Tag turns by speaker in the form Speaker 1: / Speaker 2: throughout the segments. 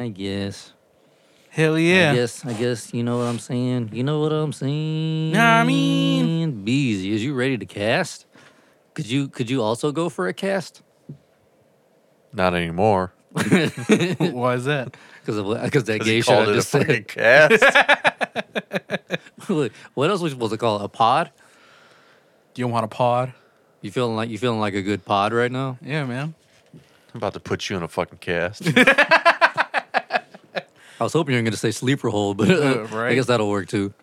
Speaker 1: I guess.
Speaker 2: Hell yeah.
Speaker 1: I guess. I guess you know what I'm saying. You know what I'm saying.
Speaker 2: Nah, I mean-
Speaker 1: Beezy, is you ready to cast? Could you could you also go for a cast?
Speaker 3: Not anymore.
Speaker 2: Why is that?
Speaker 1: Because of because that
Speaker 3: 'Cause
Speaker 1: gay
Speaker 3: he
Speaker 1: shit I
Speaker 3: called it a
Speaker 1: just
Speaker 3: freaking
Speaker 1: said.
Speaker 3: cast.
Speaker 1: what else we supposed to call it? A pod?
Speaker 2: You want a pod?
Speaker 1: You feeling like you feeling like a good pod right now?
Speaker 2: Yeah, man.
Speaker 3: I'm about to put you in a fucking cast.
Speaker 1: I was hoping you were going to say sleeper hole, but uh,
Speaker 2: Yeah,
Speaker 1: I
Speaker 2: right.
Speaker 1: guess that'll work too.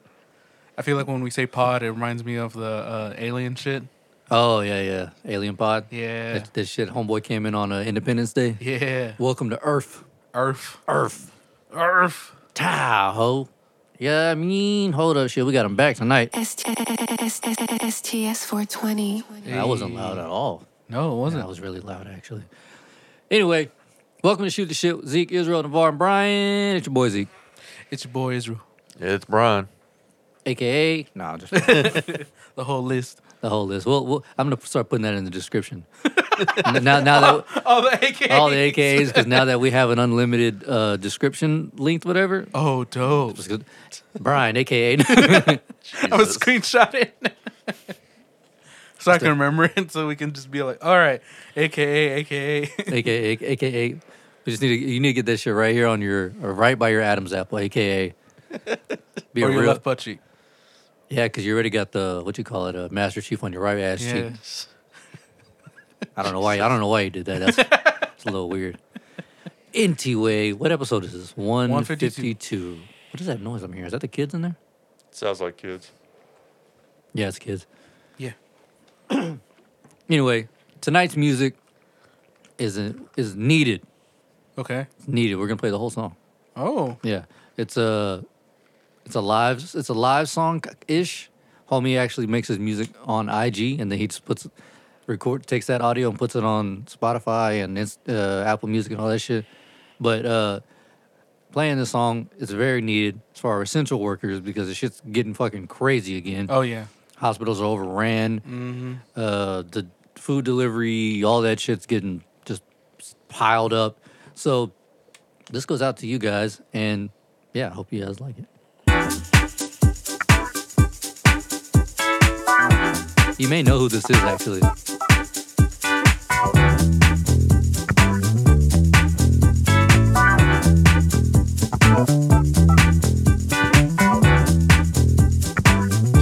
Speaker 2: I feel like when we say pod, it reminds me of the uh, alien shit.
Speaker 1: Oh yeah, yeah, alien pod.
Speaker 2: Yeah.
Speaker 1: that, that shit. Homeboy came in on uh, Independence Day.
Speaker 2: Yeah.
Speaker 1: Welcome to Earth.
Speaker 2: Earth.
Speaker 1: Earth.
Speaker 2: Earth.
Speaker 1: Tahoe. Yeah, I mean, hold up, shit. We got him back tonight.
Speaker 4: STS 420.
Speaker 1: That wasn't loud at all.
Speaker 2: No, it wasn't.
Speaker 1: That was really loud, actually. Anyway, welcome to Shoot the Shit with Zeke, Israel, Navarre, and Brian. It's your boy Zeke,
Speaker 2: It's your boy Israel.
Speaker 3: it's Brian.
Speaker 1: aka Nah, just
Speaker 2: The whole list.
Speaker 1: the whole list. Well, well, I'm gonna start putting that in the description. N- now, now that
Speaker 2: Oh, the AKA.
Speaker 1: all the AKAs, because now that we have an unlimited uh, description length, whatever.
Speaker 2: Oh, dope.
Speaker 1: it's good. Brian, aka
Speaker 2: I'm gonna screenshot it. so I can remember it so we can just be like, all right, AKA, AKA.
Speaker 1: aka aka we just need to, you need to get this shit right here on your or right by your Adam's apple aka be
Speaker 2: or
Speaker 1: a
Speaker 2: your
Speaker 1: real
Speaker 2: left butt cheek.
Speaker 1: yeah because you already got the what you call it a master chief on your right ass
Speaker 2: Yeah.
Speaker 1: cheek I don't know why I don't know why you did that that's it's a little weird anyway what episode is this 152 what is that noise I'm hearing is that the kids in there
Speaker 3: Sounds like kids.
Speaker 1: yeah it's kids
Speaker 2: Yeah.
Speaker 1: anyway tonight's music isn't is needed
Speaker 2: Okay.
Speaker 1: It's needed we're gonna play the whole song
Speaker 2: Oh.
Speaker 1: Yeah, it's a it's a live it's a live song ish. Homie actually makes his music on IG, and then he just puts record takes that audio and puts it on Spotify and it's, uh, Apple Music and all that shit. But uh, playing this song is very needed as far as essential workers because the shit's getting fucking crazy again.
Speaker 2: Oh, yeah.
Speaker 1: Hospitals are overran. Uh, the food delivery, all that shit's getting just piled up. So this goes out to you guys, and yeah, I hope you guys like it. You may know who this is actually.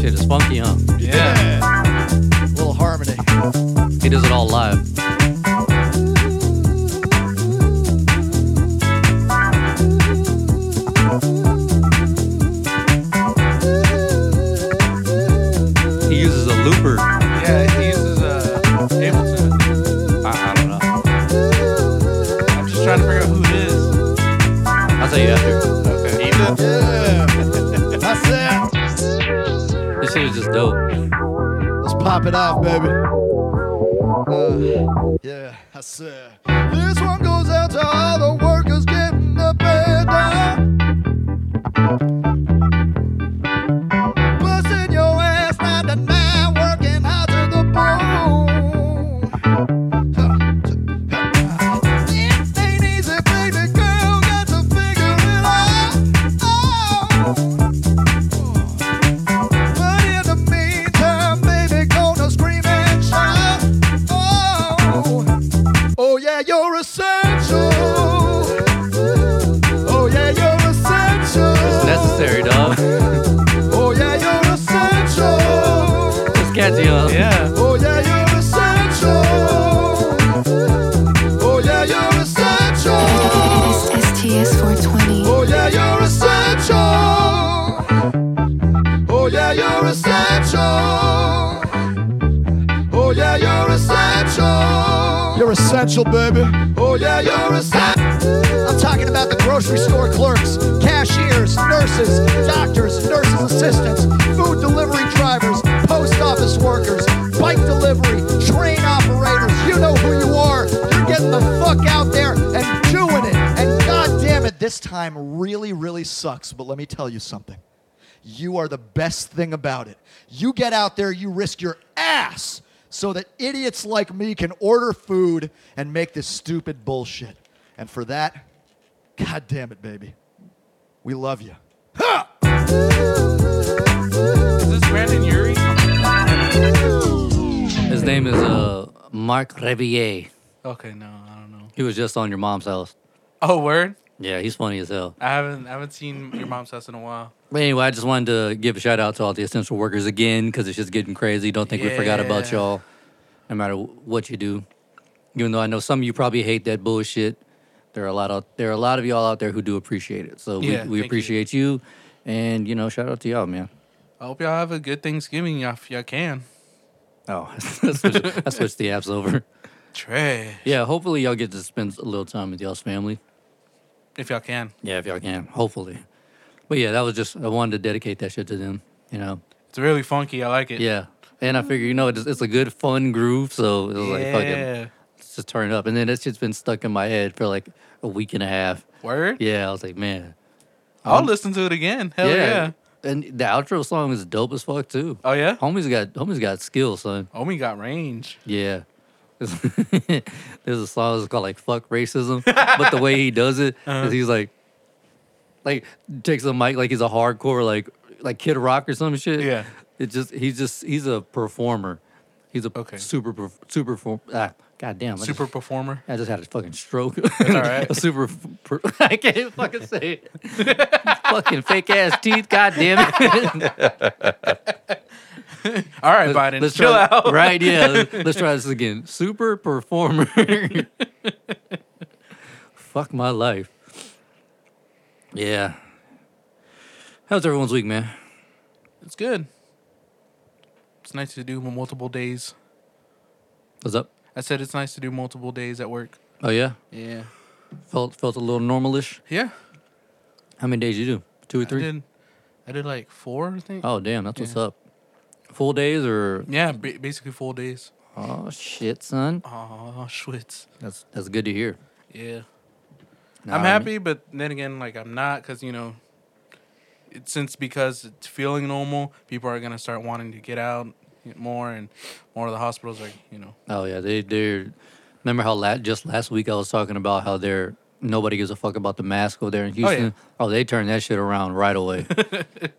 Speaker 1: Shit is funky, huh?
Speaker 2: Yeah.
Speaker 1: little harmony. He does it all live. He uses a looper. I,
Speaker 2: Yeah, he uses uh, Ableton.
Speaker 1: I don't know.
Speaker 2: I'm just trying to figure out who it is.
Speaker 1: I'll tell you after.
Speaker 2: Okay.
Speaker 5: That's it.
Speaker 1: This shit is just dope.
Speaker 5: Let's pop it off, baby. Uh, yeah, that's it. This one goes out to all the workers getting the pay down. Busting your ass nine to nine, working hard to the bone. It ain't easy, baby girl, got to figure it out. Oh. But in the meantime, baby, gonna scream and shout. Oh, oh yeah, you're essential. Oh yeah, you're essential.
Speaker 1: Necessary, dog.
Speaker 5: Oh yeah, you're essential.
Speaker 1: It's catchy, huh?
Speaker 2: Yeah.
Speaker 5: Oh yeah, you're essential. Oh yeah, you're essential.
Speaker 4: STS 420.
Speaker 5: Oh yeah, you're essential. Oh yeah, you're essential. Oh yeah, you're essential. You're essential, baby. Oh yeah, you're essential. I'm talking about the grocery store clerks, cashiers, nurses, doctors, nurses assistants, food delivery drivers, post office workers, bike delivery, train operators. You know who you are. You're getting the fuck out there and doing it. And god damn it, this time really, really sucks. But let me tell you something. You are the best thing about it. You get out there, you risk your ass so that idiots like me can order food and make this stupid bullshit. And for that, God damn it, baby. We love you.
Speaker 2: Is this Brandon Yuri?
Speaker 1: His name is uh, Mark Revier.
Speaker 2: Okay, no, I don't know.
Speaker 1: He was just on your mom's house.
Speaker 2: Oh, word.
Speaker 1: Yeah, he's funny as hell.
Speaker 2: I haven't I haven't seen your mom's house in a while.
Speaker 1: But anyway, I just wanted to give a shout out to all the essential workers again because it's just getting crazy. Don't think we forgot about
Speaker 2: Yeah.
Speaker 1: y'all, no matter wh- what you do. Even though I know some of you probably hate that bullshit, there are a lot out there are a lot of y'all out there who do appreciate it. So
Speaker 2: Yeah,
Speaker 1: we,
Speaker 2: thank
Speaker 1: we
Speaker 2: you.
Speaker 1: appreciate you. and you know, shout out to y'all, man.
Speaker 2: I hope y'all have a good Thanksgiving y'all- if y'all can.
Speaker 1: Oh, I switched, I switched the apps over.
Speaker 2: Trey,
Speaker 1: Yeah, hopefully y'all get to spend a little time with y'all's family.
Speaker 2: if y'all can.
Speaker 1: Yeah, if y'all can, hopefully. But yeah, that was just I wanted to dedicate that shit to them. You know.
Speaker 2: It's really funky. I like it.
Speaker 1: Yeah. And I figure, you know, it's, it's a good fun groove, so it was like, fuck it,
Speaker 2: Yeah.
Speaker 1: let's just turn it up. And then it's just been stuck in my head for like a week and a half.
Speaker 2: Word.
Speaker 1: Yeah, I was like, man.
Speaker 2: I'll listen to it again. Hell yeah.
Speaker 1: And the outro song is dope as fuck too.
Speaker 2: Oh yeah.
Speaker 1: Homie's got homie's got skill, son.
Speaker 2: Homie got range.
Speaker 1: Yeah. There's a song that's called like "Fuck Racism," but the way he does it is
Speaker 2: Uh-huh.
Speaker 1: he's like, like takes a mic like he's a hardcore like like Kid Rock or some shit.
Speaker 2: Yeah.
Speaker 1: It just he's just he's a performer. He's a
Speaker 2: Okay.
Speaker 1: super perf- super for ah, goddamn I
Speaker 2: Super
Speaker 1: Just,
Speaker 2: performer.
Speaker 1: I just had a fucking stroke.
Speaker 2: all right.
Speaker 1: a super. f- Per- I can't fucking say it. fucking fake ass teeth. Goddamn it.
Speaker 2: All right,
Speaker 1: Let-
Speaker 2: Biden.
Speaker 1: let's
Speaker 2: chill
Speaker 1: try,
Speaker 2: out.
Speaker 1: Right, yeah. let's- Let's try this again. Super performer. Fuck my life. Yeah. How's everyone's week, man?
Speaker 2: It's good. It's nice to do multiple days.
Speaker 1: What's up?
Speaker 2: I said it's nice to do multiple days at work.
Speaker 1: Oh yeah?
Speaker 2: Yeah.
Speaker 1: Felt felt a little normalish.
Speaker 2: Yeah.
Speaker 1: How many days you do? Two or
Speaker 2: I
Speaker 1: three?
Speaker 2: did. I did like four. I think.
Speaker 1: Oh damn, that's what's
Speaker 2: Yeah.
Speaker 1: up. Full days or
Speaker 2: Yeah, ba- basically full days.
Speaker 1: oh shit, son.
Speaker 2: Oh, Schwitz.
Speaker 1: That's that's good to hear.
Speaker 2: Yeah.
Speaker 1: Nah,
Speaker 2: I'm
Speaker 1: I
Speaker 2: happy,
Speaker 1: mean-
Speaker 2: but then again, like I'm not because you know, it, since because it's feeling normal, people are gonna start wanting to get out more, and more of the hospitals are, you know,
Speaker 1: Oh yeah, they they're. Remember how la- just last week I was talking about how they're nobody gives a fuck about the mask over there in
Speaker 2: yeah.
Speaker 1: Houston. Oh, they turned that shit around right away.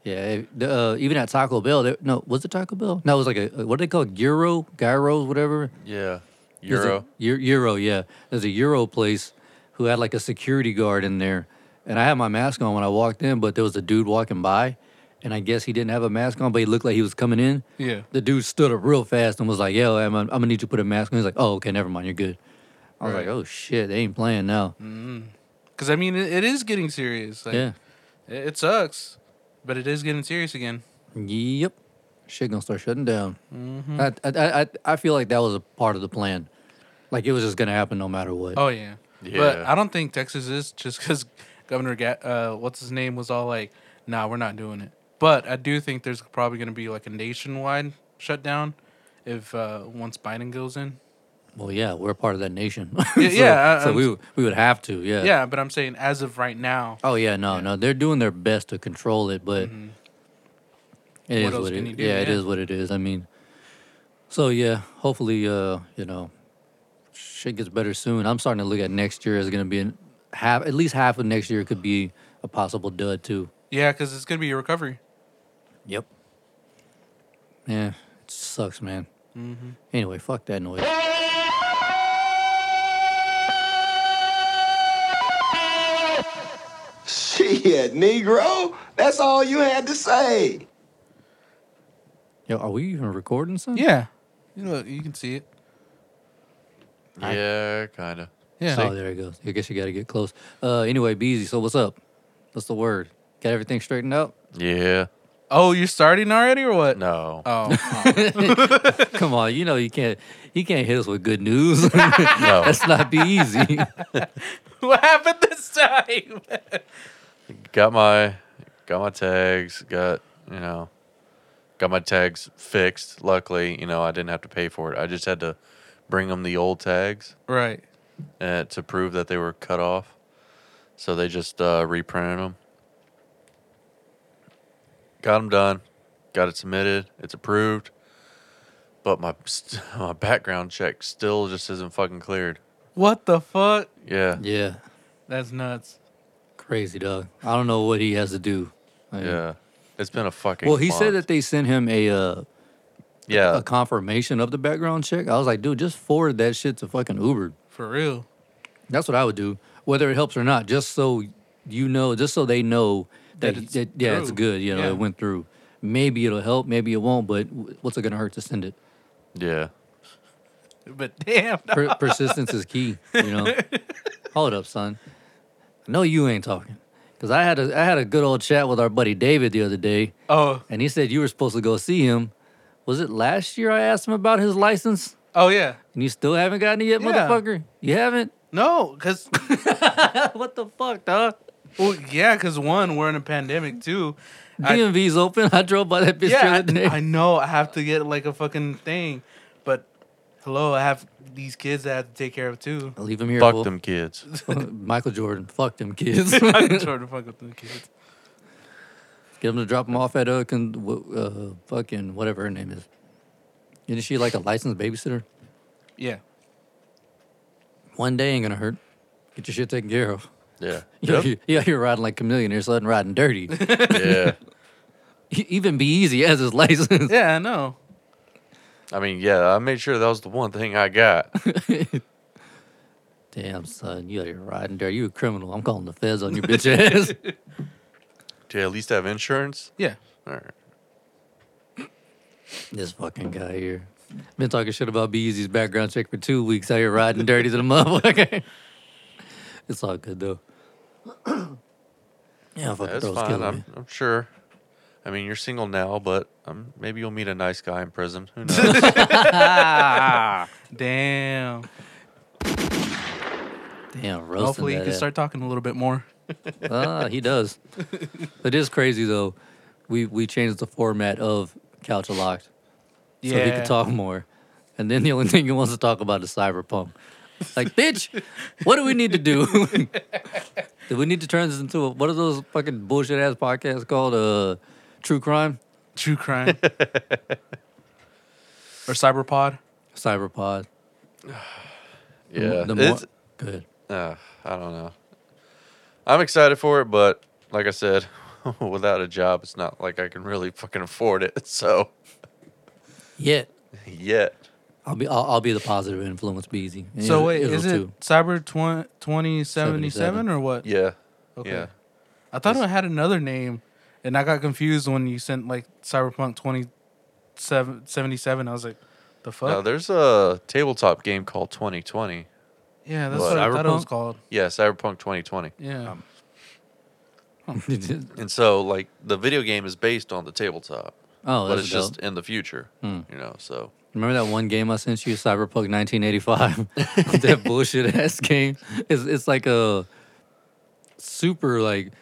Speaker 1: yeah, it- the, uh, even at Taco Bell. They, no, was it Taco Bell? No, it was like a uh, what do they call it? gyro, gyros, whatever.
Speaker 3: Yeah.
Speaker 1: There's a-
Speaker 3: Euro.
Speaker 1: Eu- Euro, yeah. There's a Euro place who had like a security guard in there. And I had my mask on when I walked in, but there was a dude walking by. And I guess he didn't have a mask on, but he looked like he was coming in.
Speaker 2: Yeah.
Speaker 1: The dude stood up real fast and was like, yo, I'm, I'm going to need you to put a mask on. He's like, oh, okay, never mind. You're good. I was like,
Speaker 2: Right.
Speaker 1: oh, shit, they ain't playing now.
Speaker 2: because I mean it, it is getting serious. Like,
Speaker 1: Yeah.
Speaker 2: It, it sucks, but it is getting serious again.
Speaker 1: Yep. Shit gonna start shutting down.
Speaker 2: Mm-hmm.
Speaker 1: I, I, I, I- I feel like that was a part of the plan. Like it was just gonna happen no matter what.
Speaker 2: Oh yeah. But
Speaker 3: Yeah.
Speaker 2: I don't think Texas is just because Governor Ga- uh, what's his name was all like, "Nah, we're not doing it." But I do think there's probably going to be like a nationwide shutdown if uh, once Biden goes in.
Speaker 1: Well, yeah, we're a part of that nation.
Speaker 2: Yeah,
Speaker 1: so,
Speaker 2: yeah, I-
Speaker 1: so
Speaker 2: I'm-
Speaker 1: we would- we would have to. Yeah.
Speaker 2: Yeah, but I'm saying as of right now,
Speaker 1: Oh yeah, no, no, they're doing their best to control it, but it
Speaker 2: Mm-hmm. What
Speaker 1: is
Speaker 2: else
Speaker 1: what it
Speaker 2: can
Speaker 1: is.
Speaker 2: you do?
Speaker 1: Yeah, it
Speaker 2: Yeah.
Speaker 1: is what it is. I mean, so yeah, hopefully, uh, you know, shit gets better soon. I'm starting to look at next year as gonna be an, half, at least half of next year could be a possible dud too.
Speaker 2: yeah, because it's going to be a recovery.
Speaker 1: Yep. Yeah, it sucks, man. Anyway, fuck that noise.
Speaker 6: Shit, Negro, that's all you had to say.
Speaker 1: Yo, are we even recording something?
Speaker 2: Yeah, you know you can see it.
Speaker 3: Yeah, kind of.
Speaker 2: Yeah,
Speaker 1: Oh, there it goes. I guess you gotta get close. Uh, anyway, Beezy. So what's up? What's the word? Got everything straightened out?
Speaker 3: Yeah.
Speaker 2: Oh, you're starting already or what?
Speaker 3: No.
Speaker 2: Oh, oh.
Speaker 1: Come on, you know you can't you can't hit us with good news.
Speaker 3: no.
Speaker 1: That's not be easy.
Speaker 2: what happened this time?
Speaker 3: got my got my tags. Got you know got my tags fixed. Luckily, you know I didn't have to pay for it. I just had to bring them the old tags
Speaker 2: right.
Speaker 3: uh, to prove that they were cut off. So they just uh, reprinted them. Got them done. Got it submitted. It's approved. But my st- my background check still just isn't fucking cleared.
Speaker 2: What the fuck?
Speaker 3: Yeah.
Speaker 1: Yeah.
Speaker 2: That's nuts.
Speaker 1: crazy, dog. I don't know what he has to do. Like,
Speaker 3: Yeah. It's been a fucking.
Speaker 1: Well, he said
Speaker 3: month.
Speaker 1: that they sent him a uh,
Speaker 3: Yeah.
Speaker 1: a confirmation of the background check. I was like, dude, just forward that shit to fucking Uber.
Speaker 2: For real.
Speaker 1: That's what I would do, whether it helps or not, just so you know, just so they know that,
Speaker 2: That it's
Speaker 1: that- yeah, it's
Speaker 2: through.
Speaker 1: good. You know,
Speaker 2: Yeah.
Speaker 1: it went through. Maybe it'll help, maybe it won't. But w- what's it gonna hurt to send it?
Speaker 3: Yeah.
Speaker 2: But damn.
Speaker 1: Per- persistence is key. You know, hold up, son. I know you ain't talking, cause I had a I had a good old chat with our buddy David the other day.
Speaker 2: Oh,
Speaker 1: and he said you were supposed to go see him. Was it last year I asked him about his license?
Speaker 2: oh yeah.
Speaker 1: And you still haven't gotten it yet,
Speaker 2: Yeah.
Speaker 1: motherfucker? You haven't?
Speaker 2: No, because
Speaker 1: what the fuck, dog?
Speaker 2: well, yeah, because one, we're in a pandemic too. I-
Speaker 1: DMV's open. I drove by that bitch the
Speaker 2: yeah,
Speaker 1: other day.
Speaker 2: I, I know I have to get like a fucking thing, but hello, I have these kids that I have to take care of too.
Speaker 1: I'll leave him here.
Speaker 3: Fuck
Speaker 1: fool.
Speaker 3: them kids.
Speaker 1: Michael Jordan. Fuck them kids. Get
Speaker 2: I'm trying to fuck up the kids.
Speaker 1: him to drop him off at uh, con- w- uh fucking whatever her name is. Isn't she like a licensed babysitter?
Speaker 2: Yeah,
Speaker 1: One day ain't gonna hurt. Get your shit taken care of.
Speaker 3: Yeah.
Speaker 1: Yeah,
Speaker 3: Yep.
Speaker 1: yeah, you're riding like chameleon. You're sudden riding dirty. E-,
Speaker 3: yeah.
Speaker 1: Even be easy as his license.
Speaker 2: yeah, I know.
Speaker 3: I mean, yeah, I made sure that was the one thing I got.
Speaker 1: Damn, son, you out here riding dirty. You a criminal. I'm calling the feds on your bitch ass.
Speaker 3: Do you at least have insurance?
Speaker 2: Yeah,
Speaker 3: All right.
Speaker 1: this fucking guy here. Been talking shit about Beezy's background check for two weeks. Out here riding dirty to the motherfucker. it's all good though. yeah, fucking
Speaker 3: That's
Speaker 1: throat's
Speaker 3: fine.
Speaker 1: killing
Speaker 3: I'm,
Speaker 1: me.
Speaker 3: I'm sure. I mean, you're single now, but um, maybe you'll meet a nice guy in prison. Who knows?
Speaker 2: damn.
Speaker 1: Damn, roasting
Speaker 2: Hopefully, you
Speaker 1: that
Speaker 2: can
Speaker 1: ass.
Speaker 2: start talking a little bit more.
Speaker 1: ah, he does. it is crazy though. We we changed the format of Couch Locked so he could talk more. And then the only thing he wants to talk about is cyberpunk. Like, bitch, what do we need to do? do we need to turn this into a, what are those fucking bullshit ass podcasts called? Uh, True Crime,
Speaker 2: True crime or cyberpod.
Speaker 1: Cyberpod. The mo-
Speaker 3: yeah.
Speaker 1: the
Speaker 3: it's-
Speaker 1: more- good.
Speaker 3: uh, I don't know. I'm excited for it, but like I said, without a job, it's not like I can really fucking afford it. So,
Speaker 1: Yeah,
Speaker 3: yet.
Speaker 1: I'll be I'll, I'll be the positive influence, Beezy. And
Speaker 2: So
Speaker 1: Israel-
Speaker 2: wait,
Speaker 1: Israel
Speaker 2: is
Speaker 1: too.
Speaker 2: it cyber twen- twenty seventy seven or what?
Speaker 3: Yeah.
Speaker 2: Okay.
Speaker 3: Yeah.
Speaker 2: I thought it had another name, and I got confused when you sent like Cyberpunk 2077. I was like, the fuck?
Speaker 3: Now, there's a tabletop game called 2020.
Speaker 2: yeah, that's
Speaker 3: What,
Speaker 2: what, I thought it was
Speaker 1: Cyberpunk?
Speaker 2: called.
Speaker 3: Yeah, Cyberpunk 2020.
Speaker 2: Yeah. Oh.
Speaker 3: And so, like, the video game is based on the tabletop,
Speaker 1: oh,
Speaker 3: but
Speaker 1: that's
Speaker 3: it's
Speaker 1: dope. Hmm.
Speaker 3: just in the future, you know. So,
Speaker 1: Remember that one game I sent you, Cyberpunk 1985? that bullshit ass game. It's it's like a super like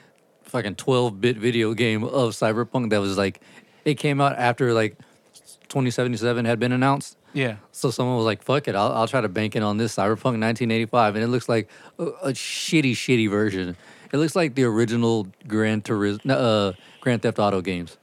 Speaker 1: fucking 12-bit video game of Cyberpunk that was like it came out after like 2077 had been announced.
Speaker 2: yeah.
Speaker 1: So someone was like, "Fuck it, I'll, I'll try to bank in on this Cyberpunk 1985," and it looks like a, a shitty, shitty version. It looks like the original Grand Turismo, uh, Grand Theft Auto games.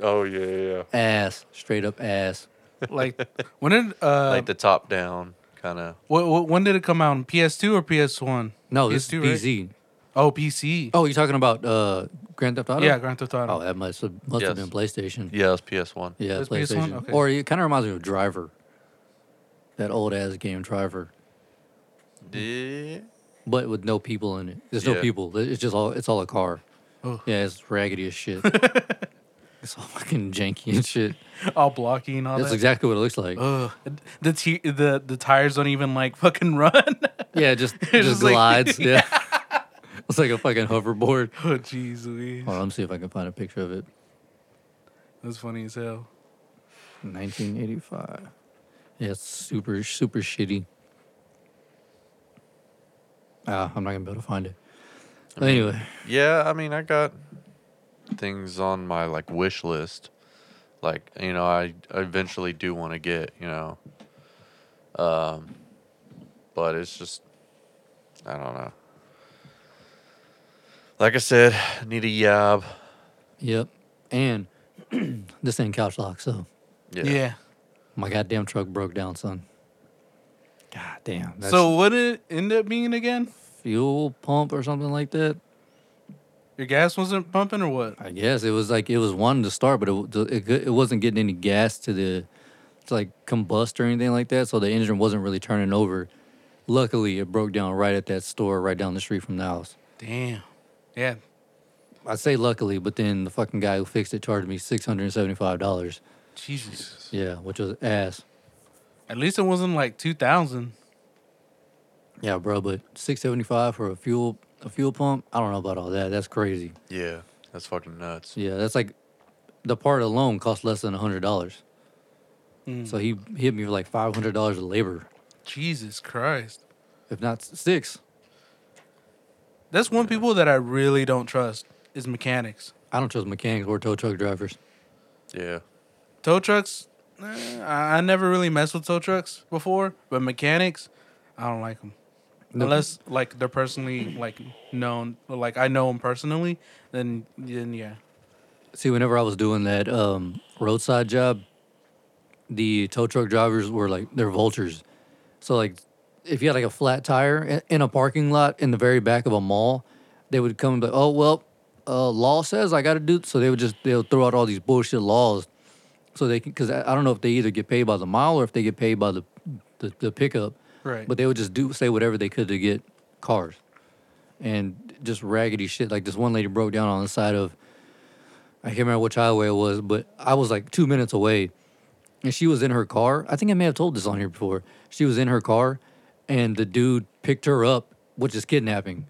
Speaker 3: oh, yeah, yeah.
Speaker 1: Ass, straight up ass.
Speaker 2: Like, when did uh,
Speaker 1: Um,
Speaker 3: Like the top down kind of.
Speaker 2: wh- wh- when did it come out? on PS2 or PS1?
Speaker 1: No,
Speaker 2: PS2,
Speaker 1: this is
Speaker 2: right?
Speaker 1: BZ.
Speaker 2: Oh, PC.
Speaker 1: Oh, you're talking about uh, Grand Theft Auto?
Speaker 2: yeah, Grand Theft
Speaker 1: Oh,
Speaker 2: Auto.
Speaker 1: that must have, must have been
Speaker 3: Yes.
Speaker 1: PlayStation.
Speaker 3: Yeah, it's PS1.
Speaker 1: Yeah,
Speaker 2: It's PS1?
Speaker 1: PlayStation.
Speaker 2: Okay.
Speaker 1: Or it kind of reminds me of Driver, that old ass game Driver,
Speaker 3: Yeah.
Speaker 1: but with no people in it. There's no
Speaker 3: Yeah.
Speaker 1: people. It's just all it's all a car.
Speaker 2: Oh.
Speaker 1: Yeah, it's raggedy as shit. it's all fucking janky and shit.
Speaker 2: All blocking, all
Speaker 1: That's
Speaker 2: that.
Speaker 1: exactly what it looks like.
Speaker 2: Ugh. The, t- the the tires don't even like fucking run.
Speaker 1: yeah, it just it
Speaker 2: It's
Speaker 1: just,
Speaker 2: just like-
Speaker 1: glides. yeah. it's like a fucking hoverboard.
Speaker 2: oh jeez, Louise.
Speaker 1: Hold on, let me see if I can find a picture of it.
Speaker 2: that's funny as hell.
Speaker 1: 1985. Yeah, it's super, super shitty. Ah, I'm not gonna be able to find it. anyway,
Speaker 3: Yeah, I mean, I got things on my like wish list. Like, you know, I I eventually do want to get, you know. Um but it's just I don't know. Like I said, need a yab.
Speaker 1: yep. And this ain't couch lock, so
Speaker 3: Yeah.
Speaker 2: yeah.
Speaker 1: my goddamn truck broke down, son. God damn. that's
Speaker 2: So what did it end up being again?
Speaker 1: fuel pump or something like that.
Speaker 2: Your gas wasn't pumping or what?
Speaker 1: I guess it was like it was one to start, but it w- it, go- it wasn't getting any gas to the to like combust or anything like that. So the engine wasn't really turning over. Luckily, it broke down right at that store right down the street from the house.
Speaker 2: Damn. Yeah.
Speaker 1: I say luckily, but then the fucking guy who fixed it charged me six hundred and seventy five dollars.
Speaker 2: Jesus.
Speaker 1: Yeah, which was ass.
Speaker 2: At least it wasn't like two thousand.
Speaker 1: Yeah, bro, but six seventy five for a fuel a fuel pump. I don't know about all that. That's crazy.
Speaker 3: Yeah, that's fucking nuts.
Speaker 1: Yeah, that's like the part alone cost less than hundred dollars. So he hit me for like five hundred dollars of labor,
Speaker 2: Jesus Christ.
Speaker 1: if not s- six.
Speaker 2: That's one people that I really don't trust is mechanics.
Speaker 1: I don't trust mechanics or tow truck drivers.
Speaker 3: Yeah,
Speaker 2: Tow trucks, eh, I I never really messed with tow trucks before, but mechanics, I don't like them.
Speaker 1: No.
Speaker 2: Unless like they're personally like known, like I know them personally, then then yeah.
Speaker 1: See, whenever I was doing that um, roadside job, the tow truck drivers were like they're vultures. So like, if you had like a flat tire i- in a parking lot in the very back of a mall, they would come and be like, "Oh well, uh, law says I got to do." So they would just they'll throw out all these bullshit laws, so they can because I, I don't know if they either get paid by the mile or if they get paid by the the, the pickup.
Speaker 2: Right.
Speaker 1: But they would just do say whatever they could to get cars, and just raggedy shit. Like this one lady broke down on the side of. I can't remember which highway it was, but I was like two minutes away, and she was in her car. I think I may have told this on here before. She was in her car, and the dude picked her up, which is kidnapping.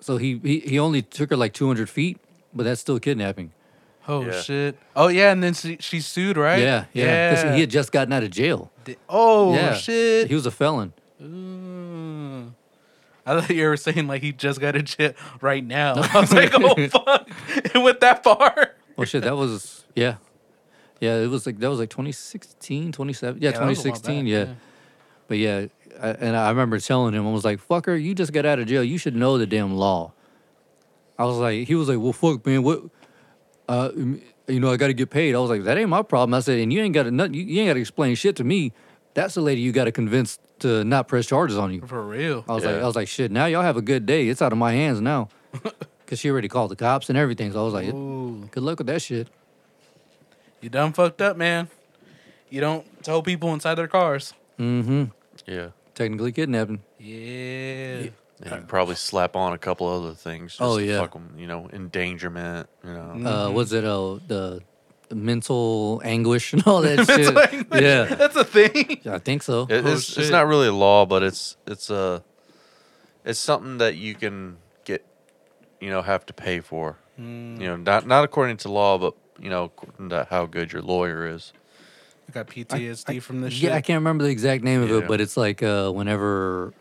Speaker 1: So he he, he only took her like 200 feet, but that's still kidnapping.
Speaker 2: Oh
Speaker 3: Yeah.
Speaker 2: shit. Oh yeah, and then she, she sued, right?
Speaker 1: Yeah, yeah. 'cause He had just gotten out of jail.
Speaker 2: Di- Oh
Speaker 1: yeah.
Speaker 2: shit.
Speaker 1: He was a felon.
Speaker 2: Mm. I thought you were saying like he just got a jet right now. I was like, oh fuck, it went that far.
Speaker 1: Oh shit, that was yeah. Yeah, it was like that was like 2016, 27. Yeah,
Speaker 2: Yeah, that was a while
Speaker 1: 2016,
Speaker 2: back,
Speaker 1: yeah.
Speaker 2: yeah.
Speaker 1: But yeah, I, and I remember telling him I was like, "Fucker, you just got out of jail. You should know the damn law." I was like, he was like, "Well, fuck, man, what uh m- you know, I got to get paid." I was like, "That ain't my problem." I said, "And you ain't got to nut- you, you ain't got to explain shit to me. That's the lady you got to convince to not press charges on you."
Speaker 2: For real.
Speaker 1: I was like,
Speaker 3: Yeah.
Speaker 1: I was like, shit. Now y'all have a good day. It's out of my hands now, because she already called the cops and everything. So I was like,
Speaker 2: Ooh.
Speaker 1: good luck with that shit.
Speaker 2: You done fucked up, man. You don't tow people inside their cars.
Speaker 1: Mm-hmm.
Speaker 3: yeah.
Speaker 1: Technically kidnapping.
Speaker 2: Yeah.
Speaker 3: And you could probably slap on a couple other things. Just
Speaker 1: Uh, Oh,
Speaker 3: to
Speaker 1: yeah.
Speaker 3: fuck 'em, you know, endangerment. You know,
Speaker 1: Uh, was it uh, the the mental anguish and all that shit?
Speaker 2: It's like-
Speaker 1: Yeah,
Speaker 2: That's a thing.
Speaker 1: I think so.
Speaker 3: It-
Speaker 2: Oh,
Speaker 3: it's,
Speaker 2: shit.
Speaker 3: it's not really a law, but it's it's a it's something that you can get, you know, have to pay for.
Speaker 2: Hmm.
Speaker 3: You know, not not according to law, but you know, according to how good your lawyer is.
Speaker 2: I got PTSD from this shit.
Speaker 1: Yeah, I can't remember the exact name of
Speaker 3: Yeah.
Speaker 1: it, but it's like uh, whenever,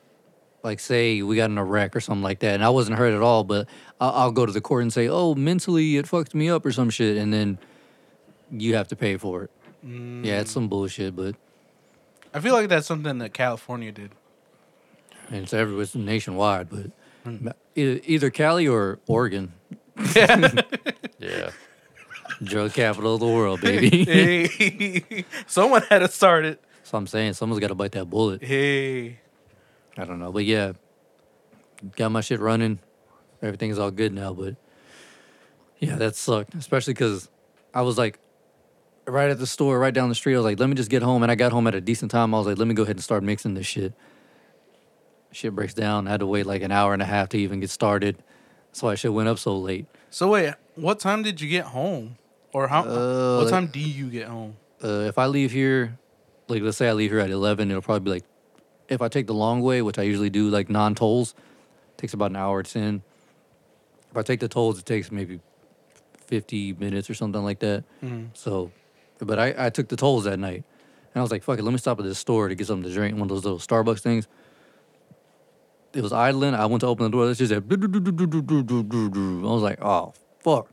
Speaker 1: like, say we got in a wreck or something like that, and I wasn't hurt at all, but I- I'll go to the court and say, "Oh, mentally it fucked me up" or some shit, and then you have to pay for it. Yeah, it's some bullshit, but
Speaker 2: I feel like that's something that California did.
Speaker 1: and it's everywhere, it's nationwide. But e- either Cali or Oregon,
Speaker 3: Yeah,
Speaker 1: drug capital of the world, baby.
Speaker 2: Hey. Someone had to start it.
Speaker 1: So I'm saying someone's got to bite that bullet.
Speaker 2: Hey.
Speaker 1: I don't know, but yeah, got my shit running. Everything's all good now, but yeah, that sucked, especially because I was like right at the store, right down the street. I was like, let me just get home, and I got home at a decent time. I was like, let me go ahead and start mixing this shit. Shit breaks down. I had to wait like an hour and a half to even get started. That's why shit went up so late.
Speaker 2: So wait, what time did you get home? Or how
Speaker 1: Uh,
Speaker 2: what
Speaker 1: like-
Speaker 2: time do you get home?
Speaker 1: uh, if I leave here, like let's say I leave here at eleven, it'll probably be like if I take the long way, which I usually do, like non tolls, takes about an hour or ten. If I take the tolls, it takes maybe fifty minutes or something like that. So, but I, I took the tolls that night, and I was like, "Fuck it, let me stop at this store to get something to drink." One of those little Starbucks things. It was idling. I went to open the door. It's just said, I was like, "Oh fuck."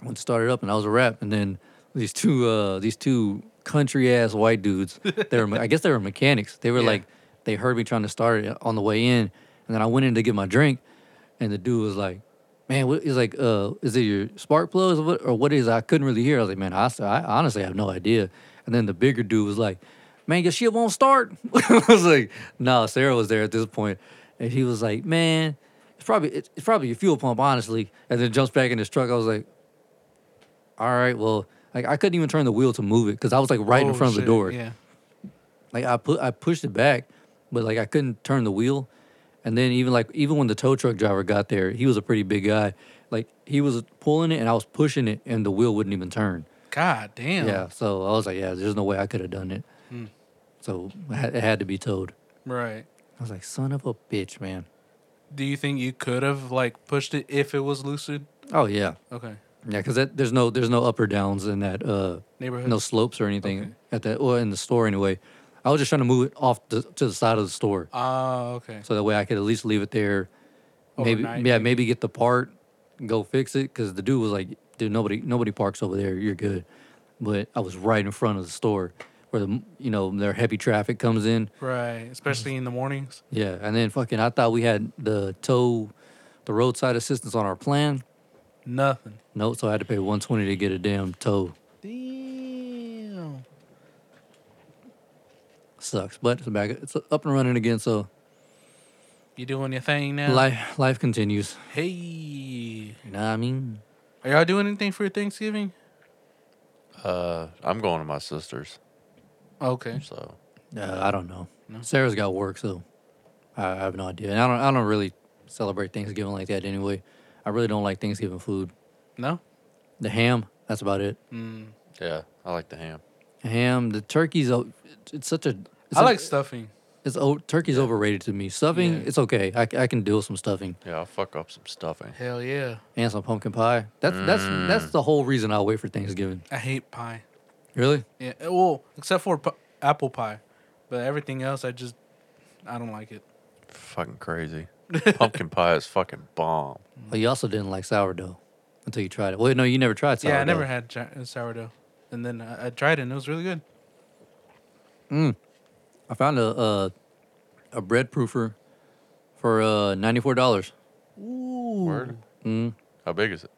Speaker 1: when it started up and I was a rap and then these two uh these two country ass white dudes they were me- I guess they were mechanics they were
Speaker 2: Yeah.
Speaker 1: like they heard me trying to start it on the way in and then I went in to get my drink and the dude was like man what is like uh is it your spark plugs or what, or what is it? I couldn't really hear I was like man I, s- I honestly have no idea and then the bigger dude was like man your shit won't start I was like no Sarah was there at this point and he was like man It's probably it's it's probably your fuel pump, honestly. And then jumps back in his truck. I was like, all right, well, like I couldn't even turn the wheel to move it because I was like right in
Speaker 2: Oh,
Speaker 1: front of
Speaker 2: shit,
Speaker 1: the door.
Speaker 2: Yeah.
Speaker 1: Like I put I pushed it back, but like I couldn't turn the wheel. And then even like even when the tow truck driver got there, he was a pretty big guy. Like he was pulling it and I was pushing it and the wheel wouldn't even turn.
Speaker 2: God damn.
Speaker 1: Yeah. So I was like, yeah, there's no way I could have done it.
Speaker 2: Hmm.
Speaker 1: So I had- it had to be towed.
Speaker 2: Right.
Speaker 1: I was like, son of a bitch, man.
Speaker 2: Do you think you could have like pushed it if it was lucid?
Speaker 1: Oh yeah,
Speaker 2: Okay.
Speaker 1: yeah. Because there's no there's no up or downs in that uh
Speaker 2: Neighborhood.
Speaker 1: no slopes or anything at that or in the store anyway. I was just trying to move it off the, to the side of the store
Speaker 2: Ah, okay.
Speaker 1: so that way I could at least leave it there. Maybe
Speaker 2: Overnight,
Speaker 1: yeah,
Speaker 2: maybe.
Speaker 1: maybe get the part, go fix it because the dude was like, dude, nobody nobody parks over there. You're good. But I was right in front of the store where the you know their heavy traffic comes in.
Speaker 2: Right. Especially in the mornings.
Speaker 1: Yeah, and then fucking, I thought we had the tow, the roadside assistance on our plan.
Speaker 2: Nothing.
Speaker 1: No, so I had to pay one twenty to get a damn tow.
Speaker 2: Damn.
Speaker 1: Sucks, but it's back. It's up and running again. So
Speaker 2: You doing your thing now?
Speaker 1: life life continues.
Speaker 2: Hey.
Speaker 1: You know what I mean?
Speaker 2: Are y'all doing anything for Thanksgiving?
Speaker 3: Uh, I'm going to my sister's,
Speaker 2: Okay.
Speaker 3: so
Speaker 1: Uh, I don't know. Sarah's got work, so I, I have no idea. And I don't I don't really celebrate Thanksgiving like that anyway. I really don't like Thanksgiving food.
Speaker 2: No? Mm.
Speaker 1: The ham, that's about it.
Speaker 3: yeah, I like the ham.
Speaker 1: Ham, the turkey's o- it's such a. It's
Speaker 2: I
Speaker 1: a-
Speaker 2: like stuffing.
Speaker 1: It's o- turkey's overrated to me. Stuffing,
Speaker 2: Yeah.
Speaker 1: it's okay. I, c- I can deal with some stuffing
Speaker 3: Yeah, I'll fuck up some stuffing.
Speaker 2: Hell yeah.
Speaker 1: and some pumpkin pie. That's
Speaker 2: Mm.
Speaker 1: that's that's the whole reason I wait for Thanksgiving.
Speaker 2: I hate pie.
Speaker 1: Really?
Speaker 2: Yeah. eh, Well, except for pu- apple pie. But everything else, I just, I don't like it.
Speaker 3: Fucking crazy. Pumpkin pie is fucking bomb.
Speaker 1: But you also didn't like sourdough until you tried it. Well, no, you never tried sourdough.
Speaker 2: Yeah, I never had ja- sourdough. And then I, I tried it and it was really good.
Speaker 1: I found a a, a bread proofer for uh ninety four dollars.
Speaker 3: Word. How big is it?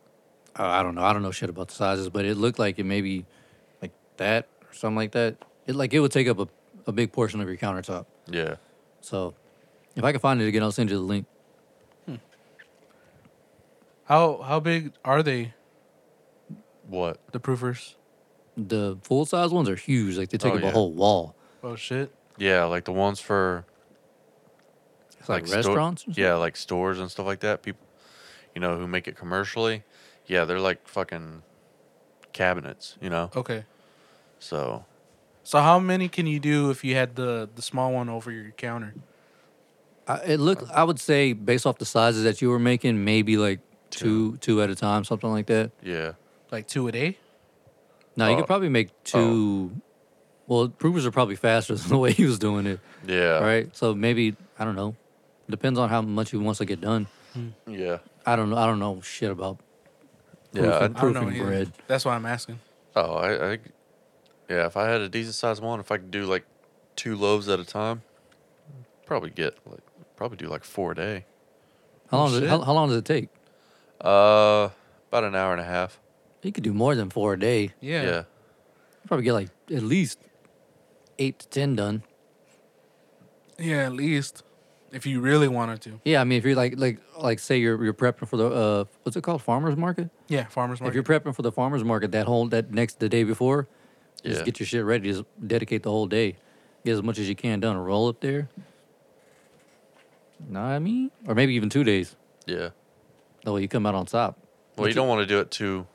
Speaker 1: I I don't know. I don't know shit about the sizes, but it looked like it maybe like that or something like that. It like it would take up a, a big portion of your countertop.
Speaker 3: Yeah.
Speaker 1: So if I can find it again, I'll send you the link.
Speaker 2: How how big are they,
Speaker 3: What?
Speaker 2: the proofers?
Speaker 1: The full size ones are huge. Like they take
Speaker 3: Oh,
Speaker 1: up
Speaker 3: yeah.
Speaker 1: a whole wall.
Speaker 2: Oh shit.
Speaker 3: Yeah, like the ones for
Speaker 1: It's like,
Speaker 3: sto-
Speaker 1: restaurants. or
Speaker 3: yeah, like stores and stuff like that. People, you know, who make it commercially. Yeah, they're like fucking cabinets. You know.
Speaker 1: Oh.
Speaker 2: Okay.
Speaker 3: So
Speaker 2: So how many can you do if you had the the small one over your counter?
Speaker 1: I, it looked. I would say based off the sizes that you were making, maybe like two, two at a time, something like that.
Speaker 3: yeah,
Speaker 2: Like two a day?
Speaker 1: Now you
Speaker 3: Oh.
Speaker 1: could probably make two. Well, provers are probably faster than the way he was doing it,
Speaker 3: yeah,
Speaker 1: right? So maybe I don't know. Depends on how much he wants to get done.
Speaker 3: yeah,
Speaker 1: I don't know. I don't know shit about
Speaker 3: yeah.
Speaker 1: Proofing.
Speaker 3: I-
Speaker 2: I don't know.
Speaker 1: Proofing
Speaker 2: either.
Speaker 1: bread.
Speaker 2: That's why I'm asking.
Speaker 3: oh, I, I, yeah. If I had a decent sized one, if I could do like two loaves at a time, probably get like probably do like four a day.
Speaker 1: how long. Does it, how,
Speaker 2: shit.
Speaker 1: how long does it take?
Speaker 3: Uh, about an hour and a half.
Speaker 1: You could do more than four a day. You
Speaker 2: Yeah.
Speaker 3: yeah.
Speaker 1: probably get like at least eight to ten done.
Speaker 2: Yeah, at least if you really wanted to.
Speaker 1: Yeah, I mean, if you're like like like say you're you're prepping for the uh what's it called farmers market.
Speaker 2: Yeah, farmers
Speaker 1: If you're
Speaker 2: market.
Speaker 1: prepping for the farmers market that whole that next the day before,
Speaker 3: Yeah.
Speaker 1: just get your shit ready. Just dedicate the whole day, get as much as you can done. Roll up there. Know what I mean? Or maybe even two days.
Speaker 3: Yeah.
Speaker 1: That way you come out on top.
Speaker 3: Well, you don't want to do it too.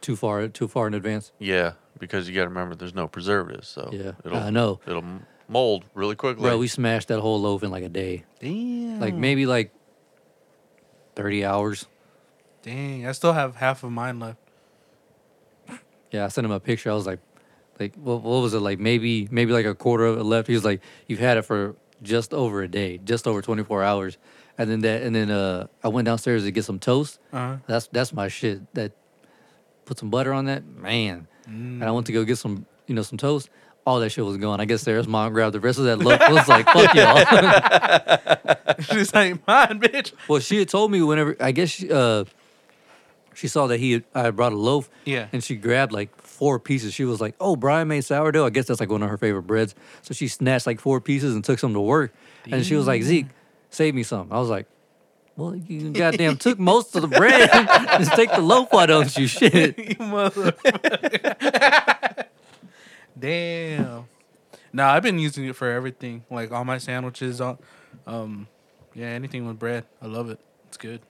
Speaker 1: Too far, too far in advance.
Speaker 3: Yeah, because you got to remember there's no preservatives, so
Speaker 1: Yeah,
Speaker 3: it'll,
Speaker 1: I know.
Speaker 3: it'll m- mold really quickly.
Speaker 1: Bro, we smashed that whole loaf in like a day.
Speaker 2: Damn.
Speaker 1: Like maybe like thirty hours.
Speaker 2: Dang, I still have half of mine left.
Speaker 1: Yeah, I sent him a picture. I was like, like what, what was it like? Maybe maybe like a quarter of it left. He was like, you've had it for just over a day, just over 24 hours, and then that and then uh, I went downstairs to get some toast.
Speaker 2: Uh-huh.
Speaker 1: That's that's my shit. That put some butter on that, man. And I went to go get some you know some toast. All that shit was gone. I guess Sarah's mom grabbed the rest of that loaf. I was like, fuck y'all.
Speaker 2: She's like mine, bitch.
Speaker 1: Well, she had told me whenever I guess she, uh, she saw that he had, I had brought a loaf.
Speaker 2: Yeah.
Speaker 1: And she grabbed like four pieces. She was like, "Oh, Brian made sourdough. I guess that's like one of her favorite breads." So she snatched like four pieces and took some to work. And she was like, "Zeke, save me some." I was like, Well, you goddamn took most of the bread. Just take the loaf, why don't you? Shit.
Speaker 2: You motherfucker. Damn. Nah, I've been using it for everything. Like all my sandwiches, all, um, yeah, anything with bread. I love it. It's good.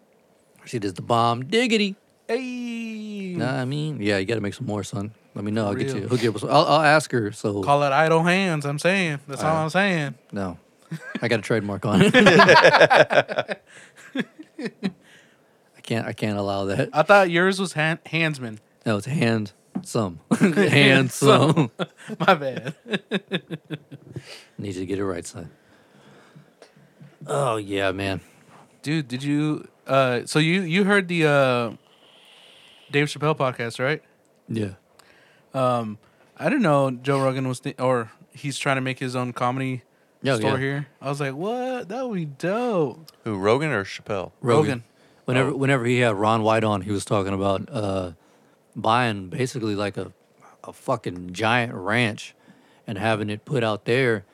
Speaker 1: Shit is the bomb. Diggity.
Speaker 2: Hey.
Speaker 1: Nah, I mean, yeah, you gotta make some more, son. Let me know. I'll get
Speaker 2: Real.
Speaker 1: you. Hook you up with some. I'll, I'll ask her. So
Speaker 2: Call it idle hands. I'm saying. That's all I'm saying.
Speaker 1: no, I got a trademark on it. I can't. I can't allow that.
Speaker 2: I thought yours was han- handsman.
Speaker 1: No, it's hand some. Handsome.
Speaker 2: My bad.
Speaker 1: Need you to get it right, son. Oh yeah, man.
Speaker 2: Dude, did you? Uh, so you you heard the uh, Dave Chappelle podcast, right?
Speaker 1: Yeah.
Speaker 2: I didn't know Joe Rogan was thi- or he's trying to make his own comedy
Speaker 1: Oh,
Speaker 2: store
Speaker 1: yeah.
Speaker 2: here. I was like, what? That would be dope.
Speaker 3: Who, Rogan or Chappelle?
Speaker 2: Rogan.
Speaker 1: Whenever whenever he had Ron White on, he was talking about uh, buying basically like a a fucking giant ranch and having it put out there,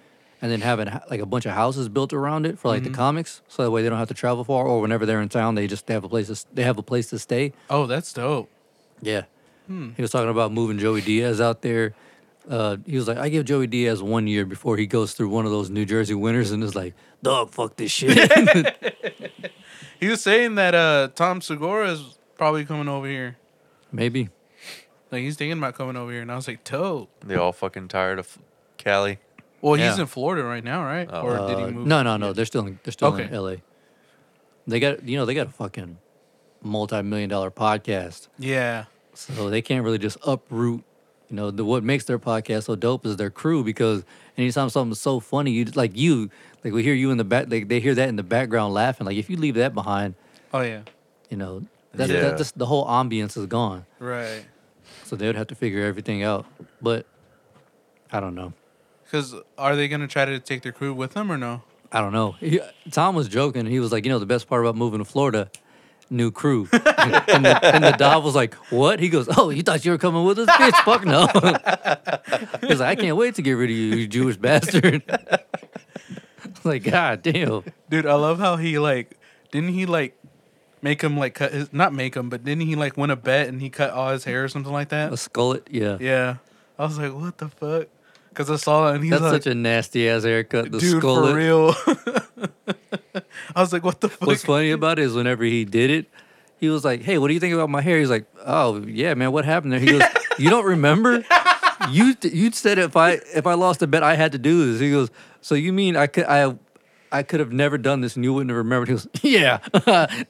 Speaker 1: and then having h- like a bunch of houses built around it for like the comics, so that way they don't have to travel far, or whenever they're in town, they just have a place to s- they have a place to stay.
Speaker 2: Oh, that's dope.
Speaker 1: Yeah. He was talking about moving Joey Diaz out there. Uh, he was like, I give Joey Diaz one year before he goes through one of those New Jersey winters and is like, dog, fuck this shit.
Speaker 2: He was saying that uh, Tom Segura is probably coming over here.
Speaker 1: Maybe.
Speaker 2: Like he's thinking about coming over here, and I was like, dope.
Speaker 3: They all fucking tired of Cali.
Speaker 2: Well, he's
Speaker 1: Yeah.
Speaker 2: in Florida right now, right?
Speaker 3: Oh.
Speaker 2: or did he
Speaker 1: Uh,
Speaker 2: move?
Speaker 1: No, no, no. They're still in, they're still in
Speaker 2: Okay.
Speaker 1: L.A. They got you know they got a fucking multi-million dollar podcast,
Speaker 2: Yeah.
Speaker 1: so they can't really just uproot. You know the what makes their podcast so dope is their crew because anytime something's so funny, you like you like we hear you in the back. They, they hear that in the background laughing. Like if you leave that behind,
Speaker 2: Oh yeah.
Speaker 1: you know that's,
Speaker 3: Yeah.
Speaker 1: that, that's the whole ambience is gone.
Speaker 2: Right.
Speaker 1: So they would have to figure everything out. But I don't know.
Speaker 2: Because are they gonna try to take their crew with them or no?
Speaker 1: I don't know. He- Tom was joking. He was like, you know, the best part about moving to Florida, new crew. and, the, and the Dov was like, what? He goes, oh, you thought you were coming with us? Bitch, fuck no. He's like, I can't wait to get rid of you, you Jewish bastard. like, god damn.
Speaker 2: Dude, I love how he like didn't he like make him like cut his not make him, but didn't he like win a bet and he cut all his hair or something like
Speaker 1: A
Speaker 2: that?
Speaker 1: skullet? Yeah.
Speaker 2: Yeah. I was like, what the fuck? Because I saw it and he's
Speaker 1: That's
Speaker 2: like,
Speaker 1: such a nasty ass haircut. The
Speaker 2: dude,
Speaker 1: skullet.
Speaker 2: for real. I was like, what the fuck?
Speaker 1: What's funny about it is whenever he did it, he was like, "Hey, what do you think about my hair?" He's like, "Oh yeah, man, what happened there?" He goes, "You don't remember? You you said if I if I lost a bet, I had to do this." He goes, "So you mean I could I." I could have never done this and you wouldn't have remembered. He goes, Yeah,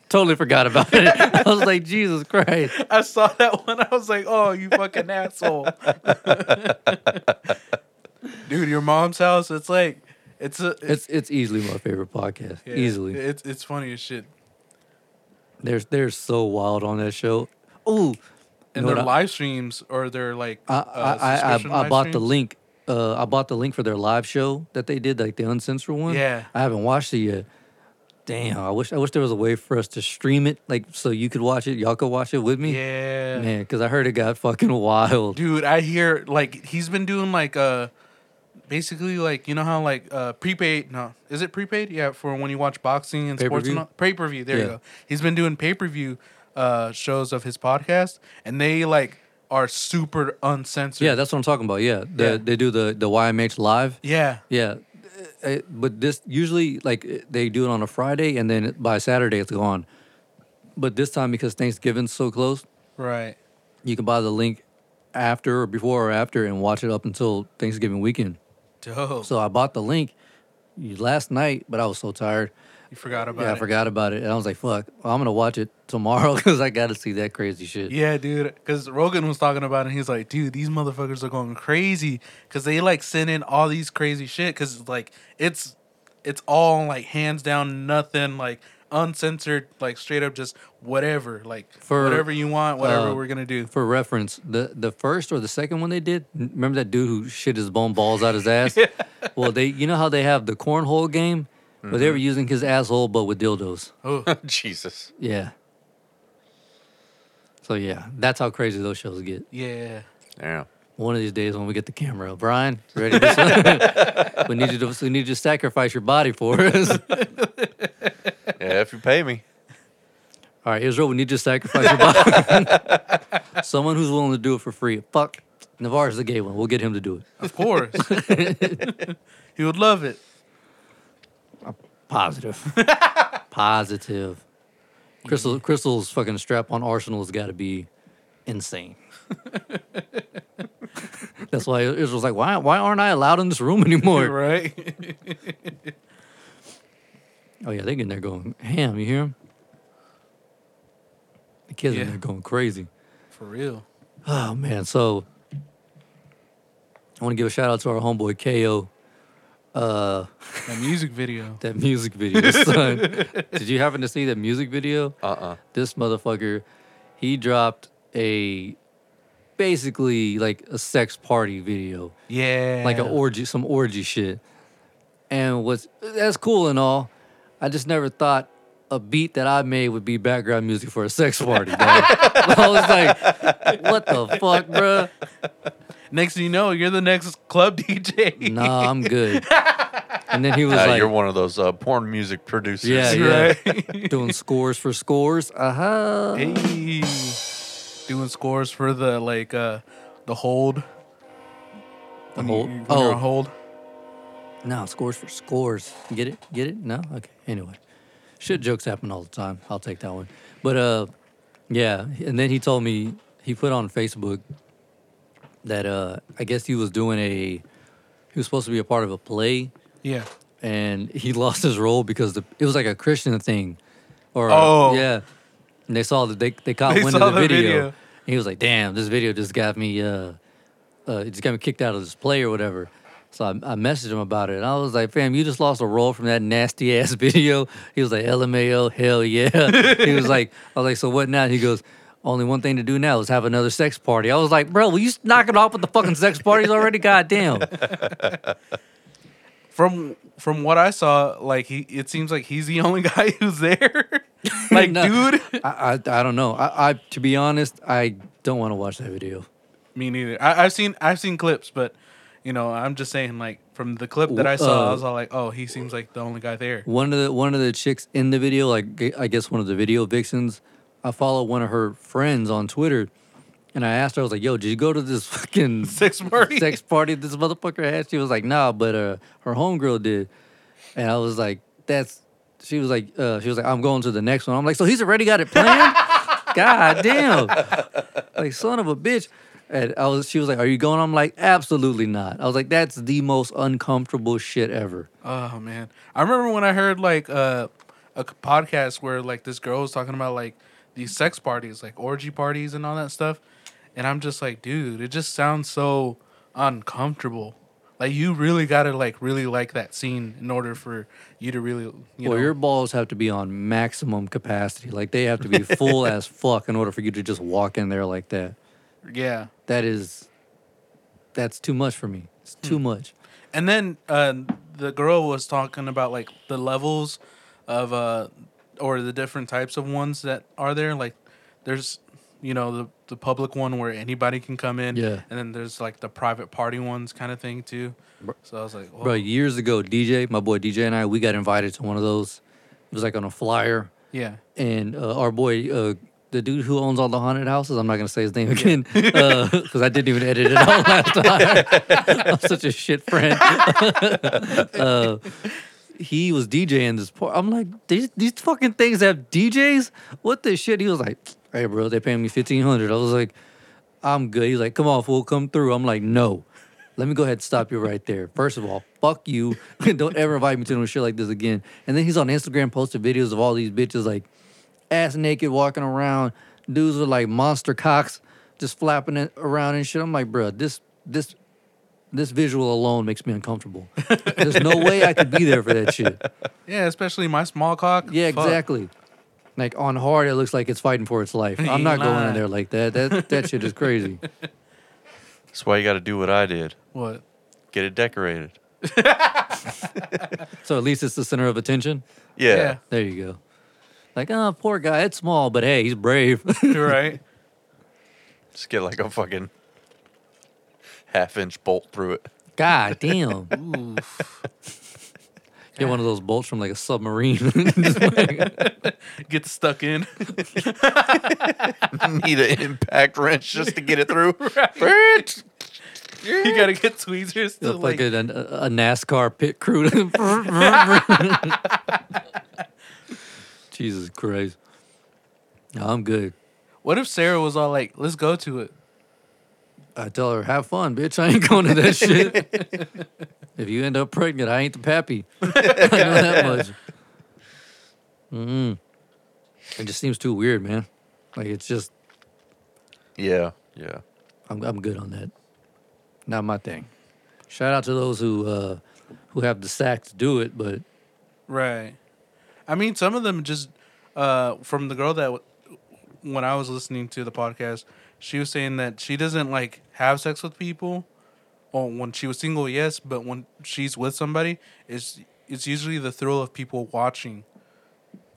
Speaker 1: totally forgot about it. I was like, Jesus Christ.
Speaker 2: I saw that one. I was like, oh, you fucking asshole. Dude, your mom's house, it's like, it's a.
Speaker 1: It's it's easily my favorite podcast.
Speaker 2: yeah,
Speaker 1: easily.
Speaker 2: It's, it's funny as shit.
Speaker 1: They're, they're so wild on that show. Ooh. know
Speaker 2: And
Speaker 1: what
Speaker 2: their
Speaker 1: I-
Speaker 2: live streams or their like.
Speaker 1: I,
Speaker 2: uh,
Speaker 1: I,
Speaker 2: subscription
Speaker 1: I, I
Speaker 2: live
Speaker 1: bought the
Speaker 2: streams.
Speaker 1: link. Uh, I bought the link for their live show that they did, like the uncensored one.
Speaker 2: Yeah.
Speaker 1: I haven't watched it yet. Damn, I wish I wish there was a way for us to stream it, like so you could watch it, y'all could watch it with me.
Speaker 2: Yeah.
Speaker 1: man, because I heard it got fucking wild.
Speaker 2: dude i hear like he's been doing like uh basically like you know how like uh prepaid no is it prepaid yeah for when you watch boxing and sports
Speaker 1: Pay-per-view?
Speaker 2: and all, pay-per-view there you
Speaker 1: Yeah.
Speaker 2: go he's been doing pay-per-view uh shows of his podcast and they like are super uncensored
Speaker 1: yeah, that's what I'm talking about. Yeah, the,
Speaker 2: Yeah.
Speaker 1: they do the the YMH live.
Speaker 2: yeah
Speaker 1: Yeah, Uh, uh, but this usually like uh, they do it on a Friday, and then by Saturday it's gone. But this time because Thanksgiving's so close,
Speaker 2: right
Speaker 1: you can buy the link after or before or after and watch it up until Thanksgiving weekend.
Speaker 2: dope
Speaker 1: So I bought the link last night, but I was so tired.
Speaker 2: you forgot about
Speaker 1: Yeah,
Speaker 2: it
Speaker 1: I forgot about it. And I was like, fuck, I'm going to watch it tomorrow because I got to see that crazy shit.
Speaker 2: Yeah, dude. Because Rogan was talking about it, and he's like, dude, these motherfuckers are going crazy because they like send in all these crazy shit because like it's it's all like hands down nothing like uncensored like straight up just whatever like
Speaker 1: For,
Speaker 2: whatever you want whatever
Speaker 1: uh,
Speaker 2: we're gonna do
Speaker 1: For reference, the, the first or the second one they did, n- remember that dude who shit his bone balls out his ass? Well, they you know how they have the cornhole game? But they were using his asshole, but with dildos.
Speaker 2: Oh.
Speaker 3: Jesus.
Speaker 1: Yeah. So, yeah, that's how crazy those shows get.
Speaker 2: yeah
Speaker 3: Yeah.
Speaker 1: One of these days when we get the camera, Brian, you ready? To do some- we need you to we need you to sacrifice your body for us.
Speaker 3: Yeah, if you pay me.
Speaker 1: All right, Israel, we need you to sacrifice your body. Someone who's willing to do it for free. Fuck, Navarre's the gay one. We'll get him to do it.
Speaker 2: Of course. he would love it.
Speaker 1: Positive. Positive. Crystal, Crystal's fucking strap on Arsenal has got to be insane. That's why Israel's like, why, why aren't I allowed in this room anymore?
Speaker 2: Right?
Speaker 1: Oh yeah, they getting there going ham. You hear 'em? The kids
Speaker 2: Yeah.
Speaker 1: in there going crazy.
Speaker 2: For real.
Speaker 1: Oh man, so I want to give a shout out to our homeboy Ko.
Speaker 2: That music video.
Speaker 1: That music video, son. Did you happen to see that music video?
Speaker 3: Uh uh
Speaker 1: This motherfucker, he dropped a basically like a sex party video.
Speaker 2: Yeah.
Speaker 1: like an orgy, some orgy shit. And what's that's cool and all. I just never thought a beat that I made would be background music for a sex party. dog. I was like, what the fuck, bruh?
Speaker 2: Next thing you know, you're the next club DJ.
Speaker 1: Nah, I'm good. And then he was
Speaker 3: Uh,
Speaker 1: like,
Speaker 3: you're one of those uh, porn music producers.
Speaker 1: yeah, yeah,
Speaker 2: Right?
Speaker 1: doing scores for scores. Uh huh.
Speaker 2: Hey. Doing scores for the like uh the hold.
Speaker 1: The
Speaker 2: When
Speaker 1: whole-
Speaker 2: you- when you're on
Speaker 1: oh
Speaker 2: hold.
Speaker 1: no, scores for scores. Get it? Get it? No? Okay. Anyway, shit jokes happen all the time. I'll take that one. But uh, yeah. And then he told me he put on Facebook that uh, I guess he was doing a he was supposed to be a part of a play
Speaker 2: Yeah.
Speaker 1: and he lost his role because the it was like a Christian thing, or
Speaker 2: Oh.
Speaker 1: yeah, and they saw that they they caught
Speaker 2: They
Speaker 1: wind
Speaker 2: saw
Speaker 1: of the
Speaker 2: the
Speaker 1: video.
Speaker 2: video.
Speaker 1: And he was like, "Damn, this video just got me, uh, uh, it just got me kicked out of this play or whatever." So I, I messaged him about it, and I was like, "Fam, you just lost a role from that nasty ass video." He was like, "LMAO, hell yeah." he was like, "I was like, so what now?" He goes. Only one thing to do now is have another sex party. I was like, bro, will you knock it off with the fucking sex parties already? Goddamn.
Speaker 2: From from what I saw, like he it seems like he's the only guy who's there. like
Speaker 1: No.
Speaker 2: dude.
Speaker 1: I, I I don't know. I, I to be honest, I don't want to watch that video.
Speaker 2: Me neither. I, I've seen I've seen clips, but you know, I'm just saying like from the clip that I saw, I
Speaker 1: Uh,
Speaker 2: was all like, oh, he seems like the only guy there.
Speaker 1: One of the one of the chicks in the video, like g- I guess one of the video vixens, I follow one of her friends on Twitter, and I asked her, I was like, "Yo, did you go to this fucking
Speaker 2: Sex party.
Speaker 1: sex party this motherfucker had?" She was like, "Nah," but uh, her homegirl did, and I was like, "That's." She was like, uh, "She was like, I'm going to the next one." I'm like, "So he's already got it planned." God damn. Like, son of a bitch. And I was she was like, Are you going? I'm like, absolutely not. I was like, that's the most uncomfortable shit ever.
Speaker 2: Oh man, I remember when I heard like uh, a c- podcast where like this girl was talking about like these sex parties, like orgy parties and all that stuff, and I'm just like, dude, it just sounds so uncomfortable. Like you really gotta like really like that scene in order for you to really you
Speaker 1: well,
Speaker 2: know.
Speaker 1: your balls have to be on maximum capacity. Like they have to be full as fuck in order for you to just walk in there like that.
Speaker 2: yeah.
Speaker 1: That is that's too much for me. It's too
Speaker 2: Hmm.
Speaker 1: much.
Speaker 2: And then uh, the girl was talking about like the levels of uh or the different types of ones that are there. Like there's you know the the public one where anybody can come in.
Speaker 1: Yeah.
Speaker 2: And then there's like the private party ones kind of thing too. So I was like,
Speaker 1: Bro,
Speaker 2: well,
Speaker 1: years ago, DJ, my boy DJ and I, we got invited to one of those. It was like on a flyer.
Speaker 2: yeah,
Speaker 1: and uh, our boy, uh, the dude who owns all the haunted houses. I'm not gonna say his name again because I didn't even edit it out last time. I'm such a shit friend. Uh, he was DJing this part. I'm like, these these fucking things have DJs. What the shit? He was like, hey, bro, they paying me 1500. I was like, I'm good. He's like, come on, fool, come through. I'm like, no. Let me go ahead and stop you right there. First of all, fuck you. Don't ever invite me to no shit like this again. And then he's on Instagram posting videos of all these bitches like ass naked walking around. Dudes with like monster cocks just flapping it around and shit. I'm like, bro, this this this visual alone makes me uncomfortable. There's no way I could be there for that shit.
Speaker 2: yeah, especially my small cock.
Speaker 1: Yeah,
Speaker 2: Fuck.
Speaker 1: exactly. Like on hard, it looks like it's fighting for its life. I'm not going in there like that. That that shit is crazy.
Speaker 3: That's why you got to do what I did.
Speaker 2: What?
Speaker 3: Get it decorated.
Speaker 1: So at least it's the center of attention.
Speaker 3: Yeah.
Speaker 1: There you go. Like, oh, poor guy. It's small, but hey, he's brave.
Speaker 2: Yeah, you're right.
Speaker 3: Just get like a fucking half inch bolt through it.
Speaker 1: God damn.
Speaker 2: Oof.
Speaker 1: Get one of those bolts from like a submarine.
Speaker 2: Get stuck in.
Speaker 3: Need an impact wrench just to get it through.
Speaker 2: you gotta get tweezers to
Speaker 1: Look like
Speaker 2: like.
Speaker 1: a, a, a NASCAR pit crew. Jesus Christ. No, I'm good.
Speaker 2: What if Sarah was all like, "Let's go to it."
Speaker 1: I tell her, have fun, bitch. I ain't going to that shit. if you end up pregnant, I ain't the pappy. I know that much. Mm. It just seems too weird, man. Like it's just,
Speaker 3: Yeah, yeah.
Speaker 1: I'm I'm good on that. Not my thing. Shout out to those who uh, who have the sack to do it, but
Speaker 2: Right. I mean, some of them just uh, from the girl that w- when I was listening to the podcast, she was saying that she doesn't like have sex with people. Or when she was single, yes, but when she's with somebody, it's it's usually the thrill of people watching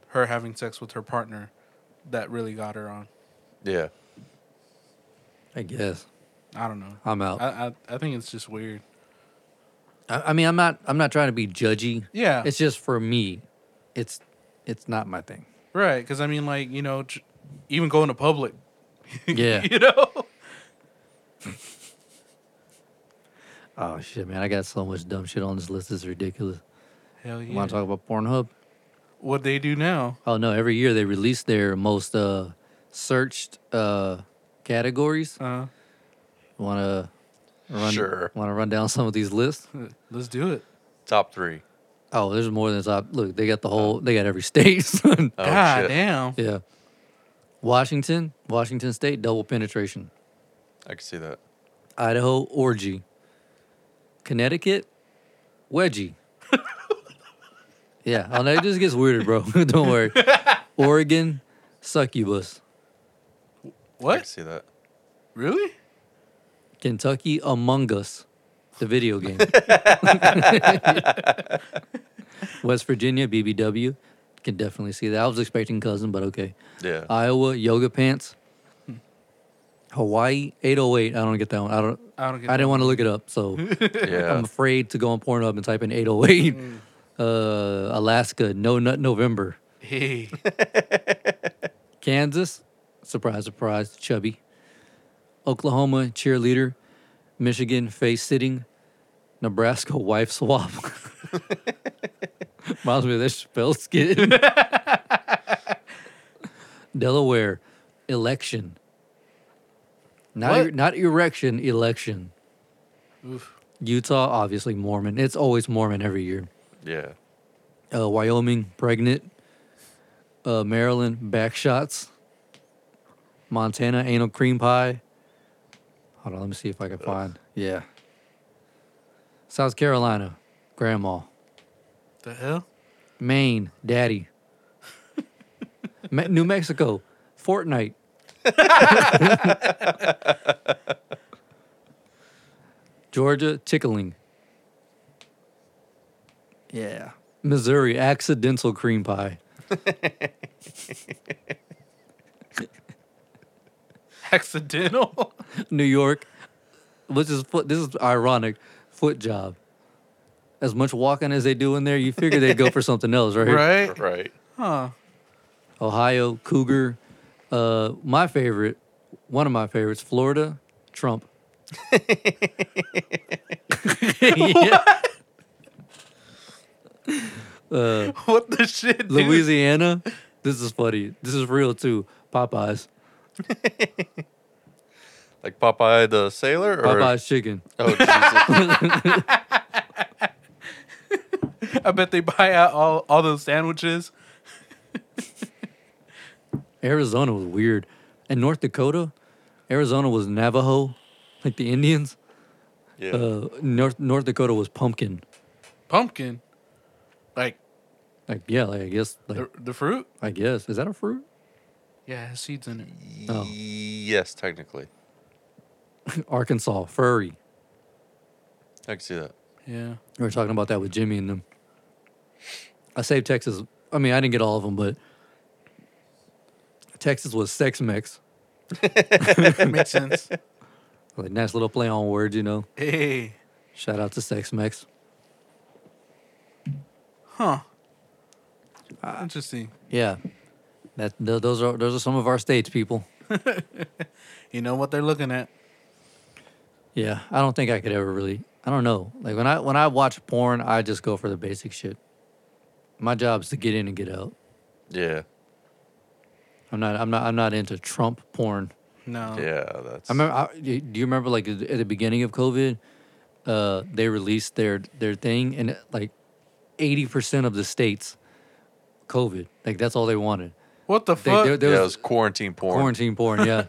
Speaker 2: her having sex with her partner that really got her on.
Speaker 3: Yeah.
Speaker 1: I guess
Speaker 2: I don't know.
Speaker 1: I'm out.
Speaker 2: I I, I think it's just weird.
Speaker 1: I, I mean, I'm not I'm not trying to be judgy.
Speaker 2: Yeah.
Speaker 1: It's just for me, it's it's not my thing.
Speaker 2: Right, because I mean, like you know, j- even going to public,
Speaker 1: Yeah.
Speaker 2: you know,
Speaker 1: Oh shit, man! I got so much dumb shit on this list. It's ridiculous.
Speaker 2: hell yeah.
Speaker 1: Want to talk about Pornhub?
Speaker 2: what they do now?
Speaker 1: Oh no! Every year they release their most uh, searched uh, categories.
Speaker 2: Uh,
Speaker 1: Want to run?
Speaker 3: Sure.
Speaker 1: Want to run down some of these lists?
Speaker 2: let's do it.
Speaker 3: Top three.
Speaker 1: Oh, there's more than top. Look, they got the whole. They got every state. son.
Speaker 3: Oh,
Speaker 2: God
Speaker 3: shit.
Speaker 2: damn.
Speaker 1: yeah. Washington, Washington State, double penetration.
Speaker 3: I can see that.
Speaker 1: Idaho, orgy. Connecticut, wedgie. yeah, oh, no, it just gets weirder, bro. Don't worry. Oregon, succubus.
Speaker 3: I can
Speaker 2: What?
Speaker 3: see that.
Speaker 2: Really?
Speaker 1: Kentucky, Among Us, the video game. West Virginia, BBW. Can definitely see that. I was expecting cousin, but okay.
Speaker 3: Yeah.
Speaker 1: Iowa, yoga pants. Hawaii, 808. I don't get that one. I don't.
Speaker 2: I don't get.
Speaker 1: I didn't want to look it up, so
Speaker 3: yeah.
Speaker 1: I'm afraid to go on Pornhub and type in 808.
Speaker 2: Mm.
Speaker 1: Uh, Alaska, no nut November.
Speaker 2: Hey,
Speaker 1: Kansas, surprise, surprise, chubby. Oklahoma, cheerleader. Michigan, face sitting. Nebraska, wife swap. Reminds me of that spell skit. Delaware, election. Not, e-,
Speaker 2: What?
Speaker 1: not erection, election.
Speaker 2: Oof.
Speaker 1: Utah, obviously Mormon. It's always Mormon every year.
Speaker 3: yeah.
Speaker 1: Uh, Wyoming, pregnant. Uh, Maryland, back shots. Montana, anal cream pie. Hold on, let me see if I can find. Yeah. South Carolina, grandma.
Speaker 2: the hell?
Speaker 1: Maine, daddy. Me- New Mexico, Fortnite. Georgia, tickling. Yeah. Missouri, accidental cream pie.
Speaker 2: Accidental?
Speaker 1: New York, which is foot, this is ironic, foot job. As much walking as they do in there, you figure they'd go for something else, right?
Speaker 2: right?
Speaker 3: Right.
Speaker 2: Huh?
Speaker 1: Ohio, Cougar. Uh, my favorite, one of my favorites, Florida, Trump. Yeah. Uh,
Speaker 2: What the shit, dude?
Speaker 1: Louisiana, this is funny. This is real too. Popeyes,
Speaker 3: Like Popeye the Sailor? Or?
Speaker 1: Popeyes chicken.
Speaker 3: Oh, Jesus.
Speaker 2: I bet they buy out all all those sandwiches.
Speaker 1: Arizona was weird, and North Dakota, Arizona was Navajo, like the Indians.
Speaker 3: yeah.
Speaker 1: Uh, North North Dakota was pumpkin.
Speaker 2: Pumpkin, like
Speaker 1: Like yeah, like I guess, like
Speaker 2: the, the fruit.
Speaker 1: I guess is that a fruit?
Speaker 2: Yeah, it has seeds in it.
Speaker 1: oh.
Speaker 3: Yes, technically.
Speaker 1: Arkansas, furry.
Speaker 3: I can see that.
Speaker 2: Yeah.
Speaker 1: We were talking about that with Jimmy and them. I saved Texas. I mean, I didn't get all of them, but Texas was sex mix.
Speaker 2: makes sense.
Speaker 1: Like nice little play on words, you know.
Speaker 2: Hey.
Speaker 1: Shout out to Sex Mex.
Speaker 2: Huh. Interesting.
Speaker 1: Yeah, that th- those are those are some of our states, people.
Speaker 2: You know what they're looking at.
Speaker 1: Yeah, I don't think I could ever really. I don't know. Like when I when I watch porn, I just go for the basic shit. My job's to get in and get out.
Speaker 3: Yeah.
Speaker 1: I'm not. I'm not. I'm not into Trump porn.
Speaker 2: No.
Speaker 3: Yeah. That's.
Speaker 1: Oh. I remember. I, do do you remember like at the at the beginning of COVID, uh, they released their their thing and like eighty percent of the states, COVID. Like that's all they wanted.
Speaker 2: What the
Speaker 1: They,
Speaker 2: fuck?
Speaker 1: there, there
Speaker 3: yeah, it
Speaker 1: was
Speaker 3: was quarantine porn.
Speaker 1: quarantine porn. Yeah,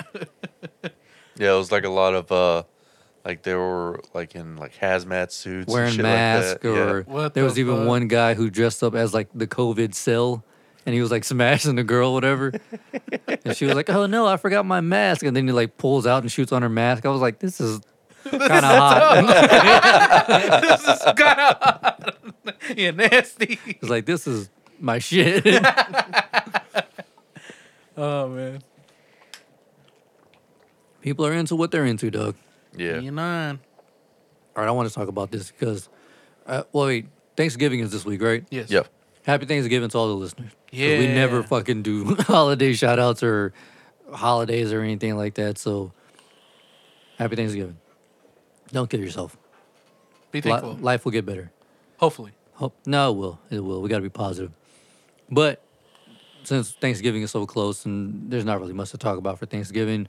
Speaker 3: Yeah, it was like a lot of uh, like they were like in like hazmat suits, and
Speaker 1: wearing
Speaker 3: shit
Speaker 1: masks
Speaker 3: like that.
Speaker 1: or
Speaker 3: yeah.
Speaker 2: What
Speaker 1: there
Speaker 2: the
Speaker 1: was even
Speaker 2: fuck?
Speaker 1: one guy who dressed up as like the COVID cell, and he was like smashing the girl, whatever. and she was like, "Oh no, I forgot my mask," and then he like pulls out and shoots on her mask. I was like, "This is." Kind of hot.
Speaker 2: yeah, nasty.
Speaker 1: It's like this is my shit.
Speaker 2: Oh man.
Speaker 1: People are into what they're into, Doug.
Speaker 3: yeah,
Speaker 2: You nine.
Speaker 1: All right, I want to talk about this because, uh, well, wait, Thanksgiving is this week, right?
Speaker 2: Yes.
Speaker 3: yeah,
Speaker 1: Happy Thanksgiving to all the listeners. 'Cause We
Speaker 2: Yeah.
Speaker 1: never fucking do holiday shout outs or holidays or anything like that. So, happy Thanksgiving. Don't kill yourself.
Speaker 2: Be
Speaker 1: Li-
Speaker 2: thankful.
Speaker 1: life will get better.
Speaker 2: Hopefully.
Speaker 1: Hope, no, it will. It will. We got to be positive. But since Thanksgiving is so close and there's not really much to talk about for Thanksgiving,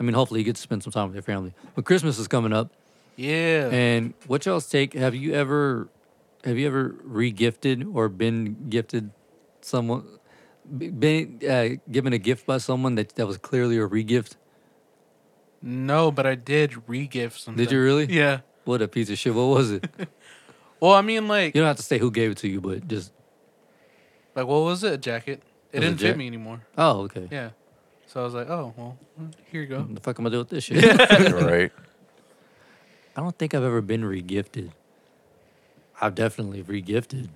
Speaker 1: I mean, hopefully you get to spend some time with your family. But Christmas is coming up.
Speaker 2: Yeah.
Speaker 1: And what y'all's take? Have you ever, have you ever regifted or been gifted someone, b- been uh, given a gift by someone that that was clearly a regift?
Speaker 2: no, but I did regift something.
Speaker 1: Did you really?
Speaker 2: Yeah.
Speaker 1: What a piece of shit! What was it?
Speaker 2: Well, I mean, like,
Speaker 1: you don't have to say who gave it to you, but just
Speaker 2: like what was it? A jacket. It
Speaker 1: Was it
Speaker 2: didn't
Speaker 1: ja-
Speaker 2: fit me anymore.
Speaker 1: oh okay.
Speaker 2: Yeah. So I was like, oh well, here you go.
Speaker 1: What the fuck am I doing with this shit?
Speaker 3: right.
Speaker 1: I don't think I've ever been regifted. I've definitely regifted.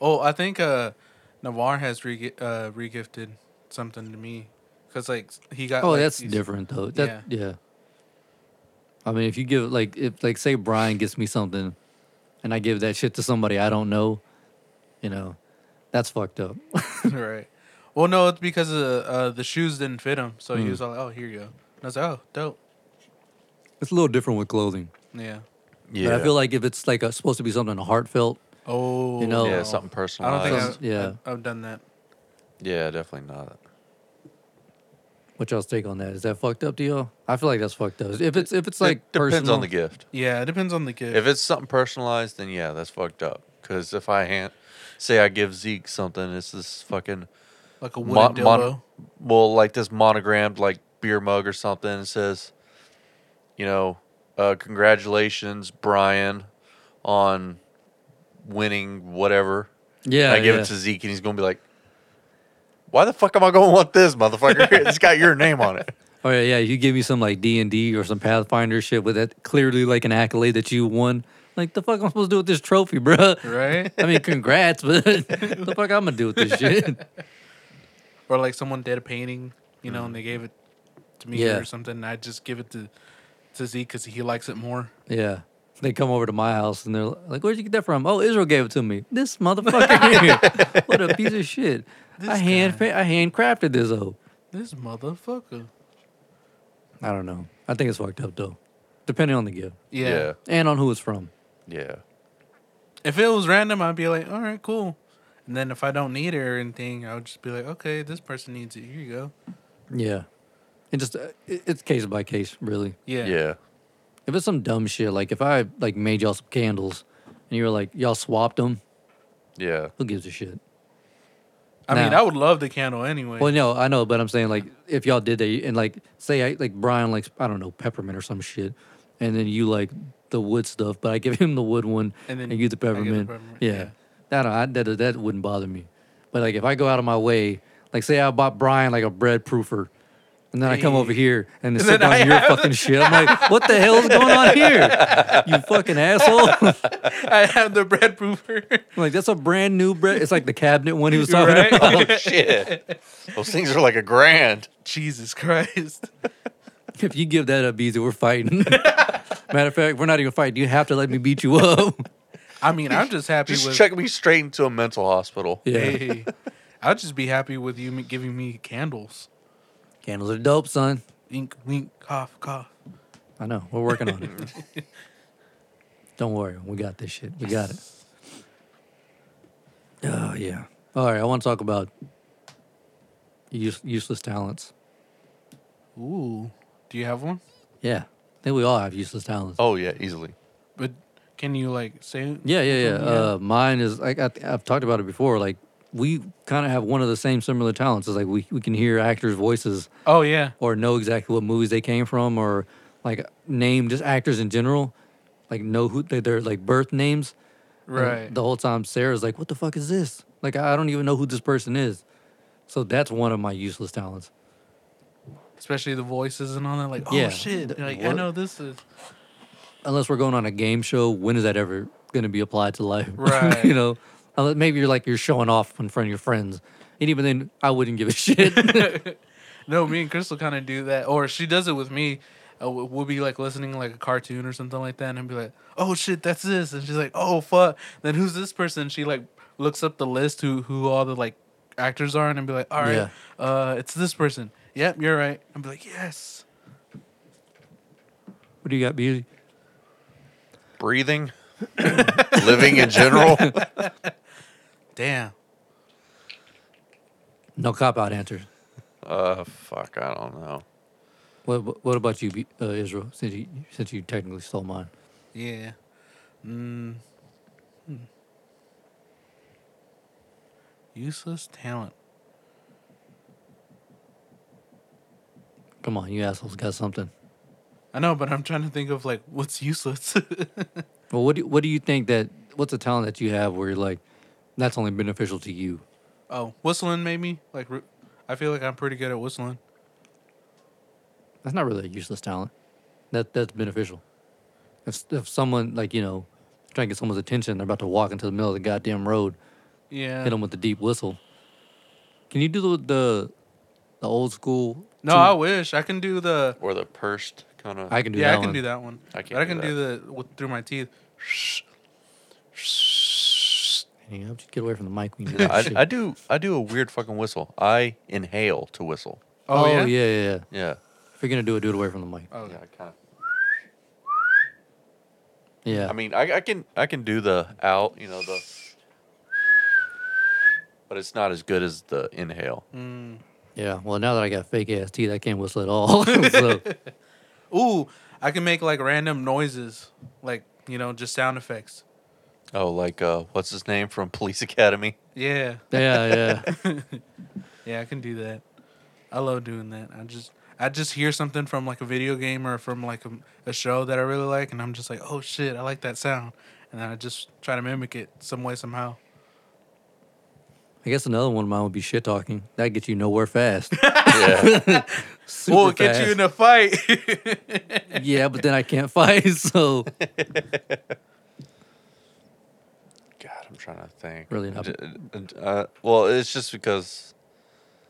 Speaker 2: Oh, I think uh, Navarre has re uh, regifted something to me, cause like he got.
Speaker 1: Oh,
Speaker 2: like,
Speaker 1: that's
Speaker 2: these-
Speaker 1: different though. That yeah. I mean, if you give like if like say Brian gets me something, and I give that shit to somebody I don't know, you know, that's fucked up.
Speaker 2: right. Well, no, it's because uh, uh, the shoes didn't fit him, so
Speaker 1: Hmm.
Speaker 2: he was all like, "Oh, here you go." And I was like, "Oh, dope."
Speaker 1: it's a little different with clothing.
Speaker 2: Yeah.
Speaker 3: Yeah,
Speaker 1: But I feel like if it's like a, supposed to be something heartfelt,
Speaker 2: Oh.
Speaker 1: You know-
Speaker 3: yeah,
Speaker 1: Oh.
Speaker 3: something
Speaker 2: I
Speaker 3: personal.
Speaker 2: don't think I've,
Speaker 1: Sounds- yeah.
Speaker 2: I've, I've done that.
Speaker 3: yeah, definitely not.
Speaker 1: what y'all's take on that? Is that fucked up to y'all? I feel like that's fucked up. If it's if it's like
Speaker 3: it depends
Speaker 1: personal,
Speaker 3: on the gift.
Speaker 2: Yeah, it depends on the gift.
Speaker 3: If it's something personalized, then yeah, that's fucked up. Because if I hand, say I give Zeke something, it's this fucking
Speaker 2: like a
Speaker 3: mon-
Speaker 2: wooden
Speaker 3: mon-
Speaker 2: dildo.
Speaker 3: well, like this monogrammed like beer mug or something. It says, you know, uh, congratulations, Brian, on winning whatever.
Speaker 1: yeah,
Speaker 3: And I give
Speaker 1: yeah.
Speaker 3: it to Zeke, and he's gonna be like, "Why the fuck am I gonna want this, motherfucker? it's got your name on it."
Speaker 1: Oh yeah, yeah. You give me some like D and D or some Pathfinder shit with that clearly like an accolade that you won. Like the fuck I'm supposed to do with this trophy, bruh?
Speaker 2: right?
Speaker 1: I mean, congrats, but the fuck I'm gonna do with this shit?
Speaker 2: or like someone did a painting, you know, and they gave it to me
Speaker 1: Mm. Yeah.
Speaker 2: or something. And I just give it to to Z because he likes it more.
Speaker 1: Yeah. They come over to my house and they're like, "Where'd you get that from?" Oh, Israel gave it to me. This motherfucker here. what a piece of shit! I hand fa- I handcrafted this. Oh,
Speaker 2: This motherfucker.
Speaker 1: I don't know. I think it's fucked up though, depending on the gift
Speaker 2: Yeah.
Speaker 1: and on who it's from.
Speaker 3: yeah, yeah.
Speaker 2: If it was random, I'd be like, all right, cool. And then if I don't need it or anything, I would just be like, okay, this person needs it. Here you go.
Speaker 1: Yeah, and just uh, it- it's case by case, really.
Speaker 2: Yeah.
Speaker 3: Yeah.
Speaker 1: If it's some dumb shit, like if I like made y'all some candles and you were like y'all swapped them,
Speaker 3: Yeah.
Speaker 1: who gives a shit?
Speaker 2: I mean,
Speaker 1: Now-
Speaker 2: I would love the candle anyway.
Speaker 1: Well, no, I know, but I'm saying like if y'all did that and like say I like Brian likes I don't know peppermint or some shit, and then you like the wood stuff, but I give him the wood one
Speaker 2: And
Speaker 1: and,
Speaker 2: then
Speaker 1: you the
Speaker 2: I get the
Speaker 1: peppermint.
Speaker 2: peppermint,
Speaker 1: Yeah,
Speaker 2: yeah.
Speaker 1: That, I, that that wouldn't bother me. But like if I go out of my way, like say I bought Brian like a bread proofer. And then I come over
Speaker 2: Hey.
Speaker 1: here and
Speaker 2: And
Speaker 1: sit
Speaker 2: then
Speaker 1: on
Speaker 2: I
Speaker 1: your
Speaker 2: have-
Speaker 1: fucking shit. I'm like, what the hell's going on here? You fucking asshole.
Speaker 2: I have the bread proofer.
Speaker 1: I'm like that's a brand new bread. It's like the cabinet one he was talking
Speaker 2: Right?
Speaker 1: about.
Speaker 3: Oh shit. Those things are like a grand.
Speaker 2: Jesus Christ.
Speaker 1: If you give that up, easy, we're fighting. Matter of fact, we're not even fighting. You have to let me beat you up.
Speaker 2: I mean, I'm just happy
Speaker 3: Just
Speaker 2: with.
Speaker 3: check me straight into a mental hospital.
Speaker 1: Yeah.
Speaker 2: Hey, I'll just be happy with you m- giving me candles.
Speaker 1: Candles are dope, son.
Speaker 2: Wink, wink, cough, cough.
Speaker 1: I know. We're working on it. Don't worry. We got this shit. We got it. Oh, yeah. All right. I want to talk about use, useless talents.
Speaker 2: Ooh, do you have one?
Speaker 1: Yeah. I think we all have useless talents.
Speaker 3: Oh yeah, easily.
Speaker 2: But can you like say?
Speaker 1: Yeah, yeah, yeah.
Speaker 2: something?
Speaker 1: Uh, mine is like I, I've talked about it before. Like we kind of have one of the same similar talents. It's like we, we can hear actors' voices
Speaker 2: oh yeah.
Speaker 1: or know exactly what movies they came from or like name just actors in general, like know who they, their like birth names. And
Speaker 2: Right.
Speaker 1: The whole time Sarah's like, "What the fuck is this? Like I I don't even know who this person is." So that's one of my useless talents.
Speaker 2: Especially the voices and all that. Like, oh
Speaker 1: Yeah.
Speaker 2: shit!
Speaker 1: The-
Speaker 2: Like, I
Speaker 1: what-
Speaker 2: know this is
Speaker 1: unless we're going on a game show, when is that ever going to be applied to life?
Speaker 2: Right.
Speaker 1: you know, unless maybe you're like you're showing off in front of your friends, and even then, I wouldn't give a shit.
Speaker 2: no. Me and Crystal kind of do that, or she does it with me. Uh, we- we'll be like listening to, like a cartoon or something like that, and I'll be like, "Oh shit, that's this," and she's like, "Oh fuck." Then who's this person? She like looks up the list who who all the like actors are, and I'll be like, "All right, uh, it's this person." Yep, you're right. I'll be like, "Yes."
Speaker 1: what do you got, beauty?
Speaker 3: Breathing, living in general.
Speaker 2: Damn.
Speaker 1: No cop out answers.
Speaker 3: Uh, fuck, I don't know.
Speaker 1: What what- What about you, Be- uh, Israel? Since you since you technically stole mine,
Speaker 2: Yeah. Mm. Hmm. Useless talent.
Speaker 1: come on, you assholes got something.
Speaker 2: I know, but I'm trying to think of like what's useless.
Speaker 1: Well, what do, what do you think that what's a talent that you have where you're like that's only beneficial to you?
Speaker 2: oh, whistling maybe. Like, r- I feel like I'm pretty good at whistling.
Speaker 1: That's not really a useless talent. That that's beneficial. If if someone like you know trying to get someone's attention, they're about to walk into the middle of the goddamn road,
Speaker 2: Yeah.
Speaker 1: hit them with the deep whistle. Can you do the the, the old school?
Speaker 2: no,
Speaker 1: two-
Speaker 2: I wish I can do the.
Speaker 3: Or the pursed kind of.
Speaker 1: I can do
Speaker 2: yeah,
Speaker 1: that.
Speaker 2: I can
Speaker 1: one.
Speaker 2: do that one.
Speaker 3: I can't
Speaker 2: But I
Speaker 3: do
Speaker 2: can
Speaker 3: that.
Speaker 2: do, the with, through my teeth.
Speaker 1: Hang on, just get away from the mic. When you do
Speaker 3: No,
Speaker 1: that
Speaker 3: I,
Speaker 1: shit.
Speaker 3: I do. I do a weird fucking whistle. I inhale to whistle.
Speaker 2: Oh, yeah.
Speaker 1: yeah, yeah, yeah.
Speaker 3: Yeah.
Speaker 1: If you're gonna do it, do it away from the mic.
Speaker 2: Oh,
Speaker 3: Yeah. I kind of.
Speaker 1: Yeah.
Speaker 3: I mean, I, I can I can do the out, you know the, but it's not as good as the inhale.
Speaker 1: Mm. yeah. Well, now that I got fake ass teeth, I can't whistle at all. so,
Speaker 2: Ooh, I can make like random noises, like you know, just sound effects.
Speaker 3: Oh, like uh, what's his name from Police Academy?
Speaker 2: Yeah.
Speaker 1: yeah, yeah.
Speaker 2: Yeah, I can do that. I love doing that. I just I just hear something from like a video game or from like a, a show that I really like, and I'm just like, oh shit, I like that sound, and then I just try to mimic it some way somehow.
Speaker 1: I guess another one of mine would be shit talking. That gets you nowhere fast.
Speaker 3: Yeah,
Speaker 1: Super
Speaker 2: Well, it gets
Speaker 1: fast.
Speaker 2: you in a fight.
Speaker 1: yeah, but then I can't fight. So
Speaker 3: God, I'm trying to think.
Speaker 1: Really not-
Speaker 3: Uh, uh, well, it's just because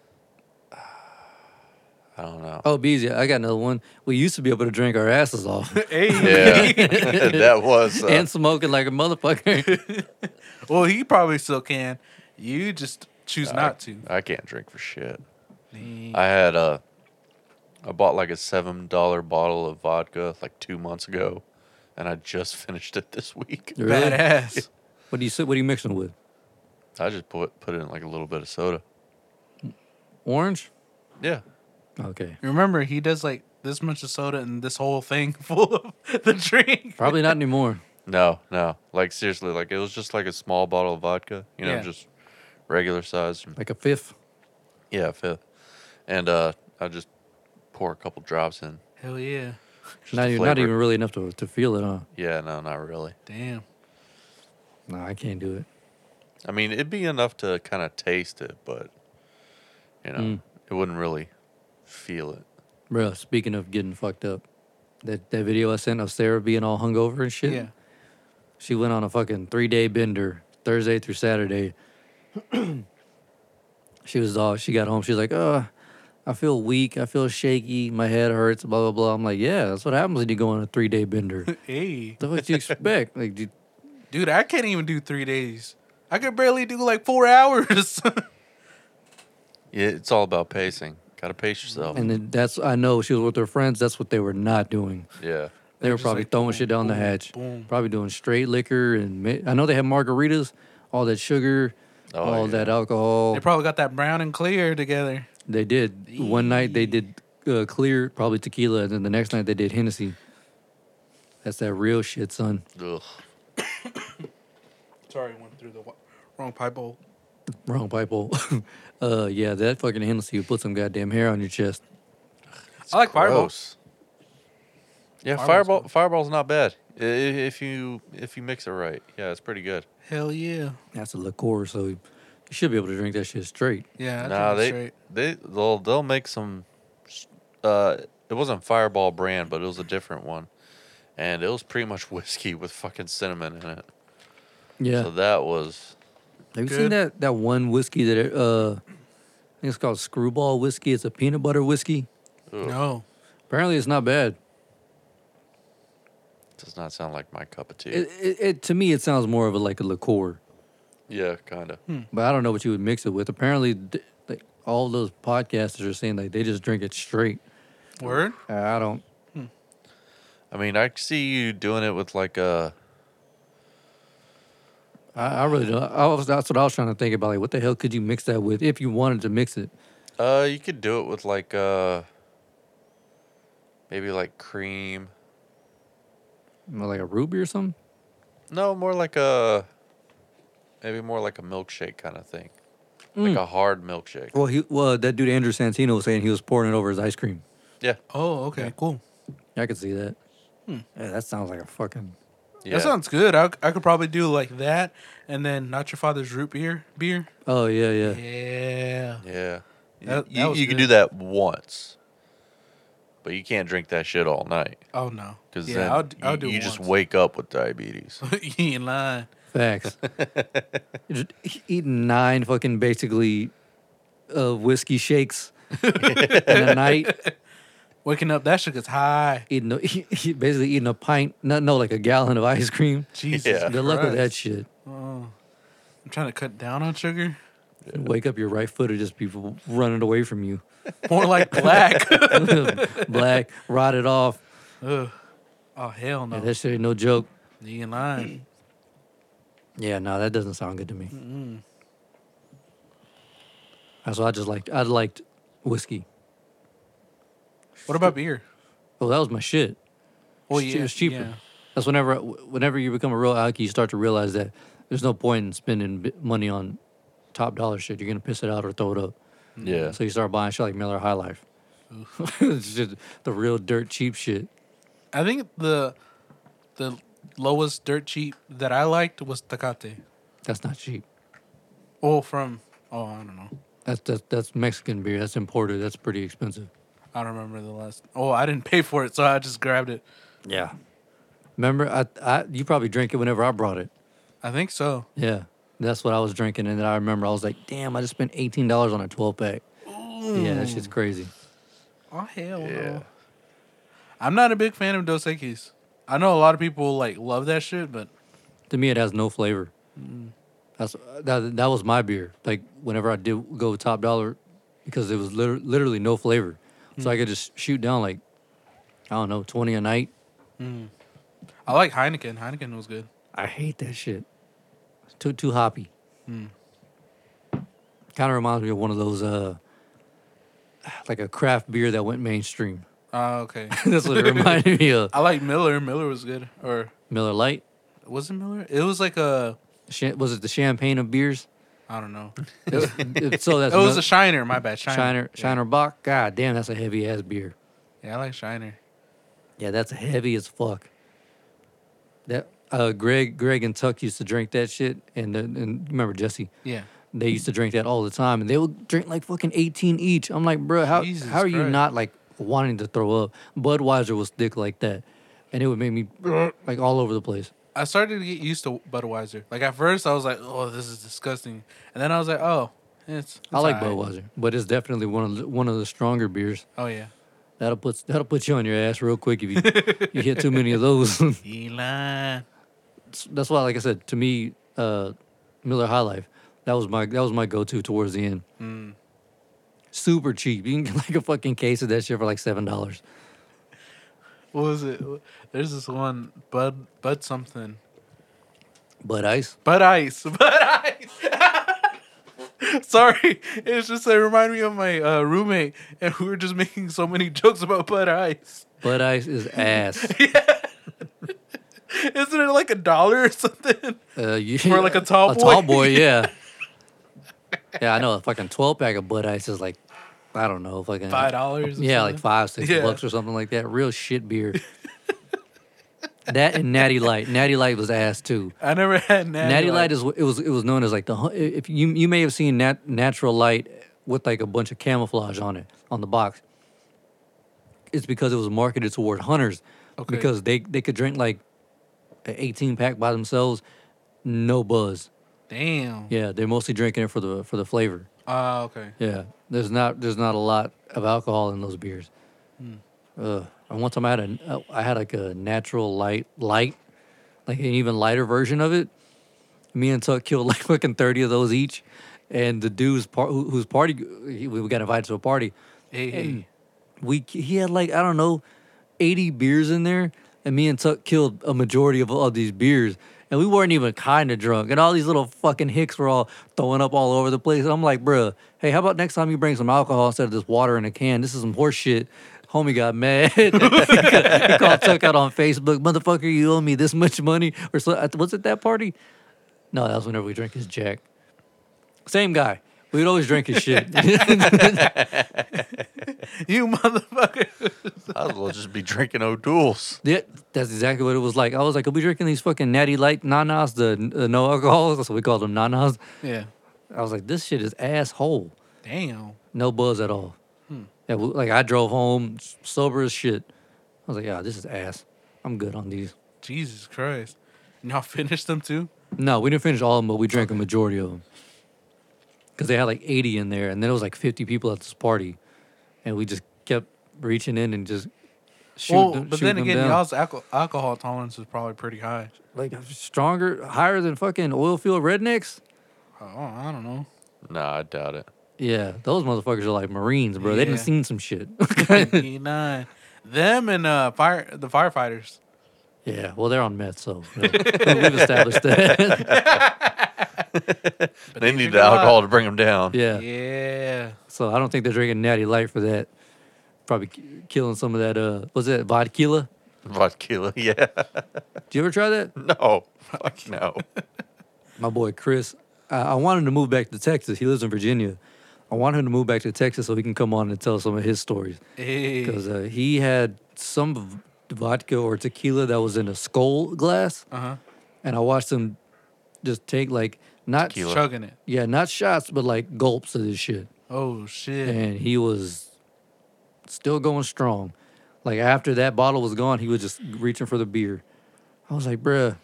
Speaker 3: I don't know.
Speaker 1: oh, Beezy, I got another one. We used to be able to drink our asses off
Speaker 2: hey,
Speaker 3: Yeah, that was. Uh,
Speaker 1: and smoking like a motherfucker.
Speaker 2: well, he probably still can. You just choose not to.
Speaker 3: I can't drink for shit. I had a, I bought like a seven dollar bottle of vodka like two months ago, and I just finished it this week.
Speaker 1: Really?
Speaker 2: Badass.
Speaker 1: What do you sit? What are you mixing with?
Speaker 3: I just put put in like a little bit of soda.
Speaker 1: Orange?
Speaker 3: Yeah,
Speaker 1: Okay.
Speaker 2: Remember, he does like this much of soda and this whole thing full of the drink.
Speaker 1: Probably not anymore.
Speaker 3: no, no. Like seriously, like it was just like a small bottle of vodka. You know,
Speaker 2: Yeah.
Speaker 3: just regular size.
Speaker 1: Like a fifth.
Speaker 3: Yeah, fifth. And uh, I just pour a couple drops in.
Speaker 2: Hell yeah!
Speaker 3: Just
Speaker 1: Not
Speaker 3: the
Speaker 1: even, not
Speaker 3: flavor.
Speaker 1: even really enough to, to feel it, huh?
Speaker 3: Yeah, no, not really.
Speaker 2: Damn.
Speaker 1: No, I can't do it.
Speaker 3: I mean, it'd be enough to kind of taste it, but you know,
Speaker 1: Mm.
Speaker 3: it wouldn't really feel it.
Speaker 1: Bro, speaking of getting fucked up, that, that video I sent of Sarah being all hungover and shit.
Speaker 2: Yeah.
Speaker 1: She went on a fucking three day bender, Thursday through Saturday. she was all she got home. She was like, "Uh, I feel weak. I feel shaky. My head hurts. Blah blah blah." I'm like, "Yeah, that's what happens when you go on a three day bender.
Speaker 2: Hey.
Speaker 1: the fuck do you expect? Like, do,
Speaker 2: dude, I can't even do three days. I could barely do like four hours.
Speaker 3: Yeah, it's all about pacing. Got to pace yourself.
Speaker 1: And then that's I know she was with her friends. That's what they were not doing.
Speaker 3: yeah.
Speaker 1: They were
Speaker 2: just
Speaker 1: probably
Speaker 2: like
Speaker 1: throwing
Speaker 2: boom,
Speaker 1: shit down the
Speaker 2: boom,
Speaker 1: hatch.
Speaker 2: boom.
Speaker 1: Probably doing straight liquor and ma- I know they had margaritas, all that sugar,
Speaker 3: Oh,
Speaker 1: all
Speaker 3: yeah.
Speaker 1: that alcohol.
Speaker 2: they probably got that brown and clear together.
Speaker 1: They did. One night they did uh, clear, probably tequila, and then the next night they did Hennessy. That's that real shit, son.
Speaker 3: Ugh.
Speaker 2: Sorry, went through the wa- wrong pipe hole.
Speaker 1: Wrong pipe hole. uh, yeah, that fucking Hennessy will put some goddamn hair on your chest.
Speaker 2: I like Fireball.
Speaker 3: Gross. Yeah,
Speaker 2: Fireball's
Speaker 3: fireball.
Speaker 2: good.
Speaker 3: Fireball's not bad I- i- if you if you mix it right. Yeah, it's pretty good.
Speaker 2: Hell yeah.
Speaker 1: That's a liqueur, so you should be able to drink that shit straight.
Speaker 2: Yeah, I
Speaker 3: nah,
Speaker 2: nah,
Speaker 3: they
Speaker 2: straight.
Speaker 3: they they'll they'll make some. Uh, it wasn't Fireball brand, but it was a different one, and it was pretty much whiskey with fucking cinnamon in it.
Speaker 1: Yeah.
Speaker 3: So that was
Speaker 1: Have you seen
Speaker 2: good.
Speaker 1: that that one whiskey that uh, I think it's called Screwball whiskey. It's a peanut butter whiskey.
Speaker 3: Ugh.
Speaker 2: No.
Speaker 1: Apparently, it's not bad.
Speaker 3: does not sound like my cup of tea.
Speaker 1: It, it, it to me, it sounds more of a, like a liqueur.
Speaker 3: yeah, kind of.
Speaker 2: Hmm.
Speaker 1: But I don't know what you would mix it with. Apparently, d- like, all those podcasters are saying like they just drink it straight.
Speaker 2: Word?
Speaker 1: I don't.
Speaker 3: I mean, I see you doing it with like uh, a
Speaker 1: I, I really don't. I was, that's what I was trying to think about. Like, what the hell could you mix that with if you wanted to mix it?
Speaker 3: Uh, you could do it with like uh, maybe like cream.
Speaker 1: You know, Like a ruby or something?
Speaker 3: No, more like a maybe more like a milkshake kind of thing,
Speaker 2: Hmm.
Speaker 3: like a hard milkshake.
Speaker 1: Well, he well that dude Andrew Santino was saying he was pouring it over his ice cream.
Speaker 3: Yeah,
Speaker 2: Oh, okay, cool.
Speaker 1: I could see that. Yeah, that sounds like a fucking.
Speaker 3: yeah.
Speaker 2: That sounds good. I, I could probably do like that and then not your father's root beer. Beer.
Speaker 1: Oh yeah, yeah.
Speaker 2: Yeah.
Speaker 3: yeah. You-
Speaker 2: That- that
Speaker 3: you
Speaker 2: was
Speaker 3: you can do
Speaker 2: good.
Speaker 3: that once, but you can't drink that shit all night
Speaker 2: Oh no.
Speaker 3: because
Speaker 2: yeah,
Speaker 3: then
Speaker 2: I'll, d-
Speaker 3: you,
Speaker 2: I'll do
Speaker 3: you
Speaker 2: it
Speaker 3: just
Speaker 2: once.
Speaker 3: wake up with diabetes.
Speaker 2: you ain't lying.
Speaker 1: Facts. Just eating nine fucking basically uh, whiskey shakes in a night.
Speaker 2: Waking up, that shit gets high.
Speaker 1: Eating a, basically eating a pint, no, no, like a gallon of ice cream.
Speaker 2: Jesus.
Speaker 3: Yeah.
Speaker 1: Good luck with that
Speaker 2: Christ.
Speaker 1: shit.
Speaker 2: I'm trying to cut down on sugar.
Speaker 1: Wake up, your right foot will just be w- running away from you.
Speaker 2: More like black.
Speaker 1: Black, rotted off.
Speaker 2: Ugh. Oh hell
Speaker 1: Yeah,
Speaker 2: no.
Speaker 1: that shit ain't no joke.
Speaker 2: you ain't lying.
Speaker 1: Yeah, no, that doesn't sound good to me. That's why I just liked. I liked whiskey.
Speaker 2: What about beer?
Speaker 1: Oh, that was my shit.
Speaker 2: Well,
Speaker 1: It's-
Speaker 2: yeah,
Speaker 1: it was cheaper.
Speaker 2: yeah.
Speaker 1: That's whenever whenever you become a real alky, you start to realize that there's no point in spending bi- money on top dollar shit. You're gonna piss it out or throw it up.
Speaker 3: yeah,
Speaker 1: So you start buying shit like Miller High Life. it's just the real dirt cheap shit.
Speaker 2: I think the the lowest dirt cheap that I liked was Tecate.
Speaker 1: That's not cheap.
Speaker 2: Oh, from oh I don't know.
Speaker 1: That's that's that's Mexican beer. That's imported. That's pretty expensive.
Speaker 2: I don't remember the last. Oh, I didn't pay for it, so I just grabbed it.
Speaker 1: Yeah. Remember, I, I you probably drank it whenever I brought it.
Speaker 2: I think so.
Speaker 1: Yeah, that's what I was drinking, and then I remember I was like, "Damn, I just spent eighteen dollars on a twelve pack." Yeah, that shit's crazy.
Speaker 2: Oh hell
Speaker 3: yeah.
Speaker 2: no. I'm not a big fan of Dos Equis. I know a lot of people like love that shit, but
Speaker 1: To me, it has no flavor. That's that. That was my beer. Like whenever I did go top dollar, because it was liter- literally no flavor,
Speaker 2: Hmm.
Speaker 1: so I could just shoot down like I don't know twenty a night.
Speaker 2: I like Heineken. Heineken was good.
Speaker 1: I hate that shit. It's too too hoppy.
Speaker 2: Hmm.
Speaker 1: Kind of reminds me of one of those uh, like a craft beer that went mainstream.
Speaker 2: Oh, okay.
Speaker 1: That's what it reminded me of.
Speaker 2: I like Miller. Miller was good. Or
Speaker 1: Miller Lite.
Speaker 2: was it Miller? It was like a
Speaker 1: Cha- was it the champagne of beers?
Speaker 2: I don't know.
Speaker 1: It- so that's
Speaker 2: It was
Speaker 1: no-
Speaker 2: a Shiner. My bad. Shiner.
Speaker 1: Shiner Shiner Bach. God damn, that's a heavy ass beer.
Speaker 2: Yeah, I like Shiner.
Speaker 1: Yeah, that's heavy as fuck. That uh, Greg Greg and Tuck used to drink that shit, and then- and remember Jesse,
Speaker 2: Yeah.
Speaker 1: they used to drink that all the time, and they would drink like fucking eighteen each. I'm like, bro, how
Speaker 2: Jesus
Speaker 1: how are you
Speaker 2: Christ.
Speaker 1: not like wanting to throw up? Budweiser was thick like that, and it would make me like all over the place.
Speaker 2: I started to get used to Budweiser. Like at first, I was like, "Oh, this is disgusting," and then I was like, "Oh, it's."
Speaker 1: I like
Speaker 2: it's alright."
Speaker 1: Budweiser, but it's definitely one of the, one of the stronger beers.
Speaker 2: Oh yeah.
Speaker 1: That'll put that'll put you on your ass real quick if you you hit too many of those.
Speaker 2: Elon.
Speaker 1: that's that's why, like I said, to me, uh, Miller High Life, that was my that was my go-to towards the end.
Speaker 2: Mm.
Speaker 1: Super cheap. You can get like a fucking case of that shit for like seven dollars.
Speaker 2: What was it? There's this one Bud Bud something.
Speaker 1: But ice.
Speaker 2: Bud Ice. Bud Ice. Sorry, it's just it reminded me of my uh, roommate, and we were just making so many jokes about Bud Ice.
Speaker 1: But ice is ass.
Speaker 2: Isn't it like a dollar or something?
Speaker 1: Uh, you,
Speaker 2: For, like, a tall
Speaker 1: A tall
Speaker 2: boy?
Speaker 1: boy, yeah. yeah, I know. A fucking twelve pack of Bud Ice is like, I don't know, fucking
Speaker 2: Five dollars. or
Speaker 1: Yeah, like
Speaker 2: something?
Speaker 1: five, six
Speaker 2: Yeah.
Speaker 1: bucks or something like that. Real shit beer. that and Natty Light. Natty Light was ass too.
Speaker 2: I never had Natty,
Speaker 1: Natty Light is it was it was known as like the hu- if you you may have seen nat, natural light with like a bunch of camouflage on it on the box. It's because it was marketed toward hunters
Speaker 2: Okay.
Speaker 1: because they they could drink like an 18 pack by themselves, no buzz.
Speaker 2: Damn.
Speaker 1: Yeah, they're mostly drinking it for the for the flavor.
Speaker 2: Ah, okay.
Speaker 1: Yeah, there's not there's not a lot of alcohol in those beers.
Speaker 2: Hmm.
Speaker 1: Uh, and one time I had a I had like a natural light light, like an even lighter version of it. Me and Tuck killed like fucking thirty of those each, and the dude's part who, whose party he, we got invited to a party.
Speaker 2: Hey, hey.
Speaker 1: We he had like I don't know, eighty beers in there, and me and Tuck killed a majority of all these beers. And we weren't even kind of drunk, and all these little fucking hicks were all throwing up all over the place. And I'm like, bruh, hey, how about next time you bring some alcohol instead of this water in a can? This is some horse shit. Homie got mad. he called Tuck out on Facebook, motherfucker, you owe me this much money. Or so, was it that party? No, that was whenever we drank his Jack. Same guy. We'd always drink his shit.
Speaker 2: You motherfucker.
Speaker 3: I'd as well just be drinking O'Doul's.
Speaker 1: Yeah, that's exactly what it was like. I was like, are we drinking these fucking natty light nanas, the uh, no alcohols? That's what we call them, nanas.
Speaker 2: Yeah.
Speaker 1: I was like, this shit is asshole.
Speaker 2: Damn.
Speaker 1: No buzz at all. Yeah, we- like I drove home s- sober as shit. I was like, yeah, this is ass. I'm good on these.
Speaker 2: Jesus Christ. And y'all finished them too?
Speaker 1: No, we didn't finish all of them, but we drank a majority of them. Because they had like 80 in there, and then it was like 50 people at this party. And we just kept reaching in and just shooting
Speaker 2: well,
Speaker 1: them.
Speaker 2: but
Speaker 1: shooting
Speaker 2: then
Speaker 1: them
Speaker 2: again,
Speaker 1: down.
Speaker 2: y'all's alco- alcohol tolerance is probably pretty high.
Speaker 1: like stronger, higher than fucking oil field rednecks.
Speaker 2: Oh, I don't know.
Speaker 3: Nah, I doubt it.
Speaker 1: Yeah, those motherfuckers are like Marines, bro. They didn't
Speaker 2: Yeah.
Speaker 1: seen some shit.
Speaker 2: 59. Them and uh, fire the firefighters.
Speaker 1: yeah, well, they're on meth, so you know, we- we've established that.
Speaker 3: they
Speaker 2: they
Speaker 3: need
Speaker 2: drink
Speaker 3: the
Speaker 2: a lot.
Speaker 3: alcohol to bring them down.
Speaker 1: yeah.
Speaker 2: Yeah.
Speaker 1: so I don't think they're drinking Natty Light for that. Probably ki- killing some of that. Uh, was that vodka?
Speaker 3: Vodka, yeah.
Speaker 1: Do you ever try that?
Speaker 3: No, fuck no.
Speaker 1: my boy Chris. I, I want him to move back to Texas. He lives in Virginia. I want him to move back to Texas so he can come on and tell some of his stories.
Speaker 2: Hey.
Speaker 1: Because uh, he had some v- vodka or tequila that was in a skull glass,
Speaker 2: Uh-huh.
Speaker 1: and I watched him just take like not
Speaker 3: Tequila.
Speaker 2: Chugging it.
Speaker 1: yeah, not shots, but like gulps of this shit.
Speaker 2: Oh, shit.
Speaker 1: And he was still going strong. Like after that bottle was gone, he was just reaching for the beer. I was like, bruh.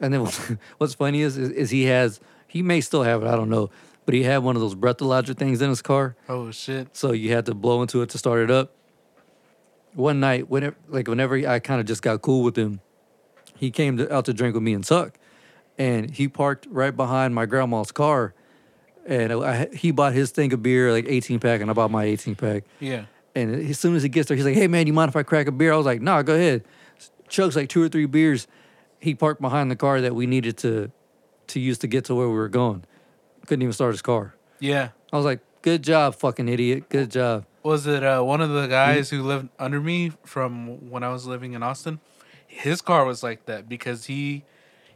Speaker 1: And then what's, what's funny is, is is he has he may still have it, I don't know, but he had one of those breathalyzer things in his car.
Speaker 2: Oh, shit.
Speaker 1: So you had to blow into it to start it up. One night, whenever like whenever I kind of just got cool with him, he came to, out to drink with me and Tuck, and he parked right behind my grandma's car, and I, he bought his thing of beer like eighteen pack, and I bought my eighteen pack.
Speaker 2: Yeah.
Speaker 1: And as soon as he gets there, he's like, "Hey man, you mind if I crack a beer?" I was like, "Nah, go ahead." Chugs like two or three beers. He parked behind the car that we needed to to use to get to where we were going. Couldn't even start his car.
Speaker 2: Yeah.
Speaker 1: I was like, "Good job, fucking idiot. Good job."
Speaker 2: Was it uh, one of the guys who lived under me from when I was living in Austin? His car was like that because he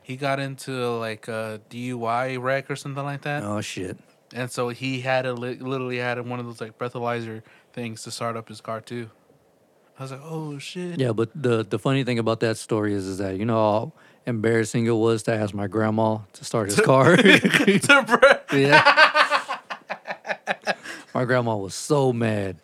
Speaker 2: he got into like a DUI wreck or something like that.
Speaker 1: Oh shit.
Speaker 2: And so he had a li- literally had one of those like breathalyzer things to start up his car too. I was like, oh shit.
Speaker 1: Yeah, but the the funny thing about that story is is that you know how embarrassing it was to ask my grandma to start his car.
Speaker 2: To bre-
Speaker 1: yeah. My grandma was so mad.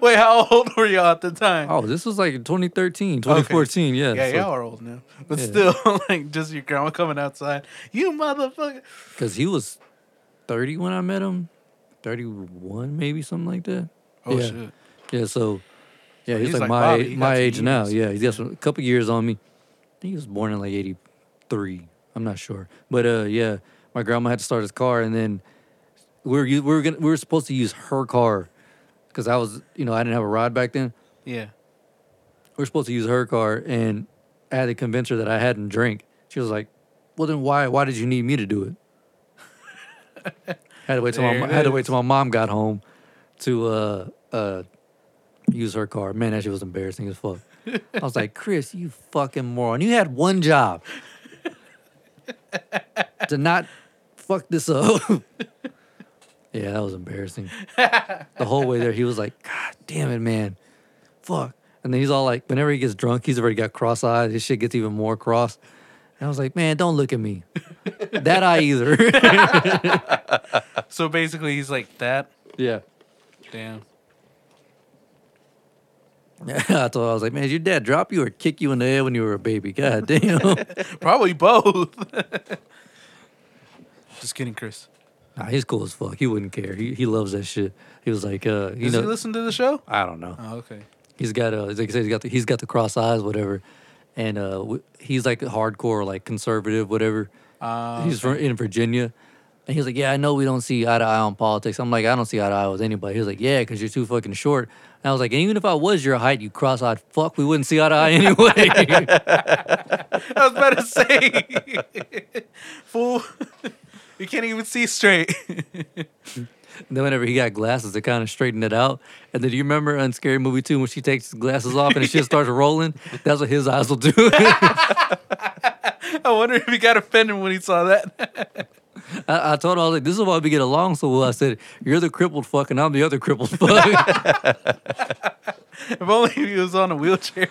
Speaker 2: Wait, how old were y'all at the time?
Speaker 1: Oh, this was like 2013, 2014. Yeah.
Speaker 2: yeah, y'all are old now, but
Speaker 1: Yeah.
Speaker 2: still, like, just your grandma coming outside, you motherfucker.
Speaker 1: Because he was 30 when I met him, 31 maybe, something like that.
Speaker 2: Oh
Speaker 1: yeah.
Speaker 2: shit.
Speaker 1: Yeah, so Yeah, he's,
Speaker 2: He's
Speaker 1: like,
Speaker 2: like,
Speaker 1: my
Speaker 2: Bobby, you got
Speaker 1: my
Speaker 2: some
Speaker 1: age now.
Speaker 2: years.
Speaker 1: Yeah, he's got some, a couple years on me. I think he was born in like '83. I'm not sure, but uh, yeah, my grandma had to start his car, and then we were u- we were gonna, we were supposed to use her car because I was you know I didn't have a ride back then.
Speaker 2: Yeah.
Speaker 1: We were supposed to use her car, and I had to convince her that I hadn't drank. She was like, "Well, then why why did you need me to do it?" had to wait till my
Speaker 2: There
Speaker 1: mo-
Speaker 2: it
Speaker 1: had to wait
Speaker 2: is.
Speaker 1: till my mom got home to uh uh use her car. Man, that shit was embarrassing as fuck. I was like, Chris, you fucking moron! You had one job to not fuck this up. yeah, that was embarrassing. The whole way there, he was like, God damn it, man, fuck. And then he's all like, whenever he gets drunk, he's already got cross-eyed. His shit gets even more cross. And I was like, man, don't look at me. that eye either.
Speaker 2: So basically, he's like that.
Speaker 1: yeah.
Speaker 2: Damn.
Speaker 1: I told her, I was like, man, did your dad drop you or kick you in the head when you were a baby? God damn.
Speaker 2: Probably both. Just kidding, Chris.
Speaker 1: nah, he's cool as fuck. He wouldn't care. He, he loves that shit. He was like, uh, you
Speaker 2: Does
Speaker 1: know,
Speaker 2: he listen to the show?
Speaker 1: I don't know.
Speaker 2: Oh, okay.
Speaker 1: He's got uh, like I said, he's got the, he's got the cross eyes, whatever, and uh, w- he's like hardcore, like conservative, whatever.
Speaker 2: Uh,
Speaker 1: he's from in Virginia, and he's like, yeah, I know we don't see eye to eye on politics. I'm like, I don't see eye to eye with anybody. He's like, yeah, because you're too fucking short. And I was like, and even if I was your height, you cross-eyed fuck, we wouldn't see eye to eye anyway.
Speaker 2: I was about to say, fool, you can't even see straight.
Speaker 1: And then whenever he got glasses, to kind of straighten it out. And then do you remember on Scary Movie 2 when she takes the glasses off and it shit starts rolling? That's what his eyes will do. I,
Speaker 2: I wonder if he got offended when he saw that.
Speaker 1: I told him, I was like, this is why we get along so well. I said, you're the crippled fuck and I'm the other crippled fuck.
Speaker 2: if only he was on a wheelchair.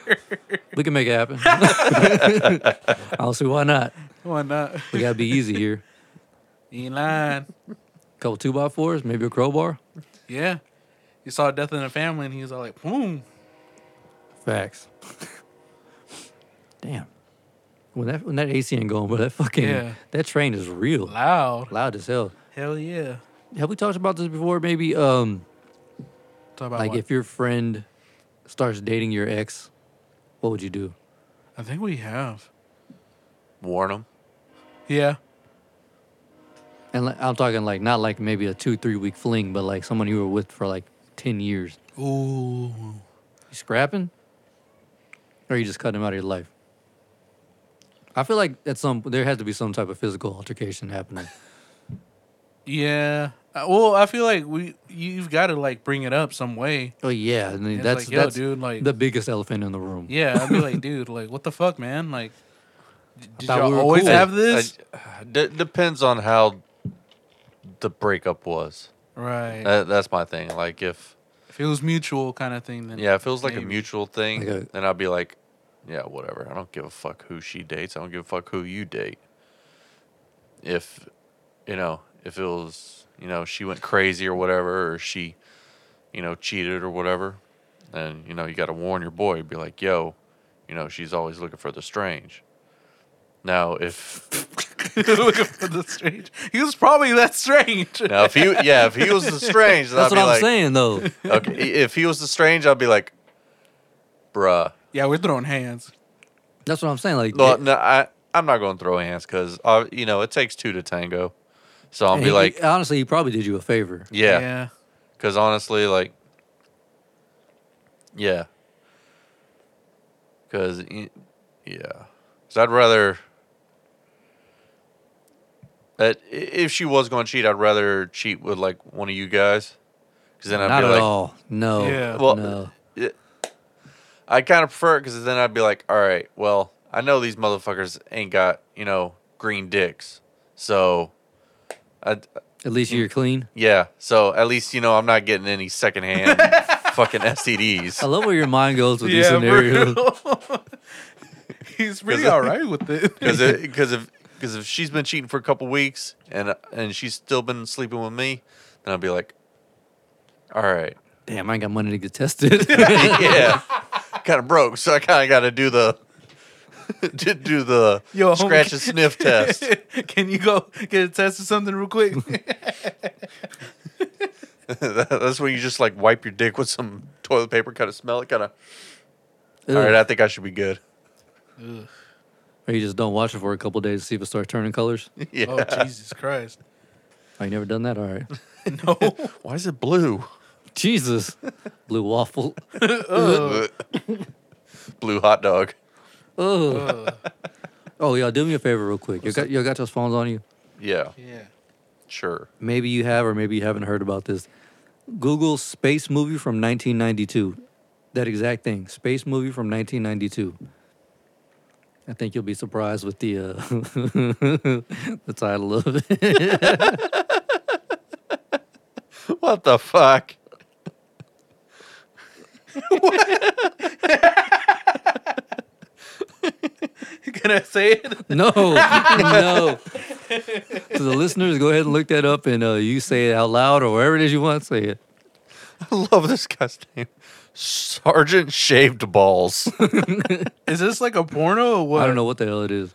Speaker 1: we can make it happen. I don't see why not.
Speaker 2: Why not?
Speaker 1: We got to be easy here.
Speaker 2: He ain't lying.
Speaker 1: couple two by fours, maybe a crowbar.
Speaker 2: Yeah. He saw Death in the Family and he was all like, boom.
Speaker 1: Facts. Damn. When that when that AC ain't going, but that fucking
Speaker 2: Yeah.
Speaker 1: that train is real
Speaker 2: Loud.
Speaker 1: loud as hell.
Speaker 2: Hell yeah.
Speaker 1: Have we talked about this before? Maybe um,
Speaker 2: Talk about
Speaker 1: like
Speaker 2: what?
Speaker 1: if your friend starts dating your ex, what would you do?
Speaker 2: I think we have.
Speaker 3: Warn them.
Speaker 2: Yeah.
Speaker 1: And like, I'm talking like not like maybe a two three week fling, but like someone you were with for like ten years.
Speaker 2: Ooh.
Speaker 1: You scrapping, or you just cutting him out of your life? I feel like at some there has to be some type of physical altercation happening.
Speaker 2: Yeah. Uh, Well, I feel like we you've got to like bring it up some way.
Speaker 1: oh yeah, I mean,
Speaker 2: It's
Speaker 1: that's
Speaker 2: like, yo,
Speaker 1: that's
Speaker 2: dude, like-
Speaker 1: the biggest elephant in the room.
Speaker 2: Yeah, I'd be like, dude, like what the fuck, man? Like, d- did
Speaker 1: thought
Speaker 2: y'all
Speaker 1: we were
Speaker 2: always
Speaker 1: cool.
Speaker 2: have this?
Speaker 3: I- uh, d- depends on how the breakup was.
Speaker 2: right.
Speaker 3: That, that's my thing. Like if
Speaker 2: if it was mutual kind of thing, then
Speaker 3: yeah, if it was like
Speaker 2: maybe.
Speaker 3: a mutual thing,
Speaker 1: Like a-
Speaker 3: then I'd be like, yeah, whatever. I don't give a fuck who she dates. I don't give a fuck who you date. If you know, if it was you know she went crazy or whatever, or she you know cheated or whatever, then you know you got to warn your boy. Be like, yo, you know she's always looking for the strange. Now if
Speaker 2: looking for the strange. He was probably that strange.
Speaker 3: Now, if he, yeah, if he was the strange, then
Speaker 1: That's what
Speaker 3: I'd be
Speaker 1: I'm
Speaker 3: like,
Speaker 1: saying though.
Speaker 3: okay, i- if he was the strange, I'd be like, bruh.
Speaker 2: Yeah, we're throwing hands.
Speaker 1: That's what I'm saying. Like
Speaker 3: No, no, I, I'm not going to throw hands because, uh, you know, it takes two to tango. So I'll
Speaker 1: and
Speaker 3: be
Speaker 1: he-
Speaker 3: like,
Speaker 1: honestly, he probably did you a favor.
Speaker 3: yeah, because honestly, like, yeah, because, yeah, because I'd rather. That i- if she was going to cheat, I'd rather cheat with like one of you guys, because then I'd
Speaker 1: Not
Speaker 3: be
Speaker 1: at
Speaker 3: like,
Speaker 1: all. No.
Speaker 2: Yeah.
Speaker 3: Well,
Speaker 1: no.
Speaker 3: I kind of prefer it because then I'd be like, all right, well, I know these motherfuckers ain't got, you know, green dicks. So, I,
Speaker 1: At least you're clean.
Speaker 3: yeah. So at least, you know, I'm not getting any secondhand fucking
Speaker 1: I
Speaker 3: STDs.
Speaker 1: love where your mind goes with these
Speaker 2: Yeah, for
Speaker 1: scenarios.
Speaker 2: real. He's really
Speaker 3: it-
Speaker 2: all right with it.
Speaker 3: Because if, because if she's been cheating for a couple weeks and, and she's still been sleeping with me, then I'd be like, all right.
Speaker 1: Damn, I ain't got money to get tested.
Speaker 3: yeah. kind of broke. So I kind of got to do the. to do the
Speaker 2: Yo, homie,
Speaker 3: scratch and sniff test.
Speaker 2: Can you go get a test or something real quick?
Speaker 3: That's when you just like wipe your dick with some toilet paper, kind of smell it, kind of. All
Speaker 1: Ugh.
Speaker 3: right, I think I should be good.
Speaker 1: Or you just don't watch it for a couple days to see if it starts turning colors.
Speaker 3: yeah.
Speaker 2: Oh Jesus Christ!
Speaker 1: I never done that. All right.
Speaker 2: No,
Speaker 3: Why is it blue?
Speaker 1: Jesus. Blue waffle.
Speaker 3: blue hot dog.
Speaker 1: Oh. oh, yeah. Do me a favor, real quick. You got you got those phones on you.
Speaker 3: Yeah,
Speaker 2: yeah.
Speaker 3: sure.
Speaker 1: Maybe you have, or maybe you haven't heard about this. Google space movie from 1992. That exact thing. Space movie from 1992. I think you'll be surprised with the uh, the title of it.
Speaker 3: What the fuck?
Speaker 2: Can I say it?
Speaker 1: No, no. To the listeners, go ahead and look that up, and uh, you say it out loud or wherever it is you want. Say it.
Speaker 3: I love this guy's name. Sergeant Shaved Balls.
Speaker 2: Is this like a porno or what?
Speaker 1: I don't know what the hell it is.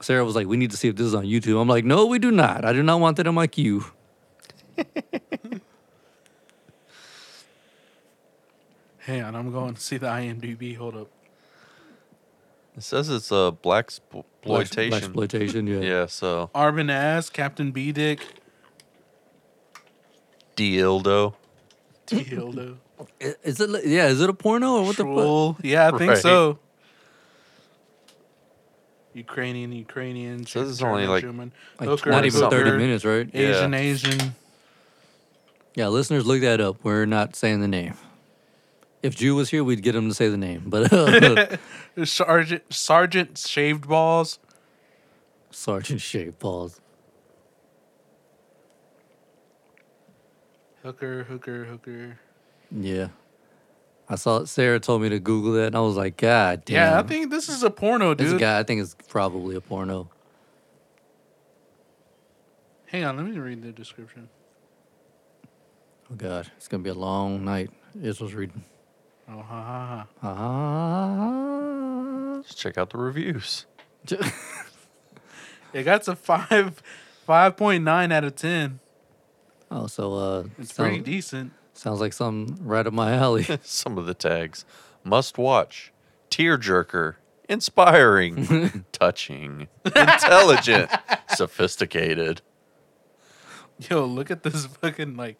Speaker 1: Sarah was like, "We need to see if this is on YouTube." I'm like, "No, we do not. I do not want that on my queue."
Speaker 2: Hang on, I'm going to see the IMDb. Hold up.
Speaker 3: it says it's a black exploitation.
Speaker 1: exploitation. Yeah.
Speaker 3: yeah, so
Speaker 2: Arm and ass, Captain B Dick,
Speaker 3: dildo.
Speaker 2: Dildo,
Speaker 1: I- Is it? li- Yeah. Is it a porno or what the
Speaker 2: Troll. Yeah, I think
Speaker 3: Right.
Speaker 2: so. Ukrainian, Ukrainian.
Speaker 3: So this is
Speaker 2: German,
Speaker 3: only, like-
Speaker 2: German.
Speaker 1: fuck? Like
Speaker 2: Hooker,
Speaker 1: not even
Speaker 2: hooker,
Speaker 1: thirty minutes, right? Yeah.
Speaker 2: Asian,
Speaker 3: Yeah.
Speaker 2: Asian.
Speaker 1: Listeners, look that up. We're not saying the name. If Jew was here, we'd get him to say the name. But uh,
Speaker 2: Sergeant, Sergeant shaved balls.
Speaker 1: Sergeant Shape Balls.
Speaker 2: Hooker, hooker, hooker.
Speaker 1: Yeah. I saw Sarah told me to Google that, and I was like, God damn.
Speaker 2: Yeah, I think this is a porno,
Speaker 1: this
Speaker 2: dude.
Speaker 1: guy. I think it's probably a porno.
Speaker 2: Hang on, let me read the description.
Speaker 1: Oh God, it's gonna be a long night. This was reading.
Speaker 2: Oh, ha ha ha.
Speaker 1: Ah.
Speaker 3: Just check out the reviews.
Speaker 2: It got a five, five point nine out of ten.
Speaker 1: Oh, so uh,
Speaker 2: It's
Speaker 1: sound-
Speaker 2: pretty decent.
Speaker 1: sounds like something right up my alley.
Speaker 3: Some of the tags must watch, tearjerker, inspiring, touching, intelligent, sophisticated.
Speaker 2: Yo, look at this fucking like.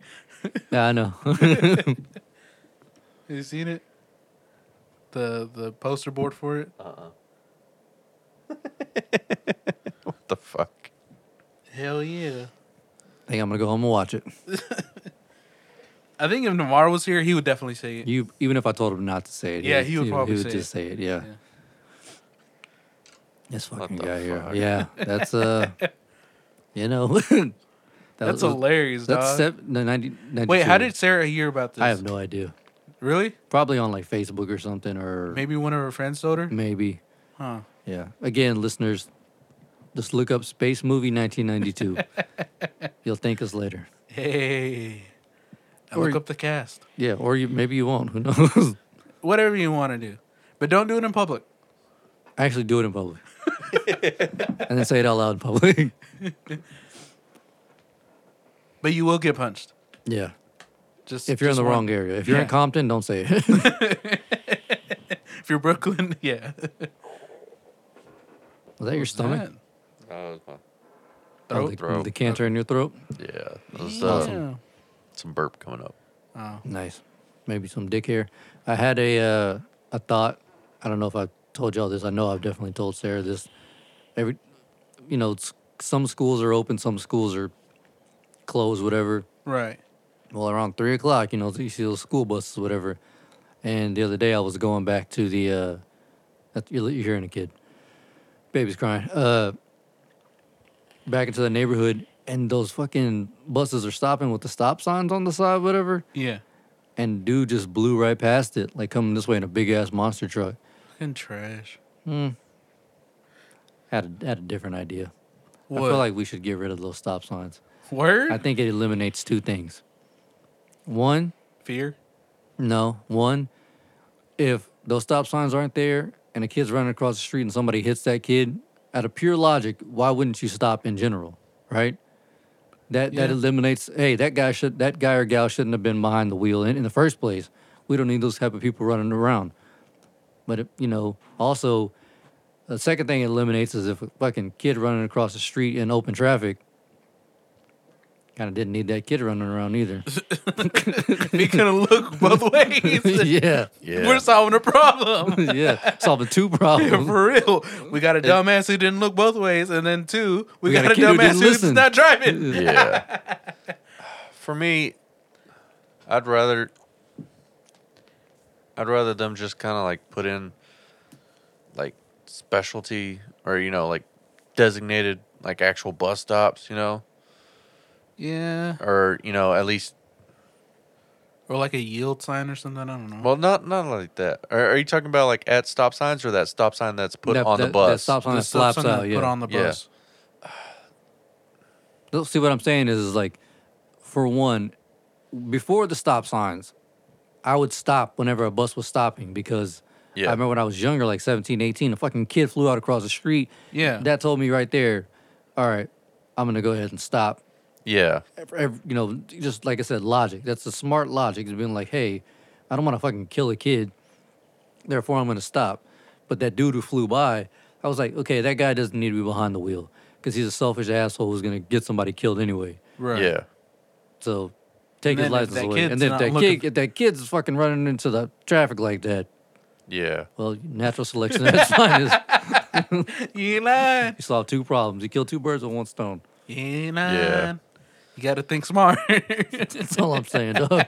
Speaker 1: yeah, I know.
Speaker 2: Have you seen it? The the poster board for it.
Speaker 3: What the fuck?
Speaker 2: Hell yeah!
Speaker 1: think I'm gonna go home and watch it.
Speaker 2: I think if Navarro was here, he would definitely say it.
Speaker 1: You, even if I told him not to say it,
Speaker 2: Yeah, he would probably
Speaker 1: he would
Speaker 2: say
Speaker 1: just
Speaker 2: it.
Speaker 1: say it. Yeah.
Speaker 2: Yeah.
Speaker 1: This fucking
Speaker 3: the
Speaker 1: guy here.
Speaker 3: fuck?
Speaker 1: Yeah, that's uh, you know, that
Speaker 2: That's
Speaker 1: was-
Speaker 2: hilarious,
Speaker 1: That's
Speaker 2: dog.
Speaker 1: step no, 90, 92.
Speaker 2: Wait, how did Sarah hear about this?
Speaker 1: I have no idea.
Speaker 2: Really?
Speaker 1: Probably on like Facebook or something, or
Speaker 2: Maybe one of her friends told her.
Speaker 1: maybe.
Speaker 2: Huh?
Speaker 1: Yeah. Again, listeners, just look up Space Movie 1992. You'll thank us later.
Speaker 2: Hey, I
Speaker 1: Or-
Speaker 2: look up the cast.
Speaker 1: Yeah, or you maybe you won't. Who knows?
Speaker 2: Whatever you want to do, but don't do it in public.
Speaker 1: Actually, do it in public, and then say it out loud in public.
Speaker 2: But you will get punched.
Speaker 1: yeah.
Speaker 2: Just
Speaker 1: If you're in
Speaker 2: just
Speaker 1: the
Speaker 2: warn-
Speaker 1: wrong area, if you're
Speaker 2: Yeah.
Speaker 1: in Compton, don't say it.
Speaker 2: If you're Brooklyn, yeah.
Speaker 1: Was that your stomach?
Speaker 2: Man.
Speaker 1: Oh,
Speaker 2: Throat?
Speaker 1: the,
Speaker 3: Throat.
Speaker 1: the cancer in your throat.
Speaker 3: Yeah, there's uh, some,
Speaker 2: Yeah. Oh,
Speaker 3: some burp coming up.
Speaker 1: Nice. Maybe some dick hair. I had a uh, a thought. I don't know if I told y'all this. I know I've definitely told Sarah this. Every, you know, s- some schools are open, some schools are closed, whatever.
Speaker 2: Right.
Speaker 1: Well, around three o'clock, you know, you see those school buses, whatever. And the other day, I was going back to the. Uh, that- you're you're hearing a kid, baby's crying. Uh, back into the neighborhood, and those fucking buses are stopping with the stop signs on the side, whatever
Speaker 2: Yeah.
Speaker 1: and dude just blew right past it, like coming this way in a big ass monster truck.
Speaker 2: Fucking trash.
Speaker 1: Had a, had a different idea. I
Speaker 2: What?
Speaker 1: feel like we should get rid of those stop signs.
Speaker 2: Word?
Speaker 1: I think it eliminates two things. One,
Speaker 2: Fear.
Speaker 1: no, one, if those stop signs aren't there and a kid's running across the street and somebody hits that kid, out of pure logic, why wouldn't you stop in general, right? That that
Speaker 2: Yeah.
Speaker 1: eliminates. Hey, that guy should that guy or gal shouldn't have been behind the wheel in, in the first place. We don't need those type of people running around. But it, you know, also, the second thing it eliminates is if a fucking kid running across the street in open traffic. Kind of didn't need that kid running around either.
Speaker 2: We gonna look both ways.
Speaker 1: yeah,
Speaker 3: Yeah.
Speaker 2: We're solving a problem.
Speaker 1: yeah, solving two problems.
Speaker 2: For real, we got a dumbass who didn't look both ways, and then two, we,
Speaker 1: We
Speaker 2: got,
Speaker 1: got a
Speaker 2: a
Speaker 1: kid who
Speaker 2: dumbass
Speaker 1: didn't
Speaker 2: who's
Speaker 1: listen.
Speaker 2: not driving.
Speaker 3: yeah. For me, I'd rather I'd rather them just kind of like put in like specialty or you know like designated like actual bus stops, you know,
Speaker 2: Yeah,
Speaker 3: or you know at least
Speaker 2: or like a yield sign or something. I don't know.
Speaker 3: well not not like that. Are, are you talking about like at stop signs or that stop sign that's put
Speaker 1: That-
Speaker 3: on
Speaker 1: that,
Speaker 3: the bus?
Speaker 1: That stops on
Speaker 2: The
Speaker 1: that
Speaker 2: stuff
Speaker 1: slaps
Speaker 2: something
Speaker 1: out.
Speaker 2: to
Speaker 1: Yeah.
Speaker 2: Put on the
Speaker 3: Yeah.
Speaker 2: bus.
Speaker 1: Let's see what I'm saying is, is like, for one, before the stop signs, I would stop whenever a bus was stopping because
Speaker 3: Yeah.
Speaker 1: I remember when I was younger, like 17, 18, a fucking kid flew out across the street.
Speaker 2: Yeah.
Speaker 1: That told me right there, all right, I'm going to go ahead and stop.
Speaker 3: yeah.
Speaker 1: Ev- ev- You know, just like I said, logic. That's the smart logic is being like, hey, I don't want to fucking kill a kid. Therefore, I'm going to stop. But that dude who flew by, I was like, okay, that guy doesn't need to be behind the wheel because he's a selfish asshole who's going to get somebody killed anyway.
Speaker 2: Right.
Speaker 3: Yeah.
Speaker 1: So take his
Speaker 2: And then if
Speaker 1: license
Speaker 2: that
Speaker 1: away.
Speaker 2: kid's
Speaker 1: And then
Speaker 2: not
Speaker 1: if that
Speaker 2: looking
Speaker 1: kid, if that kid's fucking running into the traffic like that,
Speaker 3: Yeah.
Speaker 1: well, natural selection at its finest.
Speaker 2: You ain't lying.
Speaker 1: You solved two problems. You killed two birds with one stone.
Speaker 2: You ain't lying.
Speaker 3: Yeah.
Speaker 2: You got to think smart.
Speaker 1: That's all I'm saying, dog.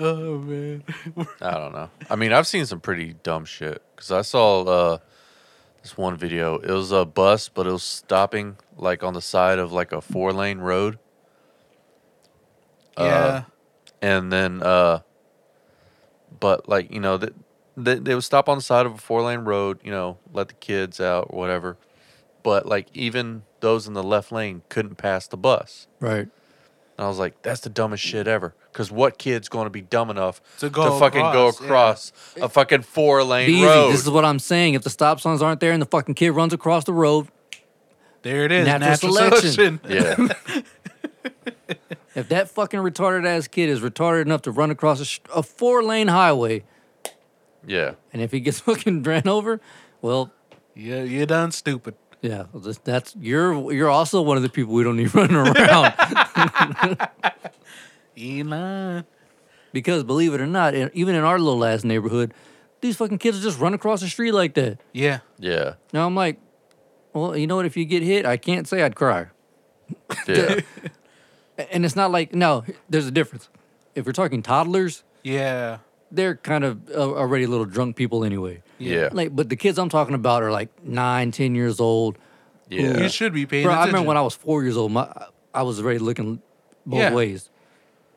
Speaker 2: oh man.
Speaker 3: I don't know. I mean, I've seen some pretty dumb shit because I saw uh, this one video. It was a bus, but it was stopping like on the side of like a four lane road, Uh,
Speaker 2: yeah.
Speaker 3: and then, uh, but like you know, th- they they would stop on the side of a four lane road. You know, let the kids out, or whatever. But like even those in the left lane couldn't pass the bus.
Speaker 1: Right.
Speaker 3: And I was like, that's the dumbest shit ever. Because what kid's going to be dumb enough
Speaker 2: To
Speaker 3: to,
Speaker 2: go
Speaker 3: fucking
Speaker 2: across,
Speaker 3: go
Speaker 2: yeah.
Speaker 3: across a fucking four lane
Speaker 1: Be easy.
Speaker 3: road?
Speaker 1: This is what I'm saying. If the stop signs aren't there and the fucking kid runs across the road,
Speaker 2: There it is. Natural,
Speaker 1: Natural
Speaker 2: selection.
Speaker 1: selection.
Speaker 3: yeah.
Speaker 1: if that fucking retarded ass kid is retarded enough to run across a, sh- a four lane highway,
Speaker 3: Yeah.
Speaker 1: and if he gets fucking ran over, well,
Speaker 2: Yeah, you done stupid.
Speaker 1: yeah, well, that's- that's you're you're also one of the people we don't need running around.
Speaker 2: You ain't lying.
Speaker 1: Because believe it or not, in- even in our little ass neighborhood, these fucking kids just run across the street like that.
Speaker 2: Yeah.
Speaker 3: Yeah.
Speaker 1: Now I'm like, well, you know what? If you get hit, I can't say I'd cry.
Speaker 3: Yeah.
Speaker 1: A- And it's not like no, there's a difference. If we're talking toddlers,
Speaker 2: Yeah.
Speaker 1: they're kind of uh, already little drunk people anyway.
Speaker 3: yeah.
Speaker 1: Like, but the kids I'm talking about are like nine, ten years old.
Speaker 3: yeah.
Speaker 2: You should be paying
Speaker 1: Bro, I
Speaker 2: attention.
Speaker 1: remember when I was four years old, my I was already looking both
Speaker 2: Yeah.
Speaker 1: ways.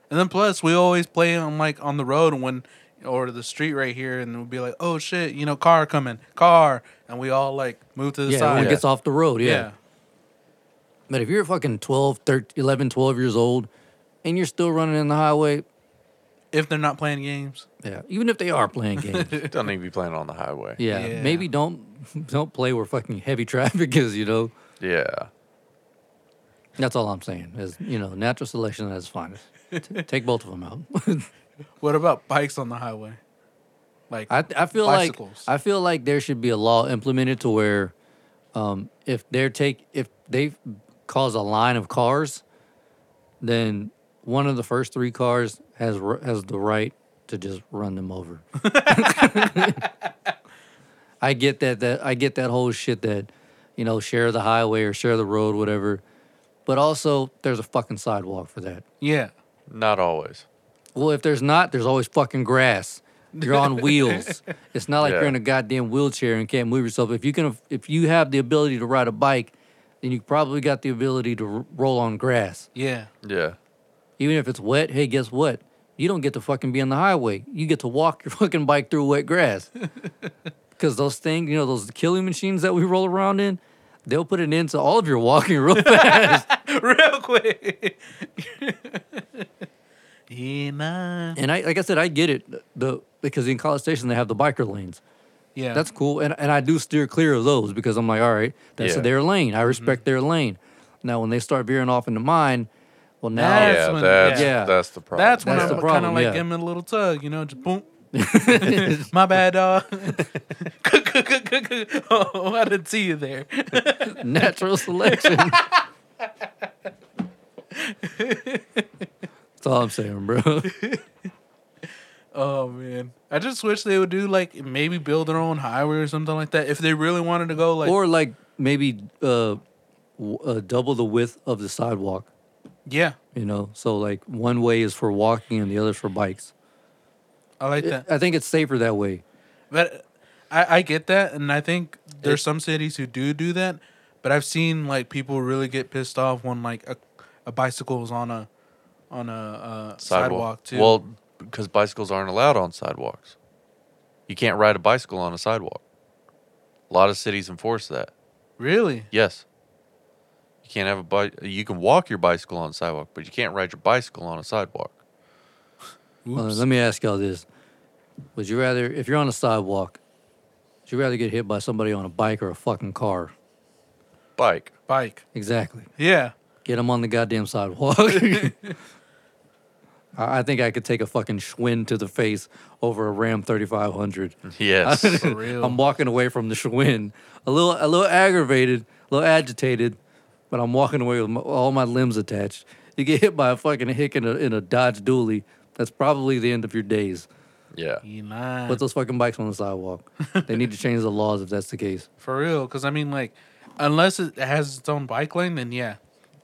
Speaker 2: and then plus, we always play on like on the road and when or the street right here, and we'll be like, oh shit, you know, car coming, car, and we all like move to the
Speaker 1: Yeah,
Speaker 2: side.
Speaker 1: when it gets off the road.
Speaker 2: yeah.
Speaker 1: yeah. But if you're fucking 12, 13, 11, 12 years old and you're still running in the highway,
Speaker 2: If they're not playing games,
Speaker 1: yeah, even if they are playing games, yeah,
Speaker 3: Don't even be playing on the highway.
Speaker 2: Yeah.
Speaker 1: maybe don't don't play where fucking heavy traffic is, you know.
Speaker 3: Yeah.
Speaker 1: That's all I'm saying. Is you know, natural selection at its finest. T- take both of them out.
Speaker 2: what about bikes on the highway? Like,
Speaker 1: I I feel
Speaker 2: Bicycles.
Speaker 1: like I feel like there should be a law implemented to where um, if they're take if they cause a line of cars, then one of the first three cars has r- has the right to just run them over. I get that that I get that whole shit that you know share the highway or share the road whatever, but also there's a fucking sidewalk for that.
Speaker 2: yeah,
Speaker 3: Not always.
Speaker 1: Well, if there's not, there's always fucking grass. You're on wheels. It's not like you're
Speaker 3: Yeah.
Speaker 1: in a goddamn wheelchair and can't move yourself. If you can, if you have the ability to ride a bike, then you probably got the ability to r- roll on grass.
Speaker 2: yeah,
Speaker 3: Yeah.
Speaker 1: Even if it's wet, hey, guess what? You don't get to fucking be on the highway. You get to walk your fucking bike through wet grass. Because those things, you know, those killing machines that we roll around in, they'll put an end to all of your walking real fast.
Speaker 2: real quick. yeah, nah.
Speaker 1: and I, like I said, I get it. The because in College Station they have the biker lanes.
Speaker 2: Yeah.
Speaker 1: that's cool. And and I do steer clear of those because I'm like, all right, that's
Speaker 3: Yeah. Mm-hmm.
Speaker 1: their lane. I respect their lane. Now when they start veering off into mine, well now
Speaker 2: That's
Speaker 3: yeah,
Speaker 2: when-
Speaker 3: that's
Speaker 1: yeah.
Speaker 3: that's the problem.
Speaker 2: That's when
Speaker 1: That's the
Speaker 2: I'm kind
Speaker 1: problem,
Speaker 2: of like
Speaker 1: yeah.
Speaker 2: giving it a little tug, you know, just boom. My bad, dog. oh, I didn't see you there.
Speaker 1: natural selection. That's all I'm saying, bro.
Speaker 2: Oh man, I just wish they would do like maybe build their own highway or something like that if they really wanted to go like
Speaker 1: or like maybe uh, w- uh, double the width of the sidewalk.
Speaker 2: yeah,
Speaker 1: You know, so like one way is for walking and the other's for bikes.
Speaker 2: I like
Speaker 1: It-
Speaker 2: that.
Speaker 1: I think it's safer that way.
Speaker 2: But I, I get that, and I think there's some cities who do do that. But I've seen like people really get pissed off when like a, a bicycle is on a on a uh, sidewalk. too.
Speaker 3: Well, because bicycles aren't allowed on sidewalks. You can't ride a bicycle on a sidewalk. A lot of cities enforce that.
Speaker 2: really,
Speaker 3: Yes. You can't have a bike. You can walk your bicycle on a sidewalk, but you can't ride your bicycle on a sidewalk.
Speaker 1: Uh, let me ask y'all this: Would you rather, if you're on a sidewalk, would you rather get hit by somebody on a bike or a fucking car?
Speaker 3: Bike.
Speaker 2: bike.
Speaker 1: Exactly.
Speaker 2: Yeah,
Speaker 1: Get them on the goddamn sidewalk. I I think I could take a fucking Schwinn to the face over a Ram 3500.
Speaker 3: Yes.
Speaker 2: for real.
Speaker 1: I'm walking away from the Schwinn, a little, a little aggravated, a little agitated, but I'm walking away with my, all my limbs attached. You get hit by a fucking hick in a, in a Dodge Dually. That's probably the end of your days.
Speaker 3: yeah.
Speaker 2: You lying.
Speaker 1: Put those fucking bikes on the sidewalk. they need to change the laws if that's the case.
Speaker 2: For real, because I mean, like, unless it has its own bike lane, then yeah,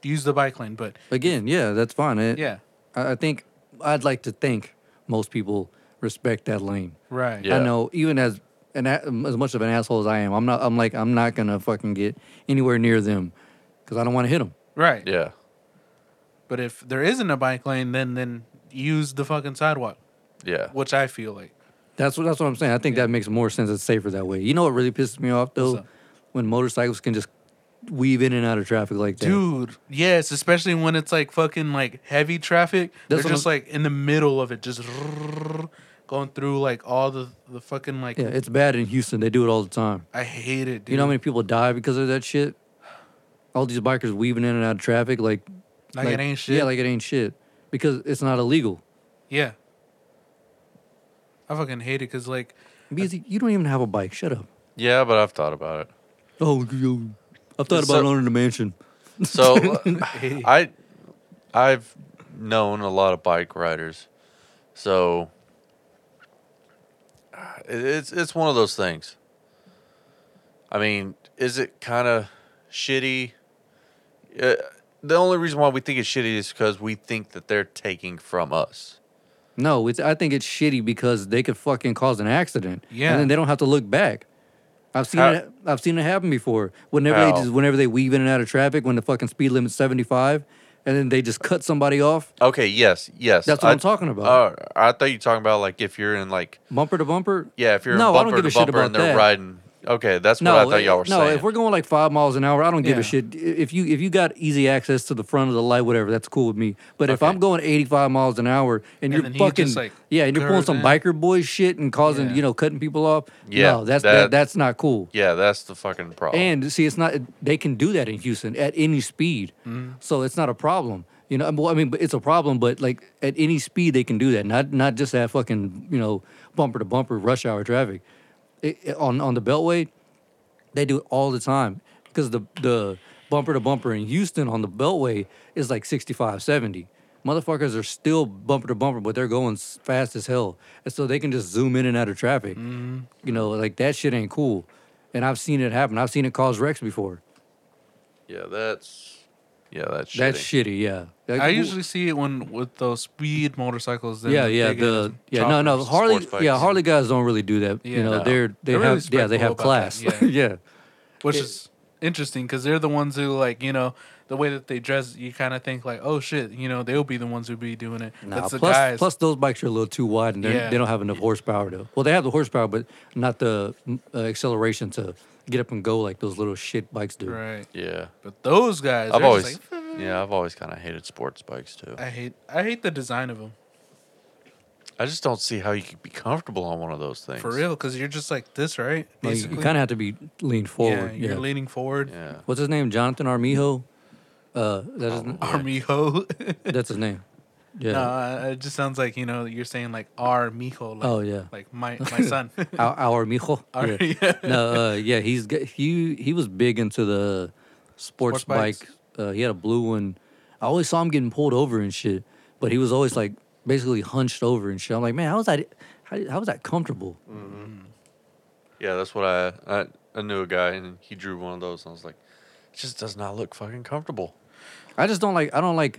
Speaker 2: use the bike lane. But
Speaker 1: Again, yeah, that's fine. It-
Speaker 2: yeah,
Speaker 1: I, I think I'd like to think most people respect that lane.
Speaker 2: right.
Speaker 3: Yeah.
Speaker 1: I know, even as an a- as much of an asshole as I am, I'm not. I'm like I'm not gonna fucking get anywhere near them because I don't want to hit them.
Speaker 2: Right.
Speaker 3: Yeah.
Speaker 2: But if there isn't a bike lane, then then use the fucking sidewalk,
Speaker 3: Yeah.
Speaker 2: which I feel like.
Speaker 1: That's what that's what I'm saying. I think that makes more sense. It's safer that way. You know what really pisses me off though,
Speaker 2: up?
Speaker 1: when motorcycles can just weave in and out of traffic like that.
Speaker 2: Dude, yes, especially when it's like fucking like heavy traffic.
Speaker 1: That's
Speaker 2: They're
Speaker 1: what
Speaker 2: just
Speaker 1: I'm-
Speaker 2: like in the middle of it, just going through like all the the fucking like.
Speaker 1: Yeah, it's bad in Houston. They do it all the time.
Speaker 2: I hate it, dude.
Speaker 1: You know how many people die because of that shit? All these bikers weaving in and out of traffic like
Speaker 2: Like it ain't shit?
Speaker 1: Yeah, like it ain't shit because it's not illegal.
Speaker 2: Yeah. I fucking hate it because like
Speaker 1: Because you don't even have a bike. Shut up.
Speaker 3: Yeah, but I've thought about it.
Speaker 1: Oh, yo, I've thought
Speaker 3: So-
Speaker 1: about owning a mansion.
Speaker 3: So uh, I I've known a lot of bike riders. So it- it's it's one of those things. I mean, is it kind of shitty? Uh, the only reason why we think it's shitty is because we think that they're taking from us.
Speaker 1: No, it's. I think it's shitty because they could fucking cause an accident.
Speaker 2: Yeah.
Speaker 1: and then they don't have to look back. I've seen
Speaker 3: How-
Speaker 1: it. I've seen it happen before. Whenever they
Speaker 3: How?
Speaker 1: just, whenever they weave in and out of traffic, when the fucking speed limit's seventy five, and then they just cut somebody off,
Speaker 3: Okay, yes, yes.
Speaker 1: That's what I'm talking about.
Speaker 3: Uh, I thought you were talking about like if you're in like
Speaker 1: bumper to bumper.
Speaker 3: yeah, if you're
Speaker 1: no,
Speaker 3: in
Speaker 1: I
Speaker 3: bumper
Speaker 1: don't give a
Speaker 3: to
Speaker 1: shit
Speaker 3: bumper
Speaker 1: about
Speaker 3: and they're
Speaker 1: that.
Speaker 3: riding. Okay, that's
Speaker 1: No,
Speaker 3: what I thought y'all were
Speaker 1: no.
Speaker 3: saying.
Speaker 1: If we're going like five miles an hour, I don't give
Speaker 2: Yeah.
Speaker 1: a shit. If you if you got easy access to the front of the light, whatever, that's cool with me. But if
Speaker 3: Okay.
Speaker 1: I'm going 85 miles an hour and,
Speaker 2: And
Speaker 1: you're
Speaker 2: then he
Speaker 1: fucking
Speaker 2: just, like,
Speaker 1: yeah, and you're pulling
Speaker 2: curves
Speaker 1: some
Speaker 2: in.
Speaker 1: biker boy shit and causing
Speaker 2: Yeah.
Speaker 1: you know cutting people off,
Speaker 3: Yeah,
Speaker 1: no, that's
Speaker 3: that-
Speaker 1: that, that's not cool.
Speaker 3: yeah, that's the fucking problem.
Speaker 1: And see, it's not they can do that in Houston at any speed, so it's not a problem. You know, well, I mean, but it's a problem, but like at any speed they can do that. Not not just that fucking you know bumper to bumper rush hour traffic it, it- on on the Beltway. They do it all the time because the the bumper to bumper in Houston on the Beltway is like 65, 70. Motherfuckers are still bumper to bumper, but they're going s- fast as hell, and so they can just zoom in and out of traffic. You know, like that shit ain't cool. And I've seen it happen. I've seen it cause wrecks before.
Speaker 3: Yeah, that's yeah, that's shitty.
Speaker 1: That's shitty. Yeah. Like,
Speaker 2: I
Speaker 1: w-
Speaker 2: usually see it when with those speed motorcycles. them
Speaker 1: Yeah, yeah.
Speaker 2: big ass
Speaker 1: The yeah, no, no.
Speaker 2: choppers.
Speaker 1: Harley,
Speaker 3: sports bikes.
Speaker 1: yeah, Harley guys don't really do that.
Speaker 2: Yeah,
Speaker 1: you know,
Speaker 2: no.
Speaker 1: they're they
Speaker 2: They're really
Speaker 1: have yeah, they have
Speaker 2: respectful about
Speaker 1: class.
Speaker 2: that,
Speaker 1: Yeah.
Speaker 2: which is interesting because they're the ones who like you know the way that they dress. You kind of think like, oh shit, you know they'll be the ones who be doing it.
Speaker 1: Nah,
Speaker 2: That's the
Speaker 1: plus-
Speaker 2: guys.
Speaker 1: plus those bikes are a little too wide and they're-
Speaker 2: Yeah.
Speaker 1: they don't have enough horsepower to. Well, they have the horsepower, but not the mm, uh, acceleration to get up and go like those little shit bikes do.
Speaker 2: right?
Speaker 3: yeah.
Speaker 2: But those guys,
Speaker 3: I've
Speaker 2: they're just
Speaker 3: always
Speaker 2: like,
Speaker 3: yeah, I've always kind of hated sports bikes too.
Speaker 2: I hate, I hate the design of them.
Speaker 3: I just don't see how you could be comfortable on one of those things.
Speaker 2: For real, because you're just like this, right?
Speaker 1: Like, you kind of have to be leaned
Speaker 2: yeah,
Speaker 1: forward. Yeah,
Speaker 2: you're leaning forward.
Speaker 3: Yeah.
Speaker 1: What's his name? Jonathan Armijo. Uh, that is,
Speaker 2: Army ho.
Speaker 1: that's his name. Yeah.
Speaker 2: no, uh, it just sounds like you know you're saying like our mijo. Like,
Speaker 1: Oh, yeah.
Speaker 2: like my my son.
Speaker 1: our, our mijo.
Speaker 2: Our-
Speaker 1: yeah. No, uh, yeah, he's g- he he was big into the sports
Speaker 2: Sport
Speaker 1: bike.
Speaker 2: bikes.
Speaker 1: Uh, he had a blue one. I always saw him getting pulled over and shit, but he was always like basically hunched over and shit. I'm like, man, how was that? How, how was that comfortable?
Speaker 3: Yeah, that's what I, I I knew a guy and he drew one of those and I was like, it just does not look fucking comfortable.
Speaker 1: I just don't like. I don't like.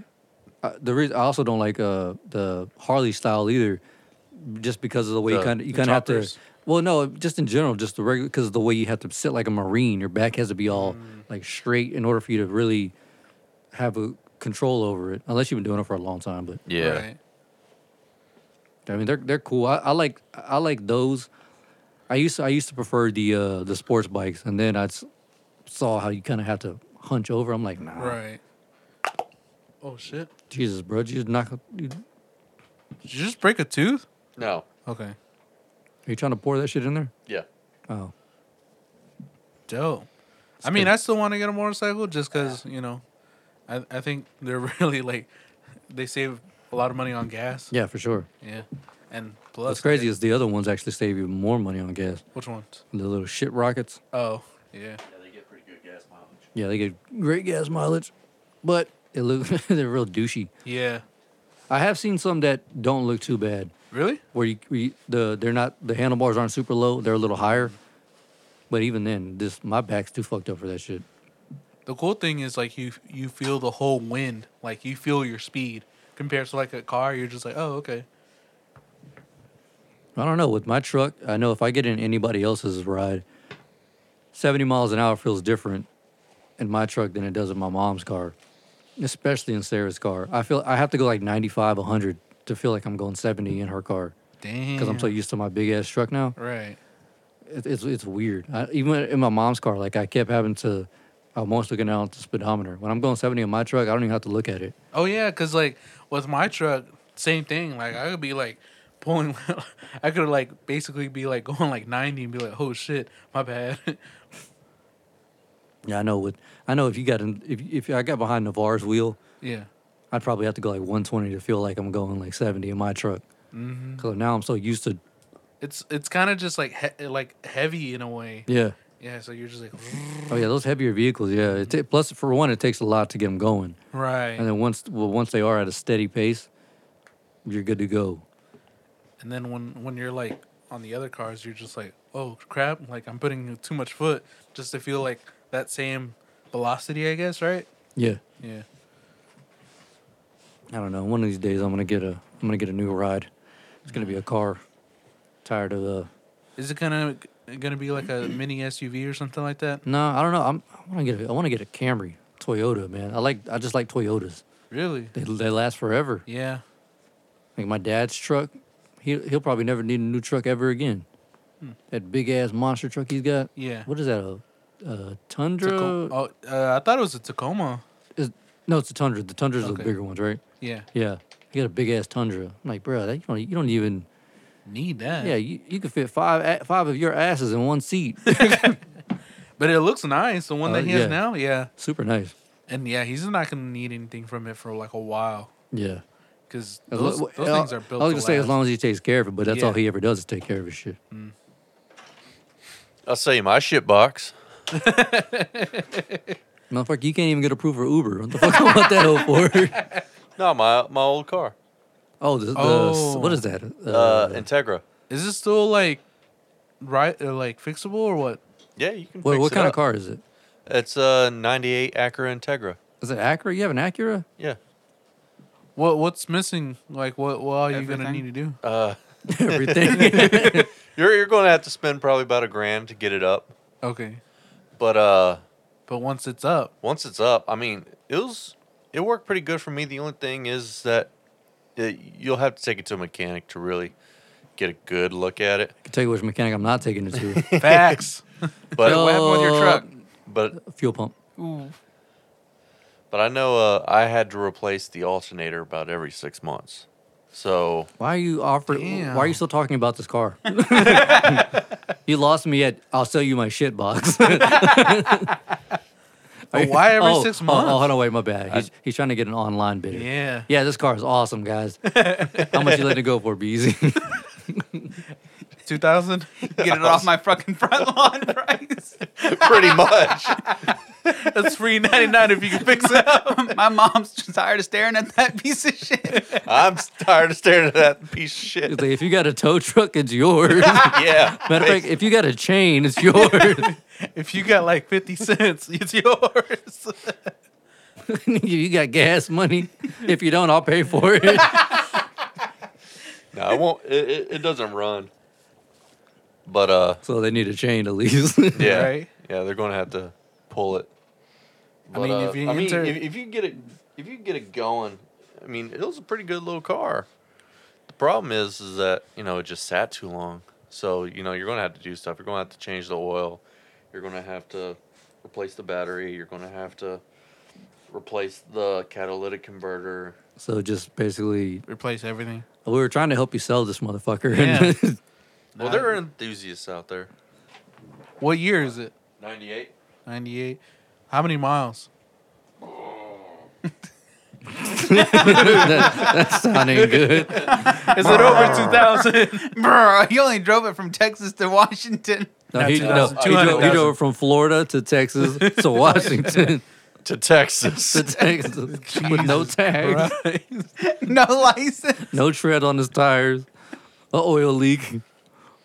Speaker 1: Uh, the reason I also don't like uh, the Harley style either, just because of the way you
Speaker 3: The-
Speaker 1: kind of you
Speaker 3: the
Speaker 1: kind of have to.
Speaker 3: choppers.
Speaker 1: Well, no, just in general, just the regular because the way you have to sit like a marine, your back has to be all like straight in order for you to really have a control over it. Unless you've been doing it for a long time, but
Speaker 3: Yeah.
Speaker 2: Right.
Speaker 1: I mean they're they're cool. I, I like I like those. I used to I used to prefer the uh, the sports bikes, and then I s- saw how you kind of have to hunch over. I'm like, nah,
Speaker 2: Right. Oh shit!
Speaker 1: Jesus, bro, you just knock. You,
Speaker 2: Did you just break a tooth?
Speaker 3: No.
Speaker 2: Okay.
Speaker 1: Are you trying to pour that shit in there?
Speaker 3: Yeah.
Speaker 1: Oh,
Speaker 2: Dope. I mean,
Speaker 1: good.
Speaker 2: I still want to get a motorcycle just because you know, I I think they're really like they save a lot of money on gas.
Speaker 1: yeah, for sure.
Speaker 2: Yeah. And plus,
Speaker 1: What's crazy is the other ones actually save you more money on gas.
Speaker 2: Which ones?
Speaker 1: The little shit rockets.
Speaker 2: Oh, yeah.
Speaker 3: Yeah, they get pretty good gas mileage.
Speaker 1: Yeah, they get great gas mileage, but it look they're real douchey.
Speaker 2: Yeah.
Speaker 1: I have seen some that don't look too bad,
Speaker 2: Really?
Speaker 1: where you, where you the they're not the handlebars aren't super low, they're a little higher. But even then, this my back's too fucked up for that shit.
Speaker 2: The cool thing is like you you feel the whole wind, like you feel your speed compared to like a car. You're just like, oh, okay.
Speaker 1: I don't know. With my truck, I know if I get in anybody else's ride, 70 miles an hour feels different in my truck than it does in my mom's car, especially in Sarah's car. I feel I have to go like 95, 100 to feel like I'm going 70 in her car
Speaker 2: Damn.
Speaker 1: because I'm so used to my big ass truck now.
Speaker 2: Right.
Speaker 1: It, it's it's weird. I, even in my mom's car, like I kept having to. I'm almost looking down at the speedometer. When I'm going 70 in my truck, I don't even have to look at it.
Speaker 2: Oh yeah, cause like with my truck, same thing. Like I could be like pulling, I could like basically be like going like ninety and be like, oh shit, my bad.
Speaker 1: Yeah, I know. With I know if you got in, if if I got behind Navarre's wheel,
Speaker 2: yeah.
Speaker 1: I'd probably have to go like 120 to feel like I'm going like 70 in my truck. Cause now I'm so used to
Speaker 2: It's it's kind of just like he- like heavy in a way.
Speaker 1: yeah.
Speaker 2: Yeah. So you're just like,
Speaker 1: Oh yeah, those heavier vehicles. Yeah. It ta- plus, for one, it takes a lot to get them going,
Speaker 2: right.
Speaker 1: and then once well, once they are at a steady pace, you're good to go.
Speaker 2: And then when when you're like on the other cars, you're just like, oh crap, like I'm putting too much foot just to feel like that same velocity, I guess, right?
Speaker 1: Yeah.
Speaker 2: Yeah.
Speaker 1: I don't know. One of these days, I'm gonna get a I'm gonna get a new ride. It's gonna be a car. Tired of the.
Speaker 2: Is it gonna gonna be like a mini SUV or something like that?
Speaker 1: No, I don't know. I'm I want to get a, I want to get a Camry, Toyota, man. I like I just like Toyotas.
Speaker 2: Really?
Speaker 1: They they last forever.
Speaker 2: Yeah.
Speaker 1: Like my dad's truck, he he'll probably never need a new truck ever again. That big ass monster truck he's got.
Speaker 2: Hmm. Yeah.
Speaker 1: What is that? A, a Tundra?
Speaker 2: Taco- oh, uh, I thought it was a Tacoma.
Speaker 1: Is- no, it's a Tundra. The Tundras are the
Speaker 2: Okay.
Speaker 1: bigger ones, right?
Speaker 2: Yeah.
Speaker 1: Yeah. He got a big ass Tundra. I'm like, bro, that, you don't e, you don't even.
Speaker 2: Need that.
Speaker 1: Yeah, you, you could fit five a- five of your asses in one seat.
Speaker 2: But it looks nice. The one
Speaker 1: Oh,
Speaker 2: that he has
Speaker 1: yeah.
Speaker 2: now. Yeah.
Speaker 1: Super nice.
Speaker 2: And yeah, he's not gonna need anything from it for like a while
Speaker 1: Yeah.
Speaker 2: because
Speaker 1: As
Speaker 2: those,
Speaker 1: lo-
Speaker 2: those
Speaker 1: uh, I-
Speaker 2: things are built.
Speaker 1: I was
Speaker 2: to
Speaker 1: gonna say as
Speaker 2: last.
Speaker 1: long as he takes care of it, but that's all
Speaker 2: Yeah.
Speaker 1: he ever does is take care of his shit.
Speaker 3: I'll say my shit box.
Speaker 1: Motherfucker, you can't even get approved for Uber. What the fuck I want that hoe for?
Speaker 3: No, my my old car.
Speaker 1: Oh, the, the,
Speaker 2: Oh.
Speaker 1: what is that? Uh,
Speaker 3: Uh, Integra.
Speaker 2: Is it still like right uh, like fixable or what?
Speaker 3: Yeah, you can.
Speaker 1: what
Speaker 3: fix
Speaker 1: what
Speaker 3: it
Speaker 1: kind of
Speaker 3: up.
Speaker 1: car is it?
Speaker 3: It's a '98 Acura Integra.
Speaker 1: Is it Acura? You have an Acura?
Speaker 3: Yeah.
Speaker 2: What what's missing? Like what what are you gonna need
Speaker 7: Everything.
Speaker 2: to do?
Speaker 3: Uh,
Speaker 1: Everything.
Speaker 3: you're you're going to have to spend probably about a grand to get it up,
Speaker 2: Okay,
Speaker 3: but uh,
Speaker 2: but once it's up,
Speaker 3: once it's up, I mean, it was it worked pretty good for me. The only thing is that it, you'll have to take it to a mechanic to really get a good look at it.
Speaker 1: I can tell you which mechanic I'm not taking it to.
Speaker 2: facts.
Speaker 3: But
Speaker 1: What happened with your truck?
Speaker 3: But
Speaker 1: Fuel pump.
Speaker 3: but I know uh, I had to replace the alternator about every six months. So
Speaker 1: Why are you offering? Why are
Speaker 2: Damn.
Speaker 1: you still talking about this car? you lost me at. I'll sell you my shit box.
Speaker 2: But why every
Speaker 1: Oh,
Speaker 2: six
Speaker 1: oh,
Speaker 2: months?
Speaker 1: Oh, hold on, wait, my bad. He's, he's trying to get an online bidder.
Speaker 2: Yeah.
Speaker 1: Yeah, this car is awesome, guys. How much you letting it go for, BZ?
Speaker 2: 2000?
Speaker 7: Get it off my fucking front lawn price.
Speaker 3: pretty much.
Speaker 2: That's free 99 if you can fix it.
Speaker 7: my mom's just tired of staring at that piece of shit.
Speaker 3: I'm tired of staring at that piece of shit.
Speaker 1: It's like, if you got a tow truck, it's yours.
Speaker 3: Yeah.
Speaker 1: Matter of fact, if you got a chain, it's yours.
Speaker 2: If you got like 50 cents, it's yours.
Speaker 1: you got gas money. If you don't, I'll pay for it.
Speaker 3: No, I won't. It, it, it doesn't run. But uh,
Speaker 1: so they need a chain at least.
Speaker 3: yeah,
Speaker 2: Right.
Speaker 3: yeah, they're gonna have to pull it.
Speaker 2: I
Speaker 3: uh,
Speaker 2: mean, if you
Speaker 3: I mean,
Speaker 2: enter-
Speaker 3: if, if you get it, if you get it going, I mean, it was a pretty good little car. The problem is, is that you know it just sat too long. So you know you're gonna have to do stuff. You're gonna have to change the oil. You're gonna have to replace the battery. You're gonna have to replace the catalytic converter.
Speaker 1: So just basically,
Speaker 2: Replace everything.
Speaker 1: we were trying to help you sell this motherfucker.
Speaker 2: Yeah.
Speaker 3: Well, there are enthusiasts out there.
Speaker 2: What year is it?
Speaker 3: Ninety-eight.
Speaker 2: 98. How many miles?
Speaker 1: that, that's sounding good.
Speaker 2: Is it over 2000?
Speaker 7: Bro, he only drove it from Texas to Washington.
Speaker 1: No,
Speaker 2: Not
Speaker 1: he,
Speaker 2: two
Speaker 1: no,
Speaker 2: thousand,
Speaker 1: he
Speaker 2: two hundred
Speaker 1: drove, he
Speaker 2: thousand.
Speaker 1: drove from Florida to Texas to Washington
Speaker 3: To Texas.
Speaker 1: to Texas with no tags,
Speaker 7: No license.
Speaker 1: no tread on his tires, a oil leak,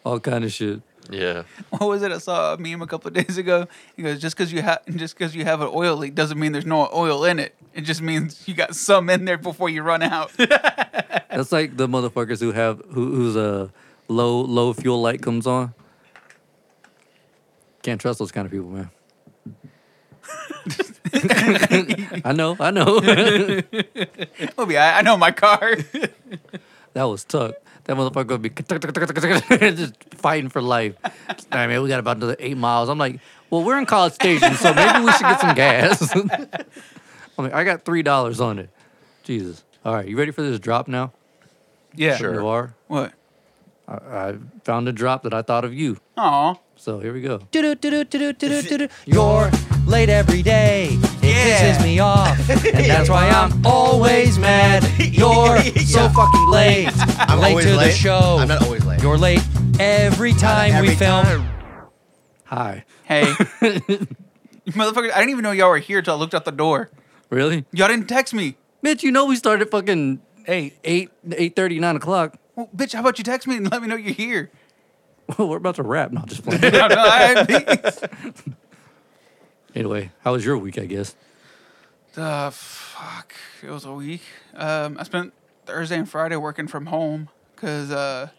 Speaker 1: all kind of shit.
Speaker 3: yeah.
Speaker 7: What was it? I saw a meme a couple of days ago. He goes, just because you have just because you have an oil leak doesn't mean there's no oil in it. It just means you got some in there before you run out.
Speaker 1: That's like the motherfuckers who have who, who's a low low fuel light comes on. Can't trust those kind of people, man. I know, I know.
Speaker 7: We'll be all right. I know my car.
Speaker 1: That was tough. That motherfucker would be just fighting for life. All right, man, we got about another eight miles. I'm like, well, we're in College Station, so maybe we should get some gas. I mean, I got three dollars on it. Jesus. All right, you ready for this drop now?
Speaker 2: Yeah.
Speaker 1: You are.
Speaker 7: What?
Speaker 1: I, I found a drop that I thought of you.
Speaker 7: Aw.
Speaker 1: So here we go.
Speaker 8: You're late every day. It
Speaker 7: Yeah.
Speaker 8: pisses me off. And that's why I'm always mad. You're so fucking late. I'm late
Speaker 5: always
Speaker 8: to the
Speaker 5: late.
Speaker 8: show.
Speaker 5: I'm not always late.
Speaker 8: You're late every time we
Speaker 5: every
Speaker 8: film.
Speaker 1: Hi.
Speaker 7: Hey. Motherfucker, I didn't even know y'all were here until I looked out the door.
Speaker 1: Really?
Speaker 7: Y'all didn't text me.
Speaker 1: Bitch, you know we started fucking eight, eight, eight thirty, nine o'clock.
Speaker 7: Well, bitch, how about you text me and let me know you're here?
Speaker 1: we're about to wrap. Not just playing.
Speaker 7: No, no, I-
Speaker 1: anyway, how was your week? I guess.
Speaker 7: Uh, fuck. It was a week. Um, I spent Thursday and Friday working from home because uh,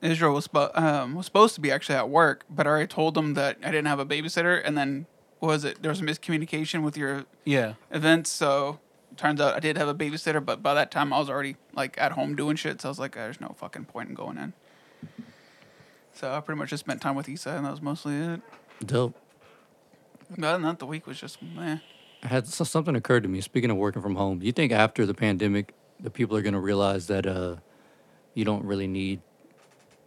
Speaker 7: Israel was, spo- um, was supposed to be actually at work, but I already told them that I didn't have a babysitter. And then, what was it? There was a miscommunication with your
Speaker 2: Yeah.
Speaker 7: events. So, turns out I did have a babysitter, but by that time I was already like at home doing shit. So, I was like, there's no fucking point in going in. So, I pretty much just spent time with Issa, and that was mostly it.
Speaker 1: Dope.
Speaker 7: But other than that, the week was just meh.
Speaker 1: I had so- something occurred to me. Speaking of working from home, you think after the pandemic, the people are going to realize that uh, you don't really need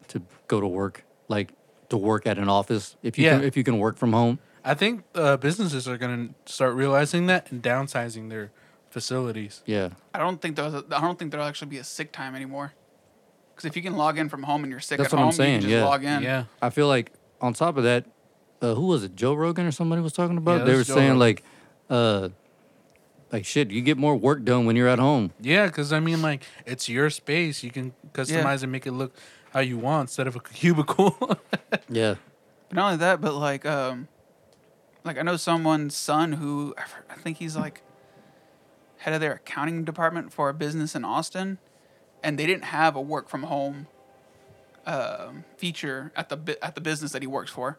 Speaker 1: to go to work, like to work at an office if you can,
Speaker 2: Yeah.
Speaker 1: if you can work from home.
Speaker 2: I think uh, businesses are going to start realizing that and downsizing their facilities.
Speaker 1: Yeah,
Speaker 7: I don't think there's. A, I don't think there'll actually be a sick time anymore. Because if you can log in from home and you're sick
Speaker 1: That's
Speaker 7: at
Speaker 1: what I'm
Speaker 7: home, you
Speaker 1: saying,
Speaker 7: can just
Speaker 1: yeah.
Speaker 7: log in.
Speaker 2: Yeah.
Speaker 1: I feel like on top of that, uh, who was it? Joe Rogan or somebody was talking about.
Speaker 2: Yeah, it
Speaker 1: they were
Speaker 2: was Joe
Speaker 1: saying
Speaker 2: Rogan.
Speaker 1: like, uh, like shit, you get more work done when you're at home.
Speaker 2: Yeah, because I mean, like, it's your space. You can customize and make it look how you want instead of a cubicle.
Speaker 1: Yeah,
Speaker 7: But not only that, but like, um, like I know someone's son who I f- I think he's like head of their accounting department for a business in Austin, and they didn't have a work from home um, feature at the bu- at the business that he works for.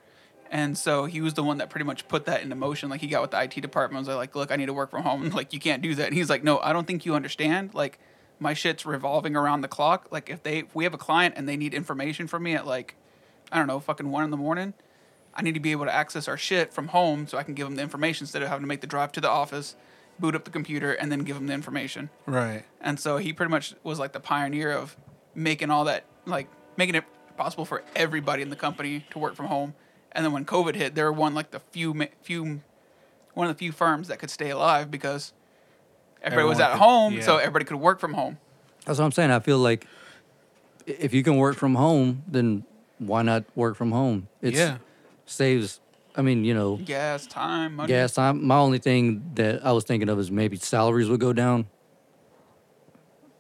Speaker 7: And so he was the one that pretty much put that into motion. Like he got with the IT department, was like, "Look, I need to work from home. Like you can't do that." And he's like, "No, I don't think you understand. Like my shit's revolving around the clock. Like if they if we have a client and they need information from me at like I don't know fucking one in the morning, I need to be able to access our shit from home so I can give them the information instead of having to make the drive to the office boot up the computer, and then give them the information.
Speaker 2: Right.
Speaker 7: And so he pretty much was like the pioneer of making all that, like making it possible for everybody in the company to work from home. And then when COVID hit, they were one like the few ma- few one of the few firms that could stay alive because everybody was at
Speaker 2: Everyone could-
Speaker 7: home, so
Speaker 2: yeah.
Speaker 7: everybody could work from home.
Speaker 1: That's what I'm saying. I feel like i- if you can work from home, then why not work from home? It
Speaker 2: Yeah.
Speaker 1: saves. I mean, you know,
Speaker 7: Gas, time, money.
Speaker 1: gas time. My only thing that I was thinking of is maybe salaries would go down.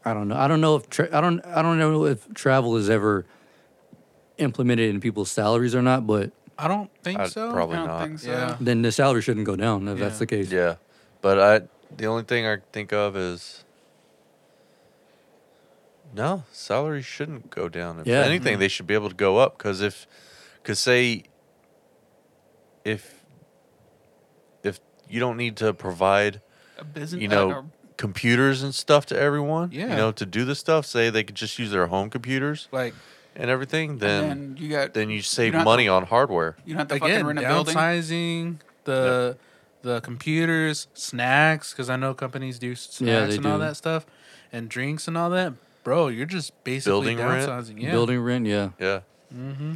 Speaker 1: I don't know. I don't know if tra- I don't I don't know if travel is ever implemented in people's salaries or not. But
Speaker 2: I don't think
Speaker 3: I'd
Speaker 2: so.
Speaker 3: probably
Speaker 7: I don't
Speaker 3: not.
Speaker 7: think so.
Speaker 2: Yeah.
Speaker 1: then the salary shouldn't go down if
Speaker 2: Yeah.
Speaker 1: that's the case.
Speaker 3: Yeah, but I the only thing I can think of is no salaries shouldn't go down. If
Speaker 1: Yeah.
Speaker 3: anything, they should be able to go up because if because say if if you don't need to provide
Speaker 7: A business, uh,
Speaker 3: you
Speaker 7: or
Speaker 3: know computers and stuff to everyone, you
Speaker 2: Yeah.
Speaker 3: know to do the stuff, say they could just use their home computers
Speaker 2: Like
Speaker 3: and everything, then
Speaker 7: and you got
Speaker 3: then you save
Speaker 7: don't have to-
Speaker 3: money on hardware.
Speaker 7: you don't have to
Speaker 2: again,
Speaker 7: fucking rent a building.
Speaker 2: downsizing the the computers, snacks, because I know companies do snacks
Speaker 1: they
Speaker 2: and all
Speaker 1: do.
Speaker 2: that stuff, and drinks and all that. Bro, you're just basically
Speaker 3: Building rent?
Speaker 2: downsizing. Yeah.
Speaker 1: Building rent, yeah.
Speaker 3: Yeah,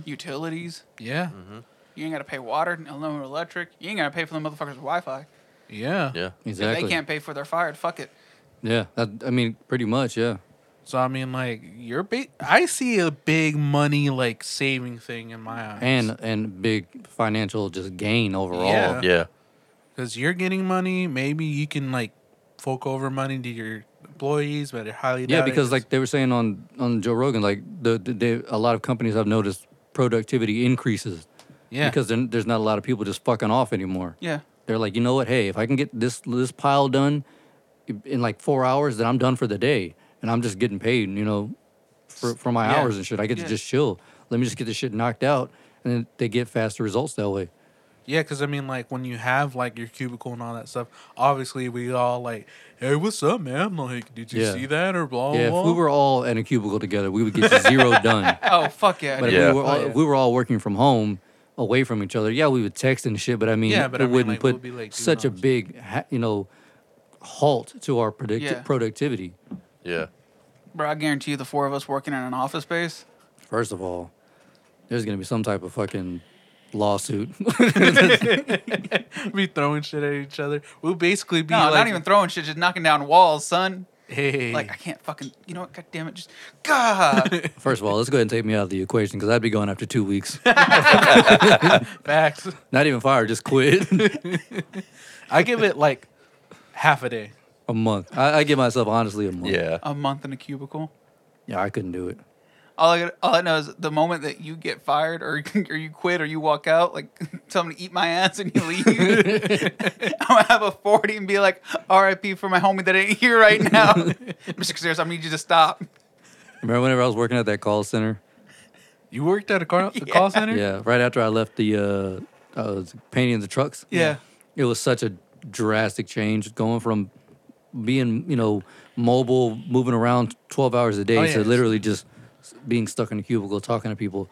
Speaker 7: Utilities.
Speaker 2: Yeah.
Speaker 1: Mm-hmm.
Speaker 7: You ain't got to pay water, no electric. You ain't got to pay for the motherfuckers' Wi-Fi.
Speaker 2: Yeah.
Speaker 3: yeah.
Speaker 7: If
Speaker 1: Exactly.
Speaker 7: They can't pay for their fired. Fuck it.
Speaker 1: Yeah, that, I mean, pretty much, yeah.
Speaker 2: So I mean, like, you're big. I see a big money like saving thing in my eyes,
Speaker 1: And and big financial just gain overall.
Speaker 2: Yeah.
Speaker 3: Yeah.
Speaker 2: because you're getting money, maybe you can like fork over money to your employees, but I highly
Speaker 1: Yeah,
Speaker 2: doubt it
Speaker 1: because like they were saying on on Joe Rogan, like the, the they, a lot of companies I've noticed productivity increases
Speaker 2: yeah,
Speaker 1: because then there's not a lot of people just fucking off anymore.
Speaker 7: Yeah.
Speaker 1: They're like, you know what? Hey, if I can get this this pile done in like four hours, then I'm done for the day, and I'm just getting paid. You know, for for my
Speaker 2: Yeah.
Speaker 1: hours and shit. I get
Speaker 7: Yeah.
Speaker 1: to just chill. Let me just get this shit knocked out, and then they get faster results that way.
Speaker 2: Yeah, because I mean, like when you have like your cubicle and all that stuff, obviously we all like, hey, what's up, man? Like, did you
Speaker 1: Yeah.
Speaker 2: see that or blah
Speaker 1: yeah,
Speaker 2: blah?
Speaker 1: if we were all in a cubicle together, we would get zero done.
Speaker 7: Oh fuck yeah.
Speaker 1: But
Speaker 7: dude.
Speaker 3: Yeah.
Speaker 1: if, we were all,
Speaker 7: Oh, yeah.
Speaker 1: if we were all working from home, away from each other, yeah, we would text and shit. But I mean,
Speaker 2: Yeah, but
Speaker 1: it
Speaker 2: I mean,
Speaker 1: wouldn't
Speaker 2: like,
Speaker 1: put
Speaker 2: we'll be, like, doing
Speaker 1: such a
Speaker 2: all this.
Speaker 1: big, ha- you know, halt to our predict-
Speaker 7: Yeah.
Speaker 1: productivity.
Speaker 3: Yeah.
Speaker 7: Bro, I guarantee you, the four of us working in an office space.
Speaker 1: First of all, there's gonna be some type of fucking lawsuit.
Speaker 2: be throwing shit at each other. We'll basically be
Speaker 7: No,
Speaker 2: like,
Speaker 7: not even throwing shit, just knocking down walls, son.
Speaker 2: hey,
Speaker 7: Like I can't fucking. You know what? God damn it! Just God.
Speaker 1: First of all, let's go ahead and take me out of the equation because I'd be gone after two weeks.
Speaker 2: facts.
Speaker 1: Not even fired, just quit
Speaker 2: I give it like half a day.
Speaker 1: a month. I, I give myself honestly a month.
Speaker 3: Yeah.
Speaker 7: a month in a cubicle.
Speaker 1: yeah, I couldn't do it.
Speaker 7: All I, all I know is the moment that you get fired or, or you quit or you walk out, like tell me to eat my ass and you leave. I'm gonna have a forty and be like, "R.I.P. for my homie that ain't here right now." Mr. Caceres, I need you to stop.
Speaker 1: Remember whenever I was working at that call center?
Speaker 2: You worked at a car, the call center.
Speaker 1: Yeah, right after I left the uh, I was painting the trucks.
Speaker 7: Yeah.
Speaker 1: it was such a drastic change going from being you know mobile, moving around twelve hours a day
Speaker 2: Oh, yeah.
Speaker 1: to literally just being stuck in a cubicle talking to people.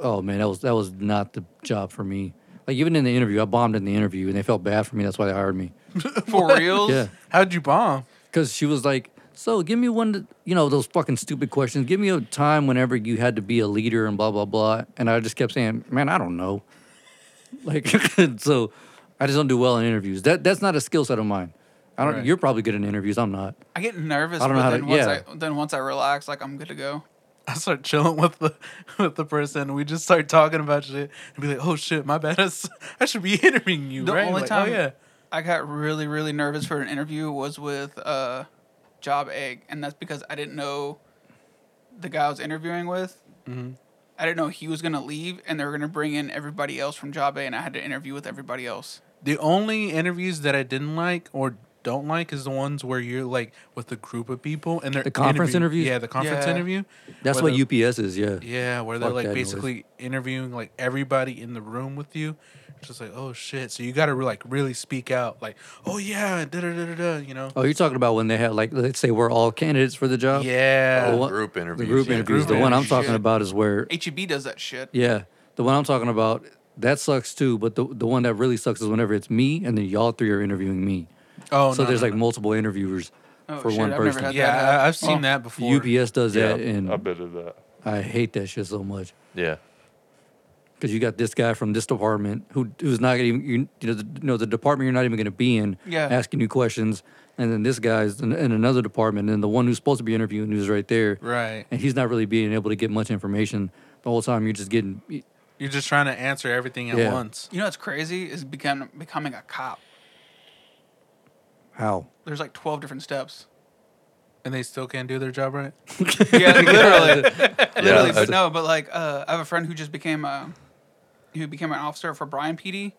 Speaker 1: Oh man, that was that was not the job for me. Like even in the interview, I bombed in the interview, and they felt bad for me. That's why they hired me.
Speaker 7: For reals?
Speaker 1: Yeah.
Speaker 2: How'd you bomb?
Speaker 1: Because she was like, "So give me one, that- you know, those fucking stupid questions. Give me a time whenever you had to be a leader and blah blah blah." And I just kept saying, "Man, I don't know." Like, so I just don't do well in interviews. That that's not a skill set of mine. I don't.
Speaker 2: Right.
Speaker 1: You're probably good in interviews. I'm not.
Speaker 7: I get nervous,
Speaker 1: I don't know
Speaker 7: but
Speaker 1: how
Speaker 7: then,
Speaker 1: to-
Speaker 7: once
Speaker 1: yeah.
Speaker 7: I, then once I relax, like I'm good to go.
Speaker 2: I start chilling with the with the person. We just start talking about shit and be like, oh shit, my bad. I s- I should be interviewing you.
Speaker 7: The
Speaker 2: right?
Speaker 7: only
Speaker 2: Like,
Speaker 7: time
Speaker 2: oh, yeah.
Speaker 7: I got really, really nervous for an interview was with uh, Job Egg, and that's because I didn't know the guy I was interviewing with.
Speaker 2: Mm-hmm.
Speaker 7: I didn't know he was gonna leave, and they were gonna bring in everybody else from Job A, and I had to interview with everybody else.
Speaker 2: The only interviews that I didn't like or don't like is the ones where you're like with a group of people and they're
Speaker 1: The conference
Speaker 2: interview-
Speaker 1: interviews?
Speaker 2: Yeah, the conference
Speaker 7: Yeah.
Speaker 2: interview.
Speaker 1: That's
Speaker 2: where
Speaker 1: what
Speaker 2: they're-
Speaker 1: UPS is. Yeah.
Speaker 2: Yeah, where they're
Speaker 1: Fuck
Speaker 2: like
Speaker 1: that noise.
Speaker 2: basically interviewing like everybody in the room with you. It's Just like oh shit, so you got to like really speak out, like oh yeah, da da da da da, you know.
Speaker 1: Oh, you're talking about when they had like let's say we're all candidates for the job.
Speaker 2: Yeah,
Speaker 1: Oh, what-
Speaker 3: Group interviews.
Speaker 1: The group
Speaker 3: yeah.
Speaker 1: interviews.
Speaker 2: Group
Speaker 1: the one I'm
Speaker 2: interviews,
Speaker 1: talking
Speaker 7: yeah.
Speaker 1: about is where
Speaker 7: HEB E does that shit.
Speaker 1: Yeah, the one I'm talking about that sucks too. But the the one that really sucks is whenever it's me and then y'all three are interviewing me.
Speaker 2: Oh,
Speaker 1: so
Speaker 2: no,
Speaker 1: there's
Speaker 2: no,
Speaker 1: like
Speaker 2: no. multiple.
Speaker 1: multiple interviewers
Speaker 7: Oh,
Speaker 1: for
Speaker 7: shit,
Speaker 1: one
Speaker 7: I've never
Speaker 1: person.
Speaker 7: had
Speaker 2: Yeah,
Speaker 7: that.
Speaker 2: I, I've seen
Speaker 7: Oh.
Speaker 2: that before.
Speaker 1: UPS does that, and
Speaker 3: I bet of that.
Speaker 1: I hate that shit so much.
Speaker 3: Yeah.
Speaker 1: because you got this guy from this department who who's not gonna even you, you know the, you know the department you're not even going to be in
Speaker 7: Yeah.
Speaker 1: asking you questions and then this guy's in, in another department and the one who's supposed to be interviewing who's right there
Speaker 2: Right.
Speaker 1: and he's not really being able to get much information the whole time you're just getting
Speaker 2: You're just trying to answer everything at
Speaker 1: Yeah.
Speaker 2: once.
Speaker 7: You know what's crazy is become, becoming a cop.
Speaker 1: how
Speaker 7: There's like 12 different steps.
Speaker 2: And they still can't do their job right?
Speaker 7: Yeah, literally. literally,
Speaker 3: that's-
Speaker 7: but no, but like uh, I have a friend who just became a who became an officer for Bryan PD,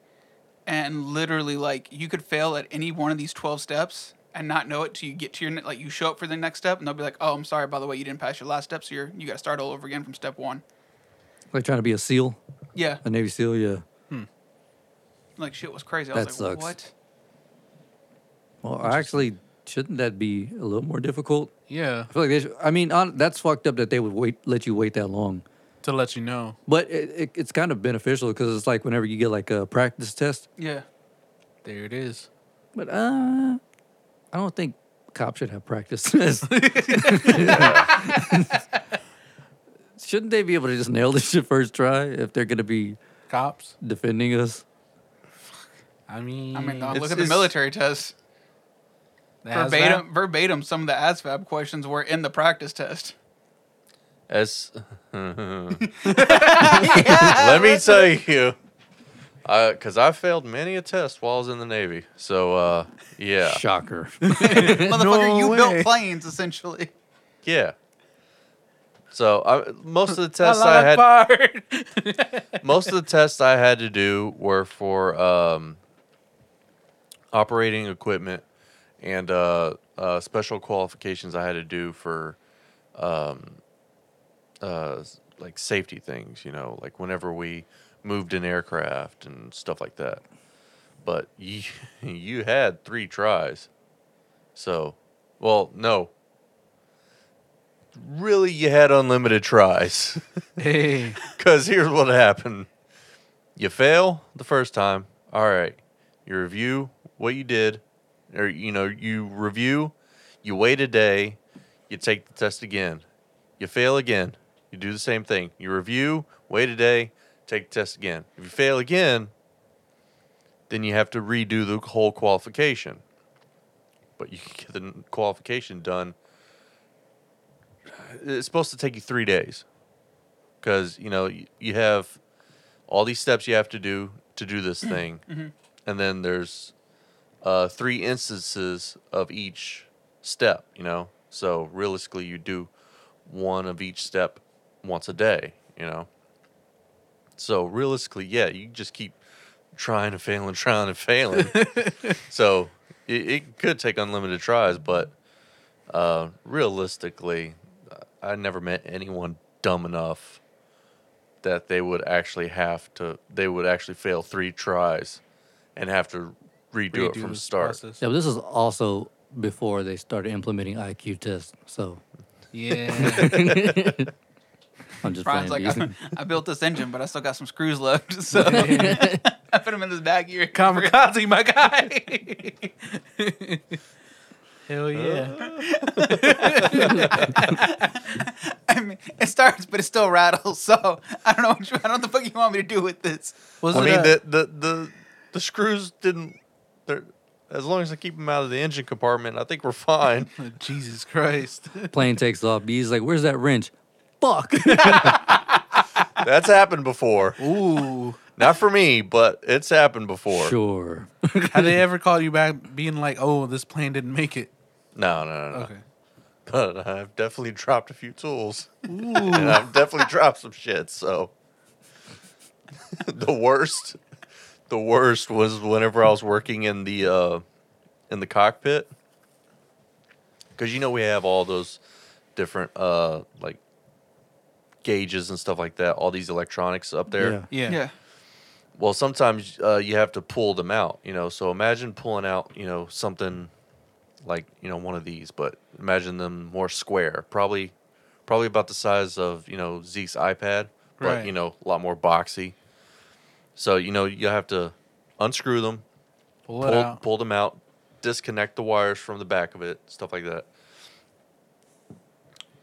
Speaker 7: and literally like you could fail at any one of these twelve steps and not know it till you get to your ne- like you show up for the next step and they'll be like, oh, I'm sorry, by the way, you didn't pass your last step, so you're you got to start all over again from step one.
Speaker 1: like trying to be a seal
Speaker 7: Yeah,
Speaker 1: a navy seal yeah
Speaker 7: like shit was crazy. I
Speaker 1: That
Speaker 7: was like,
Speaker 1: sucks.
Speaker 7: what?
Speaker 1: well actually shouldn't that be a little more difficult
Speaker 2: Yeah.
Speaker 1: I feel like they should, I mean on, that's fucked up that they would wait let you wait that long
Speaker 2: To let you know.
Speaker 1: but it, it, it's kind of beneficial because it's like whenever you get like a practice test
Speaker 7: Yeah,
Speaker 2: There it is.
Speaker 1: But uh, I don't think cops should have practice tests. Shouldn't they be able to just nail this shit first try if they're gonna be
Speaker 2: Cops.
Speaker 1: defending us?
Speaker 2: I mean,
Speaker 7: I mean, uh,
Speaker 2: Mm, it's-
Speaker 7: look at the
Speaker 2: it's-
Speaker 7: military tests.
Speaker 2: the ASVAB.
Speaker 7: Verbatim, verbatim, some of the ASVAB questions were in the practice test.
Speaker 3: S. Let me tell you, because I failed many a test while I was in the Navy. So uh, yeah,
Speaker 1: Shocker.
Speaker 7: Motherfucker, you
Speaker 2: way.
Speaker 7: built planes essentially.
Speaker 3: yeah. So I, most of the tests I had, most of the tests I had to do were for um, operating equipment and uh, uh, special qualifications I had to do for um, uh, s- like safety things, you know, like whenever we moved an aircraft and stuff like that. But you, you had three tries. So, well, no. Really, you had unlimited tries.
Speaker 2: Hey,
Speaker 3: Because here's what happened. You fail the first time. All right. You review what you did, or, you know, you review, you wait a day, you take the test again. You fail again. You do the same thing. You review, wait a day, take the test again. If you fail again, then you have to redo the whole qualification. But you can get the n- qualification done. It's supposed to take you three days because you know y- you have all these steps you have to do to do this thing and then there's uh, three instances of each step you know so realistically you do one of each step once a day you know so realistically yeah you just keep trying and failing trying and failing so it, it could take unlimited tries but uh, realistically i never met anyone dumb enough that they would actually have to they would actually fail three tries and have to redo, it
Speaker 2: redo
Speaker 3: from
Speaker 2: this
Speaker 3: start.
Speaker 2: process.
Speaker 1: yeah, but this is also before they started implementing IQ tests. So
Speaker 2: Yeah.
Speaker 1: I'm just
Speaker 7: Brian's like,
Speaker 1: playing.
Speaker 7: I, I built this engine, but I still got some screws left. So I put them in this bag here.
Speaker 2: Kamikaze, my guy. Hell yeah.
Speaker 7: I mean, it starts, but it still rattles. So I don't know. What you, I don't know what the fuck you want me to do with this.
Speaker 2: Was
Speaker 3: I
Speaker 2: it
Speaker 3: mean
Speaker 2: a-
Speaker 3: the, the the the screws didn't they're as long as I keep them out of the engine compartment, I think we're fine.
Speaker 2: Oh. Jesus Christ.
Speaker 1: plane takes off. He's like, where's that wrench? Fuck.
Speaker 3: That's happened before.
Speaker 2: Ooh.
Speaker 3: Not for me, but it's happened before.
Speaker 1: sure.
Speaker 2: Had they ever called you back being like, oh, this plane didn't make it?
Speaker 3: No, no, no, no.
Speaker 2: Okay.
Speaker 3: But I've definitely dropped a few tools. And I've definitely dropped some shit, so the worst the worst was whenever I was working in the uh in the cockpit. Cause you know we have all those different uh like gauges and stuff like that, all these electronics up there.
Speaker 1: Yeah.
Speaker 2: Yeah.
Speaker 3: Well, sometimes uh, you have to pull them out, you know. So imagine pulling out, you know, something like you know one of these, but imagine them more square, probably, probably about the size of you know Zeke's iPad, but
Speaker 2: Right.
Speaker 3: you know a lot more boxy. So you know you have to unscrew them,
Speaker 2: Pull it
Speaker 3: pull,
Speaker 2: out.
Speaker 3: pull them out, disconnect the wires from the back of it, stuff like that.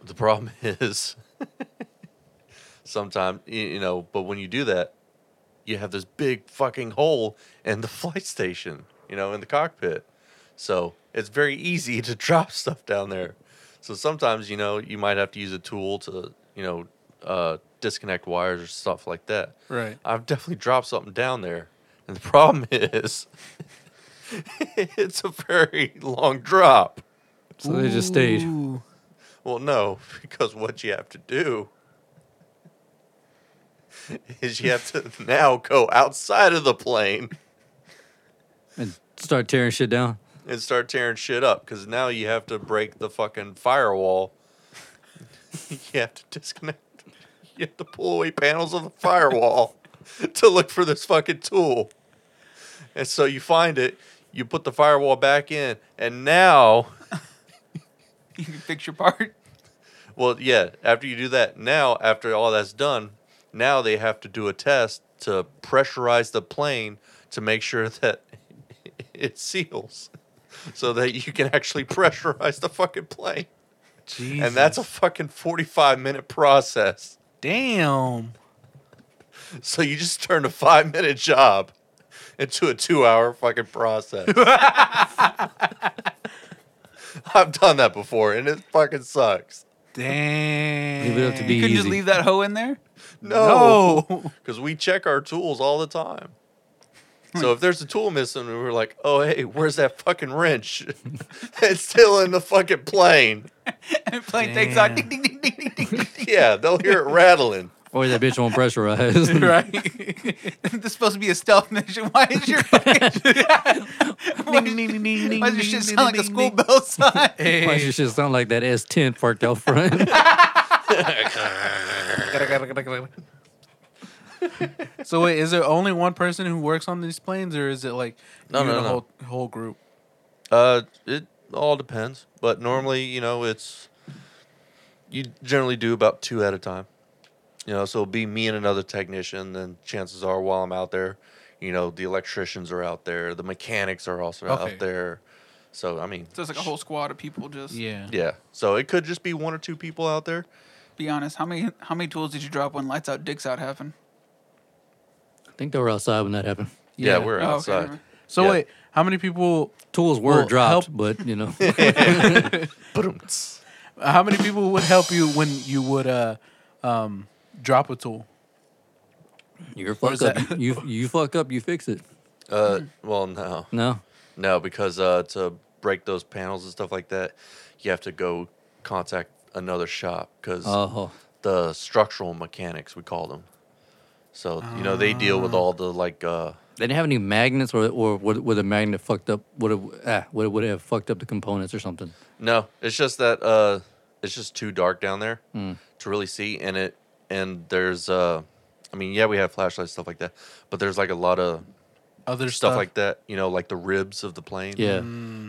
Speaker 3: The problem is sometimes, y- you know, but when you do that, you have this big fucking hole in the flight station, you know, in the cockpit. So it's very easy to drop stuff down there. So sometimes, you know, you might have to use a tool to, you know, uh, disconnect wires or stuff like that.
Speaker 2: Right.
Speaker 3: I've definitely dropped something down there. And the problem is, it's a very long drop.
Speaker 1: So they just stayed.
Speaker 3: Well, no, because what you have to do is you have to now go outside of the plane
Speaker 1: and start tearing shit down.
Speaker 3: and start tearing shit up because now you have to break the fucking firewall. you have to disconnect. You have to pull away panels of the firewall to look for this fucking tool. And so you find it, you put the firewall back in, and now,
Speaker 7: You can fix your part.
Speaker 3: well, yeah, after you do that, now, after all that's done, now they have to do a test to pressurize the plane to make sure that it seals so that you can actually pressurize the fucking plane.
Speaker 2: Jesus.
Speaker 3: and that's a fucking 45 minute process
Speaker 2: damn.
Speaker 3: so you just turned a five minute job into a two hour fucking process i've done that before and it fucking sucks
Speaker 2: Damn.
Speaker 1: Leave it up to be
Speaker 7: You couldn't just
Speaker 1: easy.
Speaker 7: leave that hoe in there.
Speaker 3: no because we check our tools all the time so if there's a tool missing and we're like oh hey where's that fucking wrench it's still in the fucking plane
Speaker 7: And plane takes off.
Speaker 2: Damn.
Speaker 7: Ding, ding, ding, ding, ding, ding.
Speaker 3: yeah they'll hear it rattling
Speaker 1: Or that bitch won't pressurize.
Speaker 7: Right. this is supposed to be a stealth mission. Why is your fucking- why, does why does your shit sound like a school bell sign?
Speaker 1: Why does your shit sound like that S10 parked out front?
Speaker 2: so wait, is there only one person who works on these planes, or is it like
Speaker 3: No,
Speaker 2: you
Speaker 3: no,
Speaker 2: and a
Speaker 3: no.
Speaker 2: whole whole group?
Speaker 3: Uh, it all depends, but normally, you know, it's you generally do about two at a time. You know, so it'll be me and another technician. Then chances are, while I'm out there, you know, the electricians are out there, the mechanics are also
Speaker 2: Okay.
Speaker 3: out there. So I mean,
Speaker 7: So it's like a whole squad of people. Just
Speaker 2: Yeah.
Speaker 3: yeah. So it could just be one or two people out there.
Speaker 7: be honest. How many how many tools did you drop when lights out, dicks out happened?
Speaker 1: I think they were outside when that happened.
Speaker 2: Yeah.
Speaker 3: Yeah, we're
Speaker 7: Oh, okay,
Speaker 3: outside.
Speaker 7: never-
Speaker 2: So
Speaker 3: Yeah.
Speaker 2: wait, how many people?
Speaker 1: Tools were
Speaker 2: Well,
Speaker 1: dropped,
Speaker 2: help-
Speaker 1: but you know,
Speaker 3: Ba-dum-ts.
Speaker 2: How many people would help you when you would uh um drop a tool?
Speaker 1: you're
Speaker 2: What is
Speaker 1: fuck up.
Speaker 2: that?
Speaker 1: You, you you fuck up, you fix it.
Speaker 3: Uh, well, no,
Speaker 1: No,
Speaker 3: no, because uh, to break those panels and stuff like that, you have to go contact another shop because
Speaker 1: oh,
Speaker 3: the structural mechanics we call them. So you know they deal
Speaker 7: Ah.
Speaker 3: with all the like uh
Speaker 1: they didn't have any magnets, or or would, would a magnet fucked up? Would have ah, would would it have fucked up the components or something?
Speaker 3: no, it's just that uh it's just too dark down there
Speaker 7: Hmm.
Speaker 3: to really see and it and there's uh I mean yeah we have flashlights stuff like that, but there's like a lot of
Speaker 2: Other
Speaker 3: stuff, like that, you know, like the ribs of the plane.
Speaker 1: Yeah,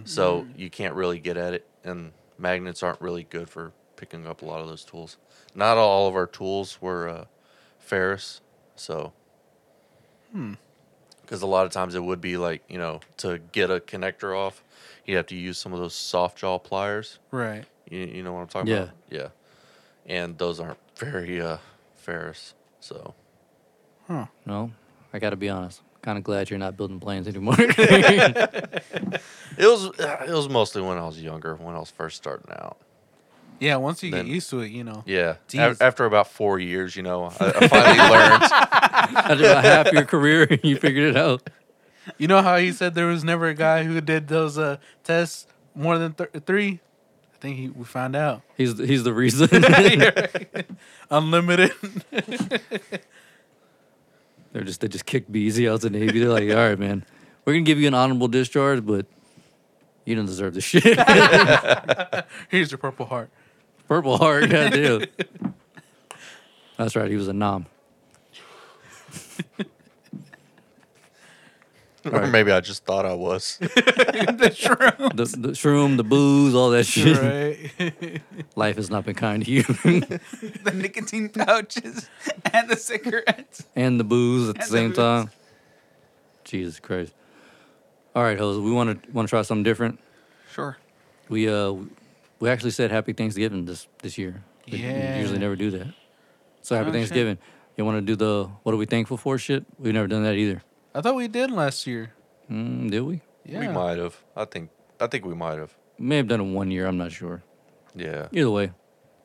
Speaker 3: So you can't really get at it and magnets aren't really good for picking up a lot of those tools. Not all of our tools were uh Ferris, so because a lot of times it would be like you know to get a connector off you have to use some of those soft jaw pliers
Speaker 2: Right.
Speaker 3: you, you know what i'm talking
Speaker 1: Yeah.
Speaker 3: about yeah and those aren't very uh ferrous so
Speaker 1: no, I got to be honest. Kind of glad you're not building planes anymore. yeah,
Speaker 3: it was uh, it was mostly when i was younger when i was first starting out
Speaker 2: Yeah. Once you
Speaker 3: Then-
Speaker 2: get used to it, you know.
Speaker 3: yeah A-
Speaker 2: Jeez.
Speaker 3: after about four years you know i, I finally
Speaker 1: after
Speaker 3: learned
Speaker 1: about half your career, you figured it out.
Speaker 2: You know how he said there was never a guy who did those uh tests more than th- three. I think he we found out
Speaker 1: He's the- he's the reason.
Speaker 2: unlimited.
Speaker 1: They're just they just kicked BZ out the Navy. They're like, all right, man, we're gonna give you an honorable discharge, but you don't deserve this shit.
Speaker 2: Here's your purple heart.
Speaker 1: Purple Heart, goddamn. That's right. He was a nom.
Speaker 3: or maybe i just thought i was
Speaker 1: The, the shroom, the booze, all that shit.
Speaker 2: Right.
Speaker 1: Life has not been kind to you.
Speaker 7: the nicotine pouches and the cigarettes.
Speaker 1: and the booze at the
Speaker 7: And the
Speaker 1: same
Speaker 7: booze.
Speaker 1: time. Jesus Christ. All right, Jose, we want to want to try something different.
Speaker 7: Sure.
Speaker 1: We uh we actually said Happy Thanksgiving this this year. We
Speaker 2: Yeah.
Speaker 1: usually never do that. So Happy
Speaker 7: Oh, shit.
Speaker 1: Thanksgiving. You want to do the what are we thankful for shit? We've never done that either.
Speaker 2: I thought we did last year.
Speaker 1: Mm, did we?
Speaker 2: Yeah.
Speaker 3: We might have. I think. I think we might have.
Speaker 1: May have done it one year. I'm not sure.
Speaker 3: Yeah.
Speaker 1: Either way,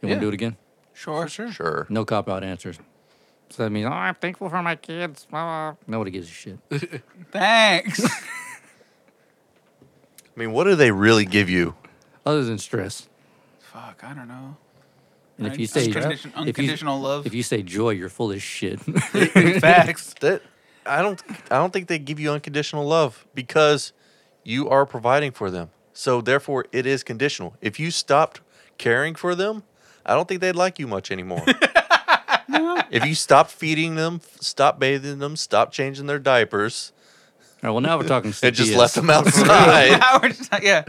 Speaker 1: you want
Speaker 2: Yeah.
Speaker 1: to do it again?
Speaker 7: Sure.
Speaker 2: sure.
Speaker 3: Sure.
Speaker 1: No cop out answers. So that means oh, I'm thankful for my kids. blah, blah." Nobody gives a shit.
Speaker 7: Thanks.
Speaker 3: I mean, what do they really give you?
Speaker 1: Other than stress.
Speaker 7: Fuck, I don't know.
Speaker 1: And if
Speaker 7: Right?
Speaker 1: you say
Speaker 7: Uncondi-
Speaker 1: if you,
Speaker 7: unconditional love.
Speaker 1: if you say joy, you're full of shit.
Speaker 2: Facts.
Speaker 3: That I don't. I don't think they give you unconditional love because you are providing for them. So therefore, it is conditional. If you stopped caring for them, I don't think they'd like you much anymore. If you stopped feeding them, stop bathing them, stop changing their diapers,
Speaker 1: All right, well, now we're talking.
Speaker 3: and just
Speaker 1: CPS.
Speaker 3: left them outside.
Speaker 7: I was just like, yeah,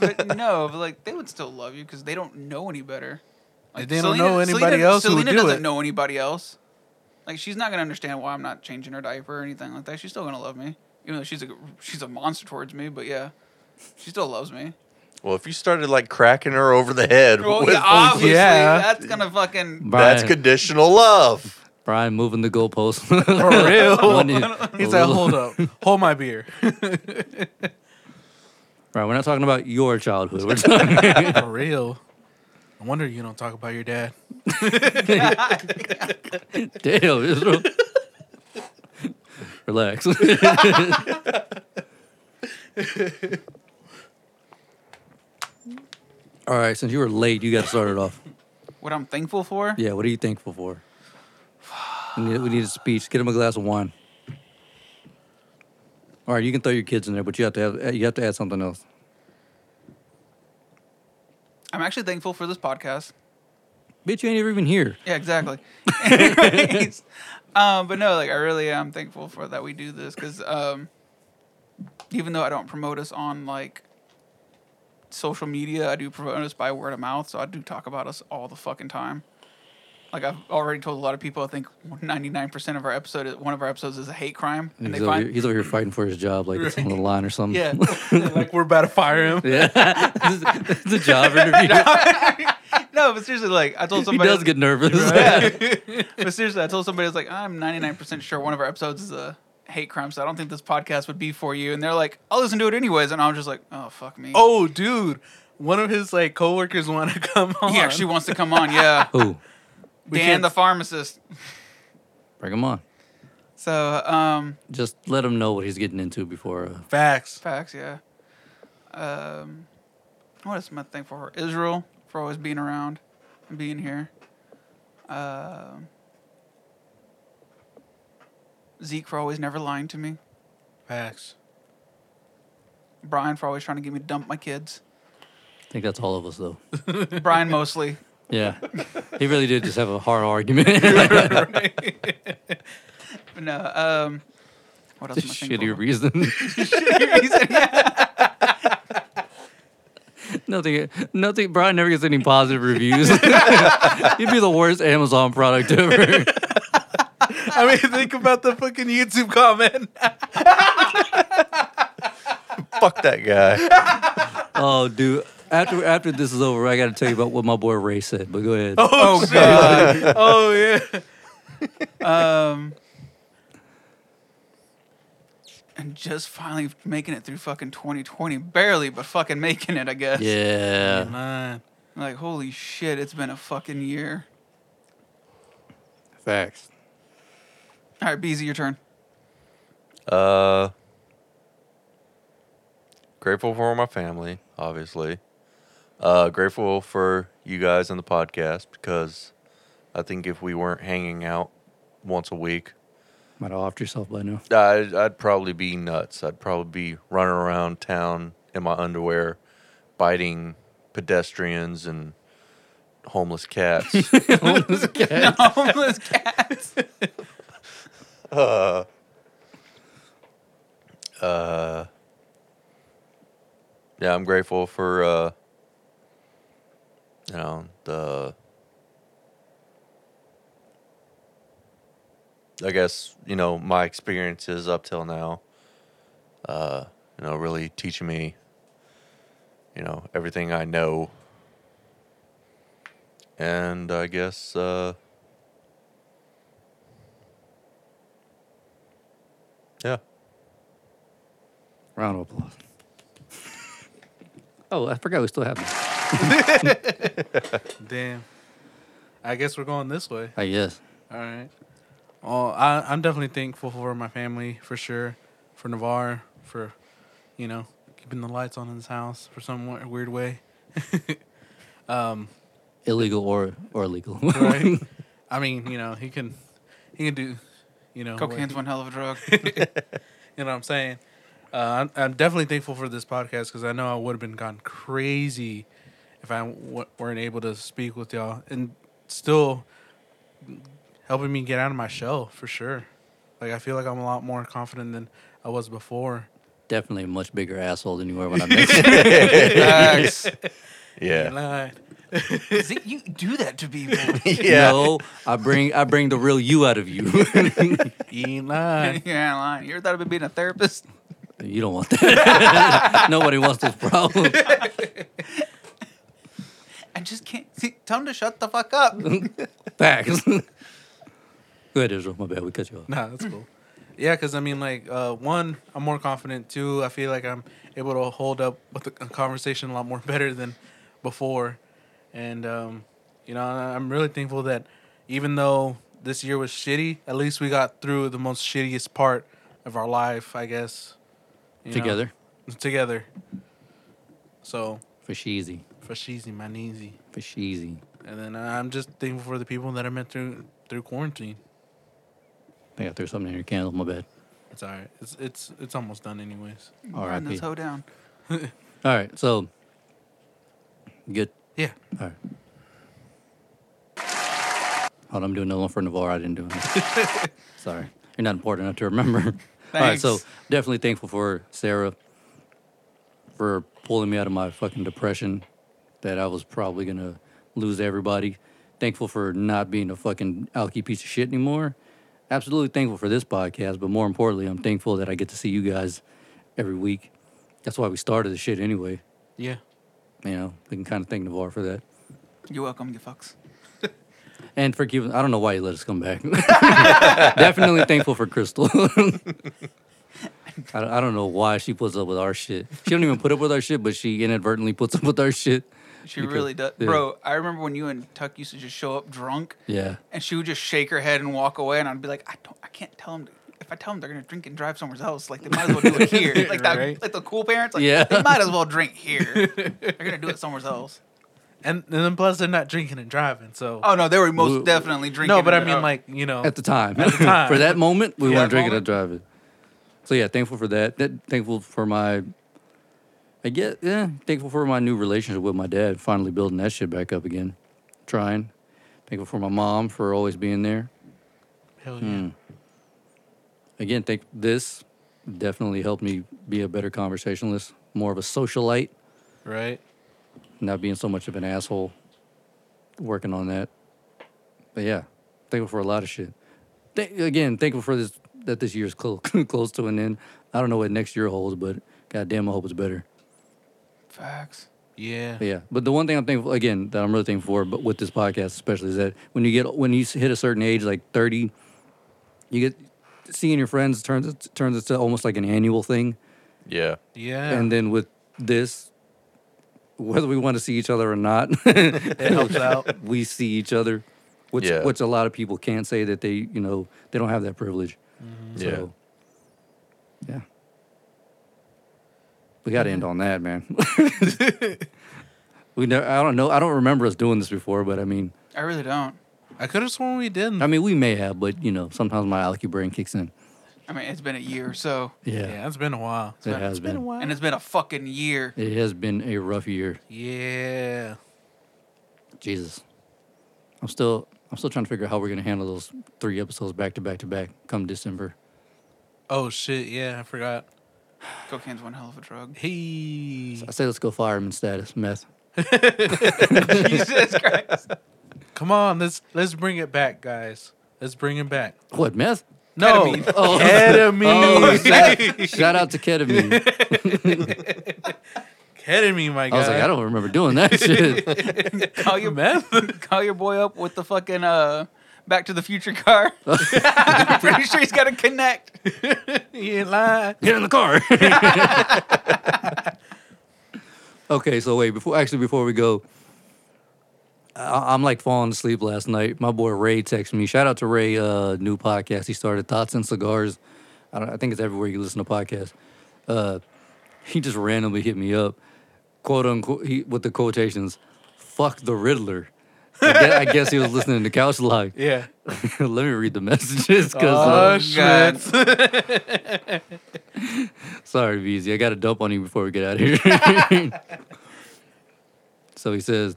Speaker 7: but no, but like they would still love you because they don't know any better. Like,
Speaker 2: They don't know anybody else who would
Speaker 7: Selena
Speaker 2: do
Speaker 7: doesn't
Speaker 2: it.
Speaker 7: know anybody else. Like she's not gonna understand why I'm not changing her diaper or anything like that. She's still gonna love me, even though she's a she's a monster towards me. But yeah, she still loves me.
Speaker 3: well, if you started like cracking her over the head,
Speaker 7: Well,
Speaker 3: with-
Speaker 7: Oh, yeah, obviously
Speaker 2: yeah.
Speaker 7: that's gonna
Speaker 1: Brian,
Speaker 7: fucking.
Speaker 3: that's conditional love.
Speaker 1: Brian moving the goalpost. For
Speaker 2: real. He's like, hold up, hold my beer.
Speaker 1: Right, we're not talking about your childhood. We're talking
Speaker 2: For real. I wonder you don't talk about your dad.
Speaker 1: Damn, Israel. Relax. All right, since you were late, you got to start it off.
Speaker 7: What I'm thankful for?
Speaker 1: Yeah, what are you thankful for? We need, we need a speech. Get him a glass of wine. All right, you can throw your kids in there, but you have to have you have to add something else.
Speaker 7: I'm actually thankful for this podcast.
Speaker 1: Bitch, you ain't ever even here.
Speaker 7: Yeah, exactly. Anyways, um, but no, like I really am thankful for that we do this because um, even though I don't promote us on like social media, I do promote us by word of mouth. So I do talk about us all the fucking time. Like I've already told a lot of people, I think 99% of our episode, one of our episodes is a hate crime, and
Speaker 1: He's
Speaker 7: they
Speaker 1: over, here,
Speaker 7: find
Speaker 1: he's over here fighting for his job, like it's on the line or something.
Speaker 7: yeah.
Speaker 2: like we're about to fire him.
Speaker 1: yeah. it's a job interview.
Speaker 7: no, but seriously, like I told
Speaker 1: he
Speaker 7: somebody,
Speaker 1: does get nervous.
Speaker 7: Yeah. but seriously, I told somebody, I was like, I'm 99% sure one of our episodes is a hate crime, so I don't think this podcast would be for you. And they're like, I'll listen to it anyways. And I was just like, oh, fuck me.
Speaker 2: Oh, dude. One of his like coworkers want to come on.
Speaker 7: he actually wants to come on. Yeah.
Speaker 1: Who?
Speaker 2: We
Speaker 7: Dan,
Speaker 2: can't-
Speaker 7: the pharmacist.
Speaker 1: Bring him on.
Speaker 7: So, um,
Speaker 1: Just let him know what he's getting into before. Uh,
Speaker 2: facts.
Speaker 7: facts, yeah. Um, what is my thing for? Israel, for always being around and being here. Um, Zeke for always never lying to me.
Speaker 2: Facts.
Speaker 7: Brian for always trying to get me to dump my kids.
Speaker 1: I think that's all of us, though.
Speaker 7: Brian mostly.
Speaker 1: Yeah. he really did just have a hard argument.
Speaker 7: But no, um, what else am I
Speaker 1: Shitty
Speaker 7: thankful for?
Speaker 1: reason.
Speaker 7: Shitty reason, yeah.
Speaker 1: nothing. Nothing. Brian never gets any positive reviews. He'd be the worst Amazon product ever.
Speaker 2: I mean, think about the fucking YouTube comment.
Speaker 3: Fuck that guy.
Speaker 1: oh, dude. After after this is over, I got to tell you about what my boy Ray said. But go ahead.
Speaker 7: Oh, God.
Speaker 2: Oh yeah.
Speaker 7: Um, and just finally making it through fucking 2020. Barely, but fucking making it, I guess.
Speaker 1: Yeah.
Speaker 2: Man.
Speaker 7: Like, holy shit, it's been a fucking year.
Speaker 1: Facts.
Speaker 7: All right, BZ, your turn.
Speaker 3: Uh, grateful for my family, obviously. Uh, grateful for you guys in the podcast because I think if we weren't hanging out once a week,
Speaker 1: Might have offed yourself by now.
Speaker 3: I'd, I'd probably be nuts. I'd probably be running around town in my underwear, biting pedestrians and homeless cats.
Speaker 7: Homeless cats.
Speaker 3: yeah, I'm grateful for uh, you know the. I guess you know my experiences up till now. Uh, you know, really teaching me, you know, everything I know. And I guess uh Yeah.
Speaker 1: Round of applause. oh, I forgot we still have. Them.
Speaker 2: Damn. I guess we're going this way.
Speaker 1: I guess.
Speaker 2: All right. Well, I, I'm definitely thankful for my family for sure, for Navarre for, you know, keeping the lights on in this house for some we- weird way.
Speaker 1: Illegal or or legal.
Speaker 2: Right. I mean, you know, he can, he can do, you know, what
Speaker 7: Cocaine's
Speaker 2: he-
Speaker 7: one hell of a drug.
Speaker 2: You know what I'm saying? Uh, I'm, I'm definitely thankful for this podcast because I know I would have been gone crazy if I w- weren't able to speak with y'all and still helping me get out of my shell for sure. Like, I feel like I'm a lot more confident than I was before.
Speaker 1: Definitely a much bigger asshole than you were when I met you.
Speaker 7: Facts.
Speaker 3: Yeah.
Speaker 2: Like,
Speaker 7: See, you do that to people.
Speaker 3: Yeah.
Speaker 1: No, I bring I bring the real you out of you.
Speaker 2: you ain't lying.
Speaker 7: You're not lying. You ever thought about being a therapist?
Speaker 1: you don't want that. Nobody wants those problems.
Speaker 7: I just can't. See, tell him to shut the fuck up.
Speaker 1: Facts. Go ahead, Israel. My bad. We cut you off.
Speaker 2: Nah, that's cool. Yeah, because I mean, like, uh, one, I'm more confident. Two, I feel like I'm able to hold up with the a conversation a lot more better than before. And, um, you know, I- I'm really thankful that even though this year was shitty, at least we got through the most shittiest part of our life, I guess. you know?
Speaker 1: Together
Speaker 2: Together. So,
Speaker 1: for sheezy,
Speaker 2: for sheezy, my kneesy.
Speaker 1: for sheezy.
Speaker 2: And then I'm just thankful for the people that I met through through quarantine.
Speaker 1: I think I threw something in your candle. My bad.
Speaker 2: It's all right. It's it's it's almost done anyways.
Speaker 7: Burn
Speaker 1: R.I.P.
Speaker 7: this
Speaker 1: All
Speaker 7: hoe down.
Speaker 1: right. So good.
Speaker 2: Yeah.
Speaker 1: All right. Hold on, I'm doing another one for Navarre. I didn't do it. Sorry. You're not important enough to remember. All right, so
Speaker 7: Thanks.
Speaker 1: definitely thankful for Sarah for pulling me out of my fucking depression that I was probably gonna lose everybody. Thankful for not being a fucking alky piece of shit anymore. Absolutely thankful for this podcast, but more importantly, I'm thankful that I get to see you guys every week. That's why we started the shit anyway.
Speaker 2: Yeah.
Speaker 1: You know, we can kind of thank Navarre for that.
Speaker 7: You're welcome, you fucks.
Speaker 1: And for giving, I don't know why you let us come back. Definitely thankful for Crystal. I, don't- I don't know why she puts up with our shit. She don't even put up with our shit, but she inadvertently puts up with our shit.
Speaker 7: She
Speaker 1: Because-
Speaker 7: really does.
Speaker 1: yeah.
Speaker 7: Bro, I remember when you and Tuck used to just show up drunk
Speaker 1: Yeah.
Speaker 7: and she would just shake her head and walk away and I'd be like, I don't I can't tell them to, if I tell them they're gonna drink and drive somewhere else, like they might as well do it here. Like that,
Speaker 2: Right.
Speaker 7: like the cool parents, like
Speaker 1: Yeah.
Speaker 7: they might as well drink here. they're gonna do it somewhere else.
Speaker 2: And, and then plus they're not drinking and driving, so
Speaker 7: Oh no, they were most
Speaker 1: Ooh.
Speaker 7: definitely drinking.
Speaker 2: no, but I
Speaker 7: and-
Speaker 2: mean
Speaker 7: oh.
Speaker 2: like you know
Speaker 1: At the time.
Speaker 2: time.
Speaker 1: for that moment, we
Speaker 2: Yeah,
Speaker 1: weren't
Speaker 2: that
Speaker 1: drinking and
Speaker 2: moment.
Speaker 1: driving. So yeah, thankful for that. that. Thankful for my, I guess, yeah, thankful for my new relationship with my dad, finally building that shit back up again. Trying. Thankful for my mom for always being there.
Speaker 2: hell yeah.
Speaker 1: Hmm. again, think this definitely helped me be a better conversationalist, more of a socialite,
Speaker 2: right
Speaker 1: not being so much of an asshole. Working on that, but yeah, thankful for a lot of shit. Th- again, thankful for this that this year's close close to an end. I don't know what next year holds, but goddamn, I hope it's better.
Speaker 7: facts.
Speaker 2: yeah
Speaker 1: But yeah, but the one thing I'm thankful again that I'm really thankful for, but with this podcast especially, is that when you get when you s- hit a certain age, like 30, you get seeing your friends turns turns into almost like an annual thing.
Speaker 3: Yeah.
Speaker 2: yeah
Speaker 1: and then with this whether we want to see each other or not
Speaker 2: it helps out
Speaker 1: we see each other which
Speaker 3: Yeah.
Speaker 1: which a lot of people can't say that they you know they don't have that privilege
Speaker 2: Mm-hmm.
Speaker 1: so yeah we got to end on that man we never, i don't know i don't remember us doing this before but i mean
Speaker 7: I really don't.
Speaker 2: I could have sworn we didn't
Speaker 1: i mean we may have but you know sometimes my alky brain kicks in
Speaker 7: I mean, it's been a year or so.
Speaker 1: yeah,
Speaker 2: yeah it's been a while
Speaker 1: it has been,
Speaker 7: And it's been a fucking year.
Speaker 1: it has been a rough year
Speaker 2: yeah
Speaker 1: Jesus. I'm still I'm still trying to figure out how we're gonna handle those three episodes back to back to back come December.
Speaker 2: oh shit yeah I forgot
Speaker 7: Cocaine's one hell of a drug.
Speaker 2: hey
Speaker 1: I say let's go fireman status, meth.
Speaker 7: Jesus Christ.
Speaker 2: come on let's let's bring it back guys let's bring it back
Speaker 1: What meth?
Speaker 2: No.
Speaker 7: Ketamine.
Speaker 1: Oh, shout,
Speaker 2: Ketamine.
Speaker 1: shout out to ketamine.
Speaker 2: Ketamine, my guy.
Speaker 1: I was like, I don't remember doing that shit.
Speaker 7: Call your call your boy up with the fucking uh, Back to the Future car. I'm pretty sure he's got to connect.
Speaker 2: He ain't lying.
Speaker 1: Get in the car. okay, so wait before actually before we go, I, I'm like falling asleep last night. My boy Ray texted me. Shout out to Ray, uh, new podcast he started, Thoughts and Cigars. I, don't, I think it's everywhere you listen to podcasts. Uh, he just randomly hit me up, quote unquote, he, with the quotations, "Fuck the Riddler." I guess, I guess he was listening to Couch Lock.
Speaker 2: Yeah.
Speaker 1: Let me read the messages uh, because
Speaker 2: Oh,
Speaker 7: God.
Speaker 2: shit.
Speaker 1: Sorry, VZ. I got to dump on you before we get out of here. so he says,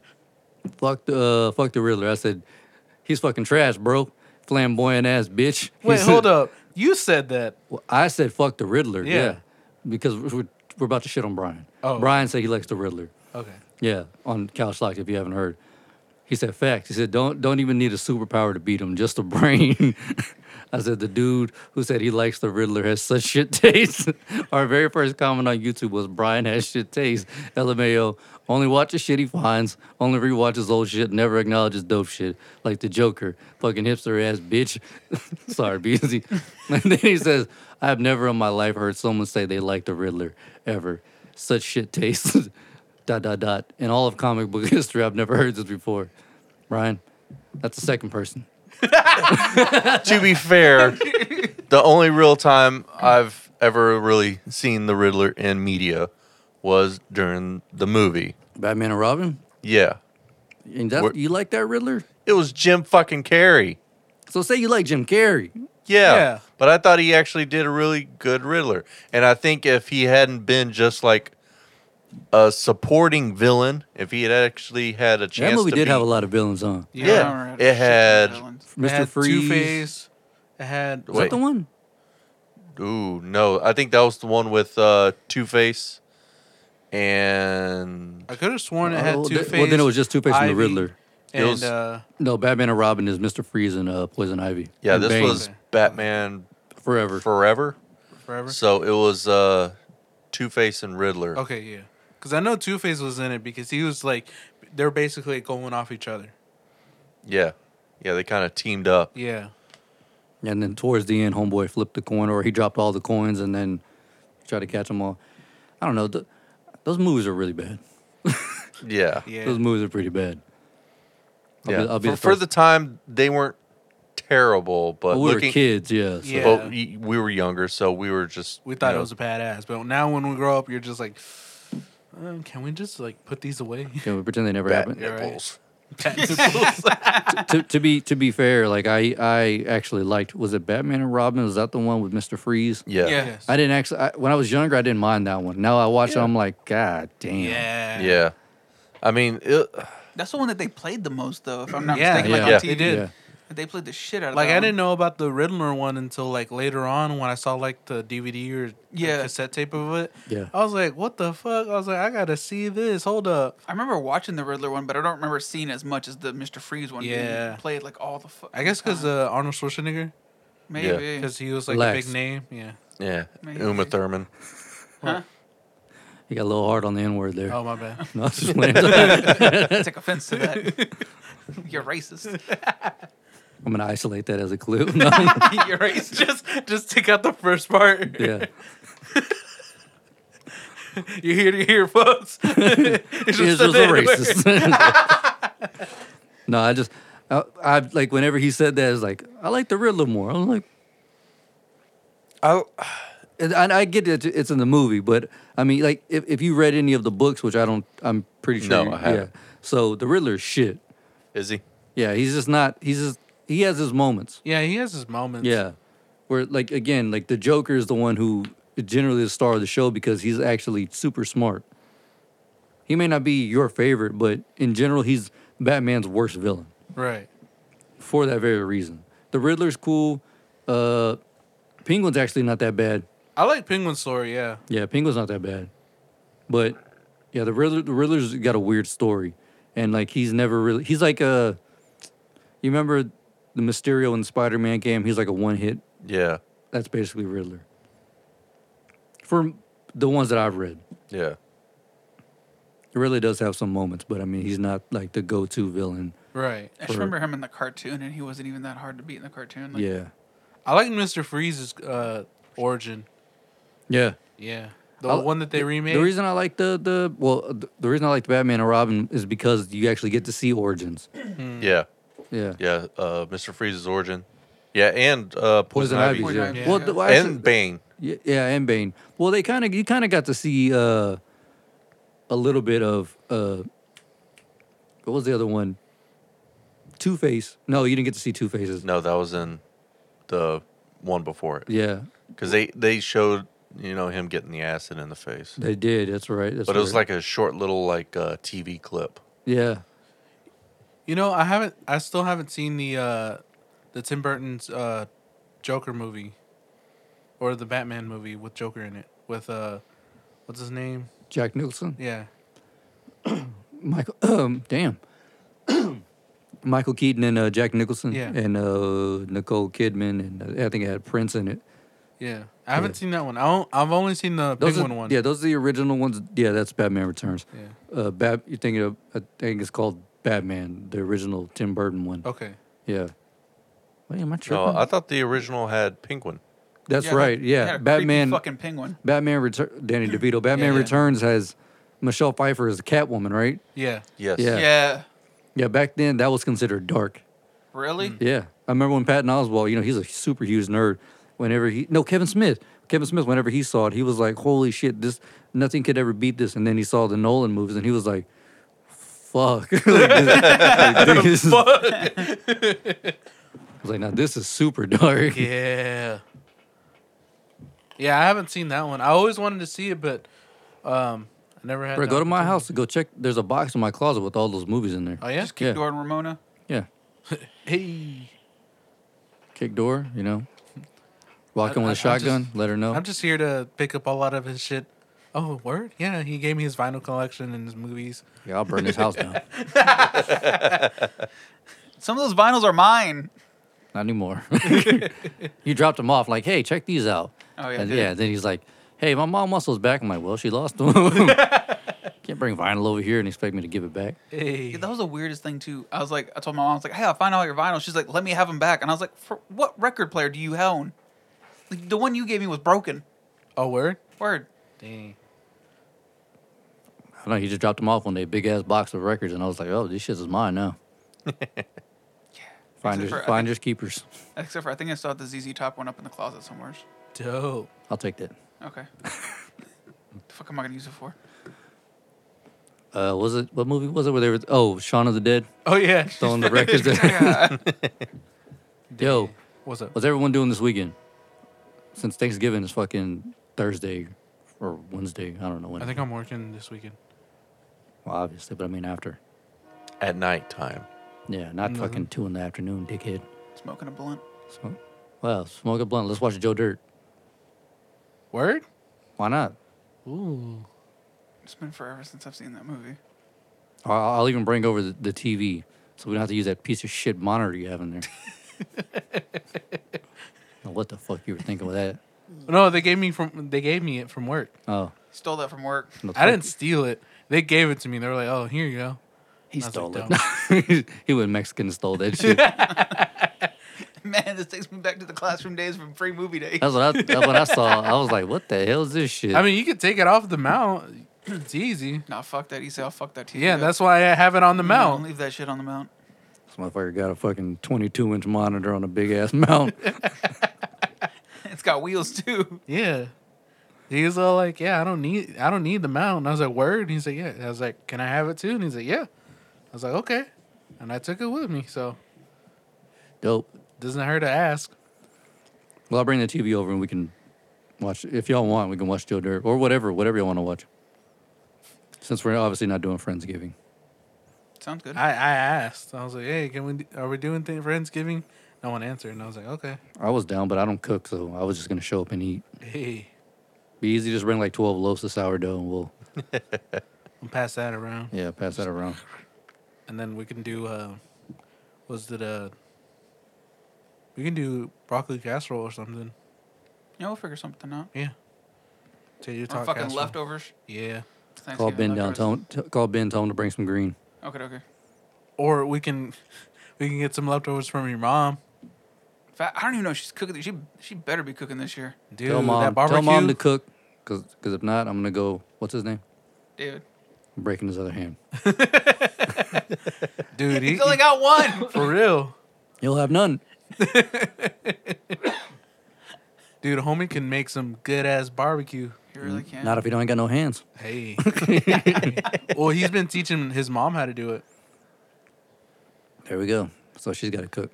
Speaker 1: "Fuck the uh, fuck the Riddler." I said, "He's fucking trash, bro. Flamboyant ass bitch." He
Speaker 2: Wait,
Speaker 1: said-
Speaker 2: hold up. You said that.
Speaker 1: Well, I said, "Fuck the Riddler." Yeah,
Speaker 2: Yeah.
Speaker 1: because we're, we're about to shit on Brian.
Speaker 2: Oh.
Speaker 1: Brian said he likes the Riddler.
Speaker 2: Okay.
Speaker 1: Yeah, on Couch Locked, if you haven't heard. He said, facts. He said, don't don't even need a superpower to beat him, just a brain. I said, the dude who said he likes the Riddler has such shit taste. Our very first comment on YouTube was Brian has shit taste. LMAO only watches shit he finds, only rewatches old shit, never acknowledges dope shit, like the Joker, fucking hipster ass bitch. Sorry, BZ. and then he says, I have never in my life heard someone say they like the Riddler ever. Such shit taste. dot dot dot. In all of comic book history, I've never heard this before. Ryan, that's the second person.
Speaker 3: to be fair, the only real time I've ever really seen the Riddler in media was during the movie.
Speaker 1: Batman and Robin.
Speaker 3: Yeah.
Speaker 1: And that,
Speaker 3: What-
Speaker 1: you like that Riddler?
Speaker 3: It was Jim fucking Carrey.
Speaker 1: So say you like Jim Carrey.
Speaker 3: Yeah.
Speaker 2: Yeah.
Speaker 3: But I thought he actually did a really good Riddler. And I think if he hadn't been just like a supporting villain, if he had actually had a chance
Speaker 1: that movie
Speaker 3: to
Speaker 1: did
Speaker 3: be-
Speaker 1: have a lot of villains on.
Speaker 7: Yeah,
Speaker 3: Yeah, it had-
Speaker 7: It
Speaker 1: Mr.
Speaker 2: It had
Speaker 1: Freeze.
Speaker 2: Two-Face. It had...
Speaker 1: Was that the
Speaker 3: Wait.
Speaker 1: one?
Speaker 3: Ooh, no. I think that was the one with uh Two Face and
Speaker 2: I could have sworn it had
Speaker 1: Oh,
Speaker 2: Two
Speaker 1: th-
Speaker 2: Face.
Speaker 1: well, then it was just Two Face and the
Speaker 2: Ivy,
Speaker 1: Riddler.
Speaker 3: It
Speaker 2: And
Speaker 3: was-
Speaker 2: uh,
Speaker 1: No, Batman and Robin is Mister Freeze and uh, Poison Ivy.
Speaker 3: yeah,
Speaker 1: And
Speaker 3: this
Speaker 1: Bane.
Speaker 3: was Batman
Speaker 1: forever.
Speaker 3: Forever.
Speaker 2: Forever.
Speaker 3: So it was uh Two Face and Riddler.
Speaker 2: Okay, yeah. Because I know Two Face was in it because he was like, they're basically going off each other.
Speaker 3: Yeah. Yeah, they kind of teamed up.
Speaker 2: Yeah.
Speaker 1: and then towards the end, Homeboy flipped the coin, or he dropped all the coins, and then tried to catch them all. I don't know. Th- those movies are really bad.
Speaker 3: Yeah.
Speaker 2: Yeah.
Speaker 1: Those movies are pretty bad. I'll
Speaker 3: Yeah.
Speaker 1: be- I'll be
Speaker 3: for,
Speaker 1: the
Speaker 3: for
Speaker 1: first-
Speaker 3: the time, they weren't terrible, but
Speaker 1: we
Speaker 3: looking,
Speaker 1: were kids, yeah. So
Speaker 2: Yeah.
Speaker 3: but we, we were younger, so we were just
Speaker 2: we thought
Speaker 3: you
Speaker 2: it
Speaker 3: know,
Speaker 2: was a badass, but now when we grow up, you're just like, um, can we just like put these away?
Speaker 1: yeah, we pretend they never
Speaker 3: bat
Speaker 1: happened.
Speaker 2: right.
Speaker 3: nipples.
Speaker 1: to, to be to be fair, like I I actually liked was it Batman and Robin? Was that the one with Mister Freeze?
Speaker 3: Yeah.
Speaker 7: Yeah.
Speaker 2: Yes.
Speaker 1: I didn't actually I, when I was younger I didn't mind that one. Now I watch it, I'm like, God damn.
Speaker 2: yeah.
Speaker 3: Yeah. I mean, it,
Speaker 7: That's the one that they played the most, though, if I'm not
Speaker 2: Yeah,
Speaker 7: mistaken.
Speaker 1: yeah.
Speaker 7: Like
Speaker 3: Yeah.
Speaker 7: on
Speaker 2: They
Speaker 7: TV.
Speaker 2: did.
Speaker 1: Yeah.
Speaker 7: They played the shit out of
Speaker 2: Like
Speaker 7: that
Speaker 2: I
Speaker 7: one.
Speaker 2: didn't know about the Riddler one until like later on when I saw like the DVD or the
Speaker 7: Yeah.
Speaker 2: cassette tape of it.
Speaker 1: Yeah.
Speaker 2: I was like, what the fuck? I was like, I gotta see this. Hold up.
Speaker 7: I remember watching the Riddler one, but I don't remember seeing as much as the Mr. Freeze one.
Speaker 2: Yeah.
Speaker 7: He played like all the fu-
Speaker 2: I guess because uh, Arnold Schwarzenegger,
Speaker 7: Maybe.
Speaker 2: because he was like a
Speaker 1: Relax.
Speaker 2: big name. Yeah.
Speaker 3: yeah.
Speaker 7: Maybe.
Speaker 3: Uma Thurman.
Speaker 7: Huh?
Speaker 1: You got a little hard on the N word there.
Speaker 2: Oh my bad.
Speaker 1: No, I was just playing. I'm
Speaker 7: I take offense to that. You're racist.
Speaker 1: gonna isolate that as a clue. No.
Speaker 2: You're right. It's Just just take out the first part.
Speaker 1: yeah.
Speaker 2: You hear to hear, folks. it's
Speaker 1: He is
Speaker 2: a
Speaker 1: was a racist. no, I just I, I like whenever he said that, it's like I like the Riddler more. I was like,
Speaker 3: I,
Speaker 1: and and I get it. It's in the movie, but I mean, like, if, if you read any of the books, which I don't, I'm pretty sure.
Speaker 3: No,
Speaker 1: you-
Speaker 3: I haven't.
Speaker 1: Yeah. So the Riddler's shit.
Speaker 3: is he?
Speaker 1: Yeah, he's just not. He's just he has his moments.
Speaker 2: Yeah, he has his moments.
Speaker 1: Yeah, where like again, like the Joker is the one who generally is the star of the show because he's actually super smart. He may not be your favorite, but in general, he's Batman's worst villain
Speaker 2: Right.
Speaker 1: for that very reason. The Riddler's cool. Uh, Penguin's actually not that bad.
Speaker 2: I like Penguin story. Yeah.
Speaker 1: Yeah, Penguin's not that bad, but yeah, the Riddler, the Riddler's got a weird story, and like he's never really he's like a. You remember the Mysterio in Spider Man game? He's like a one hit
Speaker 3: Yeah.
Speaker 1: That's basically Riddler. For the ones that I've read,
Speaker 3: Yeah.
Speaker 1: it really does have some moments, but I mean, he's not like the go-to villain.
Speaker 2: Right.
Speaker 7: I just
Speaker 1: Or-
Speaker 7: remember him in the cartoon, and he wasn't even that hard to beat in the cartoon. Like,
Speaker 1: yeah,
Speaker 2: I like Mr. Freeze's uh, origin.
Speaker 1: yeah.
Speaker 2: Yeah. The
Speaker 1: I li-
Speaker 2: one that they remade.
Speaker 1: The reason I like the the well, th- the reason I like the Batman and Robin is because you actually get to see origins. Hmm.
Speaker 3: Yeah.
Speaker 1: Yeah,
Speaker 3: Yeah. Uh, Mr. Freeze's origin. Yeah, and uh,
Speaker 1: Poison
Speaker 3: Poison, Ivy.
Speaker 1: Ivy's.
Speaker 7: Poison
Speaker 1: Yeah.
Speaker 7: Ivy,
Speaker 1: Well,
Speaker 7: yeah.
Speaker 1: th- well, actually-
Speaker 3: And Bane.
Speaker 1: Yeah, yeah, and Bane. Well, they kind of you kind of got to see uh, a little bit of uh, what was the other one? Two Face. No, you didn't get to see Two Faces.
Speaker 3: No, that was in the one before it.
Speaker 1: Yeah,
Speaker 3: Because they, they showed, you know, him getting the acid in the face.
Speaker 1: they did. That's right. That's
Speaker 3: But it was
Speaker 1: right.
Speaker 3: like a short little, like, uh, TV clip.
Speaker 1: yeah,
Speaker 2: you know, I haven't. I still haven't seen the uh, the Tim Burton's uh, Joker movie, or the Batman movie with Joker in it. With uh, what's his name?
Speaker 1: Jack Nicholson,
Speaker 2: Yeah.
Speaker 1: Michael. Um, damn. Michael Keaton and uh, Jack Nicholson
Speaker 2: Yeah.
Speaker 1: and uh, Nicole Kidman and uh, I think it had Prince in it.
Speaker 2: Yeah. I haven't seen that one. I don't, I've only seen the
Speaker 1: Those
Speaker 2: Penguin
Speaker 1: are,
Speaker 2: one.
Speaker 1: Yeah, those are the original ones. Yeah, that's Batman Returns.
Speaker 2: Yeah.
Speaker 1: Uh, Bat, you think of? I think it's called Batman, the original Tim Burton one.
Speaker 2: Okay.
Speaker 1: Yeah. Wait, am I
Speaker 3: No,
Speaker 1: tripping?
Speaker 3: Uh, I thought the original had Penguin.
Speaker 1: that's
Speaker 7: yeah,
Speaker 1: right.
Speaker 7: he
Speaker 1: Yeah,
Speaker 7: had a creepy
Speaker 1: Batman.
Speaker 7: Fucking penguin.
Speaker 1: Batman Return. Danny DeVito. Batman
Speaker 2: yeah.
Speaker 1: Returns has Michelle Pfeiffer as the Catwoman, right?
Speaker 2: Yeah.
Speaker 3: Yes.
Speaker 1: Yeah.
Speaker 7: Yeah.
Speaker 1: Yeah. Back then, that was considered dark.
Speaker 7: Really?
Speaker 1: Yeah, I remember when Patton Oswald. You know, he's a super huge nerd. Whenever he no Kevin Smith, Kevin Smith. Whenever he saw it, he was like, "Holy shit! This nothing could ever beat this." And then he saw the Nolan movies, and he was like, "Fuck!" Like, this- like, this is- I was like, "Now this is super dark."
Speaker 2: Yeah. Yeah, I haven't seen that one. I always wanted to see it, but um, I never had.
Speaker 1: Bro,
Speaker 2: the
Speaker 1: go to my
Speaker 2: opportunity.
Speaker 1: house. Go check. There's a box in my closet with all those movies in there.
Speaker 2: Oh yeah.
Speaker 7: Just keep
Speaker 1: Yeah.
Speaker 7: Gordon Ramona.
Speaker 1: Yeah,
Speaker 2: Hey,
Speaker 1: kick door. You know, walk
Speaker 2: I-
Speaker 1: in with a
Speaker 2: I- I'm
Speaker 1: shotgun.
Speaker 2: just-
Speaker 1: let her know.
Speaker 2: I'm just here to pick up a lot of his shit. Oh, word? Yeah, he gave me his vinyl collection and his movies.
Speaker 1: yeah, I'll burn this house down.
Speaker 7: Some of those vinyls are mine.
Speaker 1: not anymore. you dropped him off, like, hey, check these out.
Speaker 7: Oh, yeah, I
Speaker 1: And
Speaker 7: did.
Speaker 1: yeah. Then he's like, hey, my mom muscle's back. I'm like, well, she lost them. Can't bring vinyl over here and expect me to give it back.
Speaker 2: Hey.
Speaker 7: Yeah, that was the weirdest thing too. I was like, I told my mom, I was like, "Hey, I'll find all your vinyls." She's like, "Let me have them back," and I was like, "For what record player do you own?" Like, the one you gave me was broken.
Speaker 2: Oh, word?
Speaker 7: Word.
Speaker 2: Dang.
Speaker 1: I don't know. He just dropped them off on a big ass box of records, and I was like, oh, this shit is mine now. Finders,
Speaker 7: Except for-
Speaker 1: finders keepers.
Speaker 7: Except for I think I still have the ZZ Top one up in the closet somewhere.
Speaker 2: Dope.
Speaker 1: I'll take that.
Speaker 7: Okay. the fuck am I gonna use it for?
Speaker 1: Uh, was it what movie was it where they were? Oh, Shaun of the Dead
Speaker 2: Oh, yeah.
Speaker 1: throwing the records. Yo,
Speaker 2: What's up?
Speaker 1: what's everyone doing this weekend? Since Thanksgiving is fucking Thursday or Wednesday, I don't know when.
Speaker 2: I think I'm working this weekend.
Speaker 1: well, obviously, but I mean after.
Speaker 3: At nighttime.
Speaker 1: Yeah, not fucking two in the afternoon, dickhead.
Speaker 7: Smoking a blunt.
Speaker 1: So, well, smoke a blunt. Let's watch Joe Dirt.
Speaker 2: Word?
Speaker 1: Why not?
Speaker 2: Ooh.
Speaker 7: It's been forever since I've seen that movie.
Speaker 1: Or I'll, I'll even bring over the, the TV so we don't have to use that piece of shit monitor you have in there. Now, what the fuck you were thinking with that?
Speaker 2: No, they gave me from they gave me it from work.
Speaker 1: Oh,
Speaker 7: Stole that from work.
Speaker 1: no,
Speaker 2: I didn't steal it. They gave it to me. They were like, "Oh, here you go."
Speaker 1: He
Speaker 2: I was
Speaker 1: stole
Speaker 2: like,
Speaker 1: it. he went Mexican and stole that shit.
Speaker 7: Man, this takes me back to the classroom days from free movie day.
Speaker 1: That's what I, that's what I saw. I was like, what the hell is this shit?
Speaker 2: I mean, you could take it off the mount. It's easy.
Speaker 7: Nah, fuck that. He said, "I'll fuck that TV."
Speaker 2: Yeah,
Speaker 7: up."
Speaker 2: that's why I have it on the
Speaker 7: No, don't
Speaker 2: mount.
Speaker 7: Leave that shit on the mount.
Speaker 1: this motherfucker got a fucking 22 inch monitor on a big ass mount.
Speaker 7: It's got wheels too.
Speaker 2: Yeah. He was all like, "Yeah, I don't need, I don't need the mount." And I was like, "Word." And he's like, "Yeah." And I was like, "Can I have it too?" And he's like, "Yeah." I was like, "Okay," and I took it with me. So
Speaker 1: Dope.
Speaker 2: doesn't hurt to ask.
Speaker 1: Well, I'll bring the TV over and we can watch. If y'all want, we can watch Joe Dirt or whatever, whatever y'all want to watch. Since we're obviously not doing Friendsgiving.
Speaker 7: Sounds good.
Speaker 2: I, I asked. I was like, "Hey, can we? do- Are we doing thing Friendsgiving?" No one answered, and I was like, "Okay."
Speaker 1: I was down, but I don't cook, so I was just gonna show up and eat.
Speaker 2: Hey,
Speaker 1: Be easy, just bring like twelve loaves of sourdough, and we'll
Speaker 2: I'll pass that around,
Speaker 1: yeah pass that around.
Speaker 2: and then we can do. uh Was it uh? We We can do broccoli casserole or something.
Speaker 7: Yeah, we'll figure something out.
Speaker 2: Yeah. Potato
Speaker 7: Or
Speaker 2: tot
Speaker 7: fucking
Speaker 2: casserole.
Speaker 7: leftovers.
Speaker 2: Yeah.
Speaker 1: Call Ben down. Tell him, t- call Ben. Tell him to bring some green.
Speaker 7: Okay, okay.
Speaker 2: Or we can we can get some leftovers from your mom.
Speaker 7: Fa I don't even know if she's cooking. This. She she better be cooking this year,
Speaker 2: Dude,
Speaker 1: tell mom.
Speaker 2: that barbecue.
Speaker 1: Tell mom to cook. Cause, 'cause if not, I'm gonna go. What's his name?
Speaker 7: dude.
Speaker 1: I'm breaking his other hand.
Speaker 2: Dude, he,
Speaker 7: He's only got one.
Speaker 2: for real.
Speaker 1: You'll have none.
Speaker 2: Dude, homie can make some good ass barbecue.
Speaker 7: He really can't.
Speaker 1: Not if you don't ain't got no hands.
Speaker 2: Hey. well, he's been teaching his mom how to do it.
Speaker 1: There we go. So she's got to cook.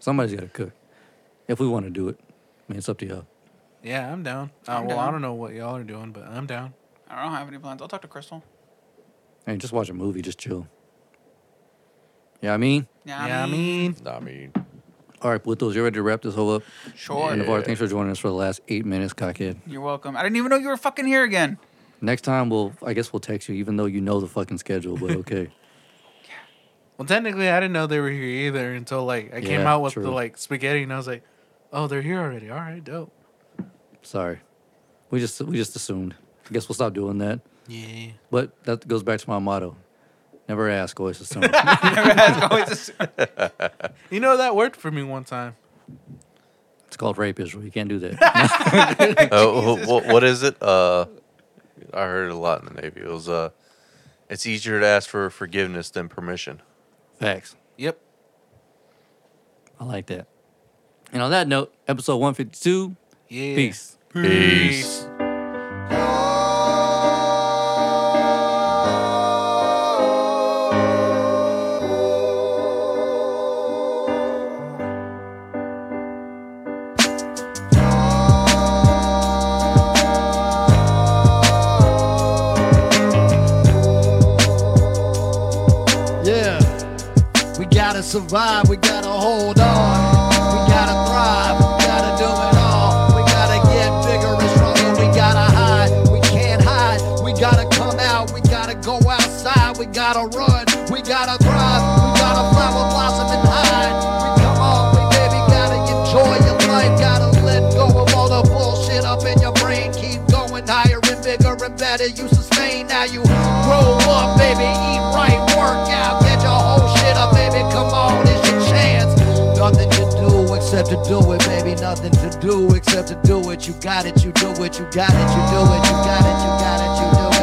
Speaker 1: Somebody's got to cook. If we want to do it, I mean, it's up to y'all.
Speaker 2: Yeah, I'm down. Uh,
Speaker 7: I'm
Speaker 2: well, I
Speaker 7: down.
Speaker 2: don't know what y'all are doing, but I'm down.
Speaker 7: I don't have any plans. I'll talk to Crystal.
Speaker 1: Hey, just watch a movie, just chill. Yeah, I mean,
Speaker 7: Yeah,
Speaker 2: yeah,
Speaker 7: I mean,
Speaker 3: I mean,
Speaker 1: all right, Blitos, you ready to wrap this whole up?
Speaker 7: sure.
Speaker 1: And Navar, thanks for joining us for the last eight minutes, cockhead.
Speaker 7: You're welcome. I didn't even know you were fucking here again.
Speaker 1: Next time, we'll, I guess we'll text you, even though you know the fucking schedule, but okay.
Speaker 2: Well, technically, I didn't know they were here either until like I came
Speaker 1: Yeah,
Speaker 2: out with the
Speaker 1: true.
Speaker 2: like spaghetti, and I was like, "Oh, they're here already. All right, dope."
Speaker 1: Sorry. We just, we just assumed. I guess we'll stop doing that.
Speaker 2: Yeah.
Speaker 1: But that goes back to my motto never ask, always assume.
Speaker 2: You know that worked for me one time.
Speaker 1: it's called rape, Israel. You can't do that.
Speaker 3: uh, wh- wh- what is it? Uh, I heard it a lot in the Navy. It was uh, it's easier to ask for forgiveness than permission.
Speaker 1: Facts.
Speaker 2: Yep.
Speaker 1: I like that. And on that note, episode 152,
Speaker 2: Yeah.
Speaker 1: peace.
Speaker 3: Peace.
Speaker 5: Yeah. We gotta survive, we gotta hold on. We gotta thrive, we gotta do it all. We gotta get bigger and stronger, we gotta hide. We can't hide, we gotta come out, we gotta go outside, we gotta run, we gotta thrive, we gotta flower blossom and hide. We come on, we baby gotta enjoy your life, gotta let go of all the bullshit up in your brain. Keep going higher and bigger and better, you sustain. Now you grow up, baby, eat right, work out, get your whole shit up, baby. Come on, it's your chance. Nothing to do except to do it, baby. Nothing to do except to do it. You got it, you do it, you got it, you do it, you got it, you got it, you do it.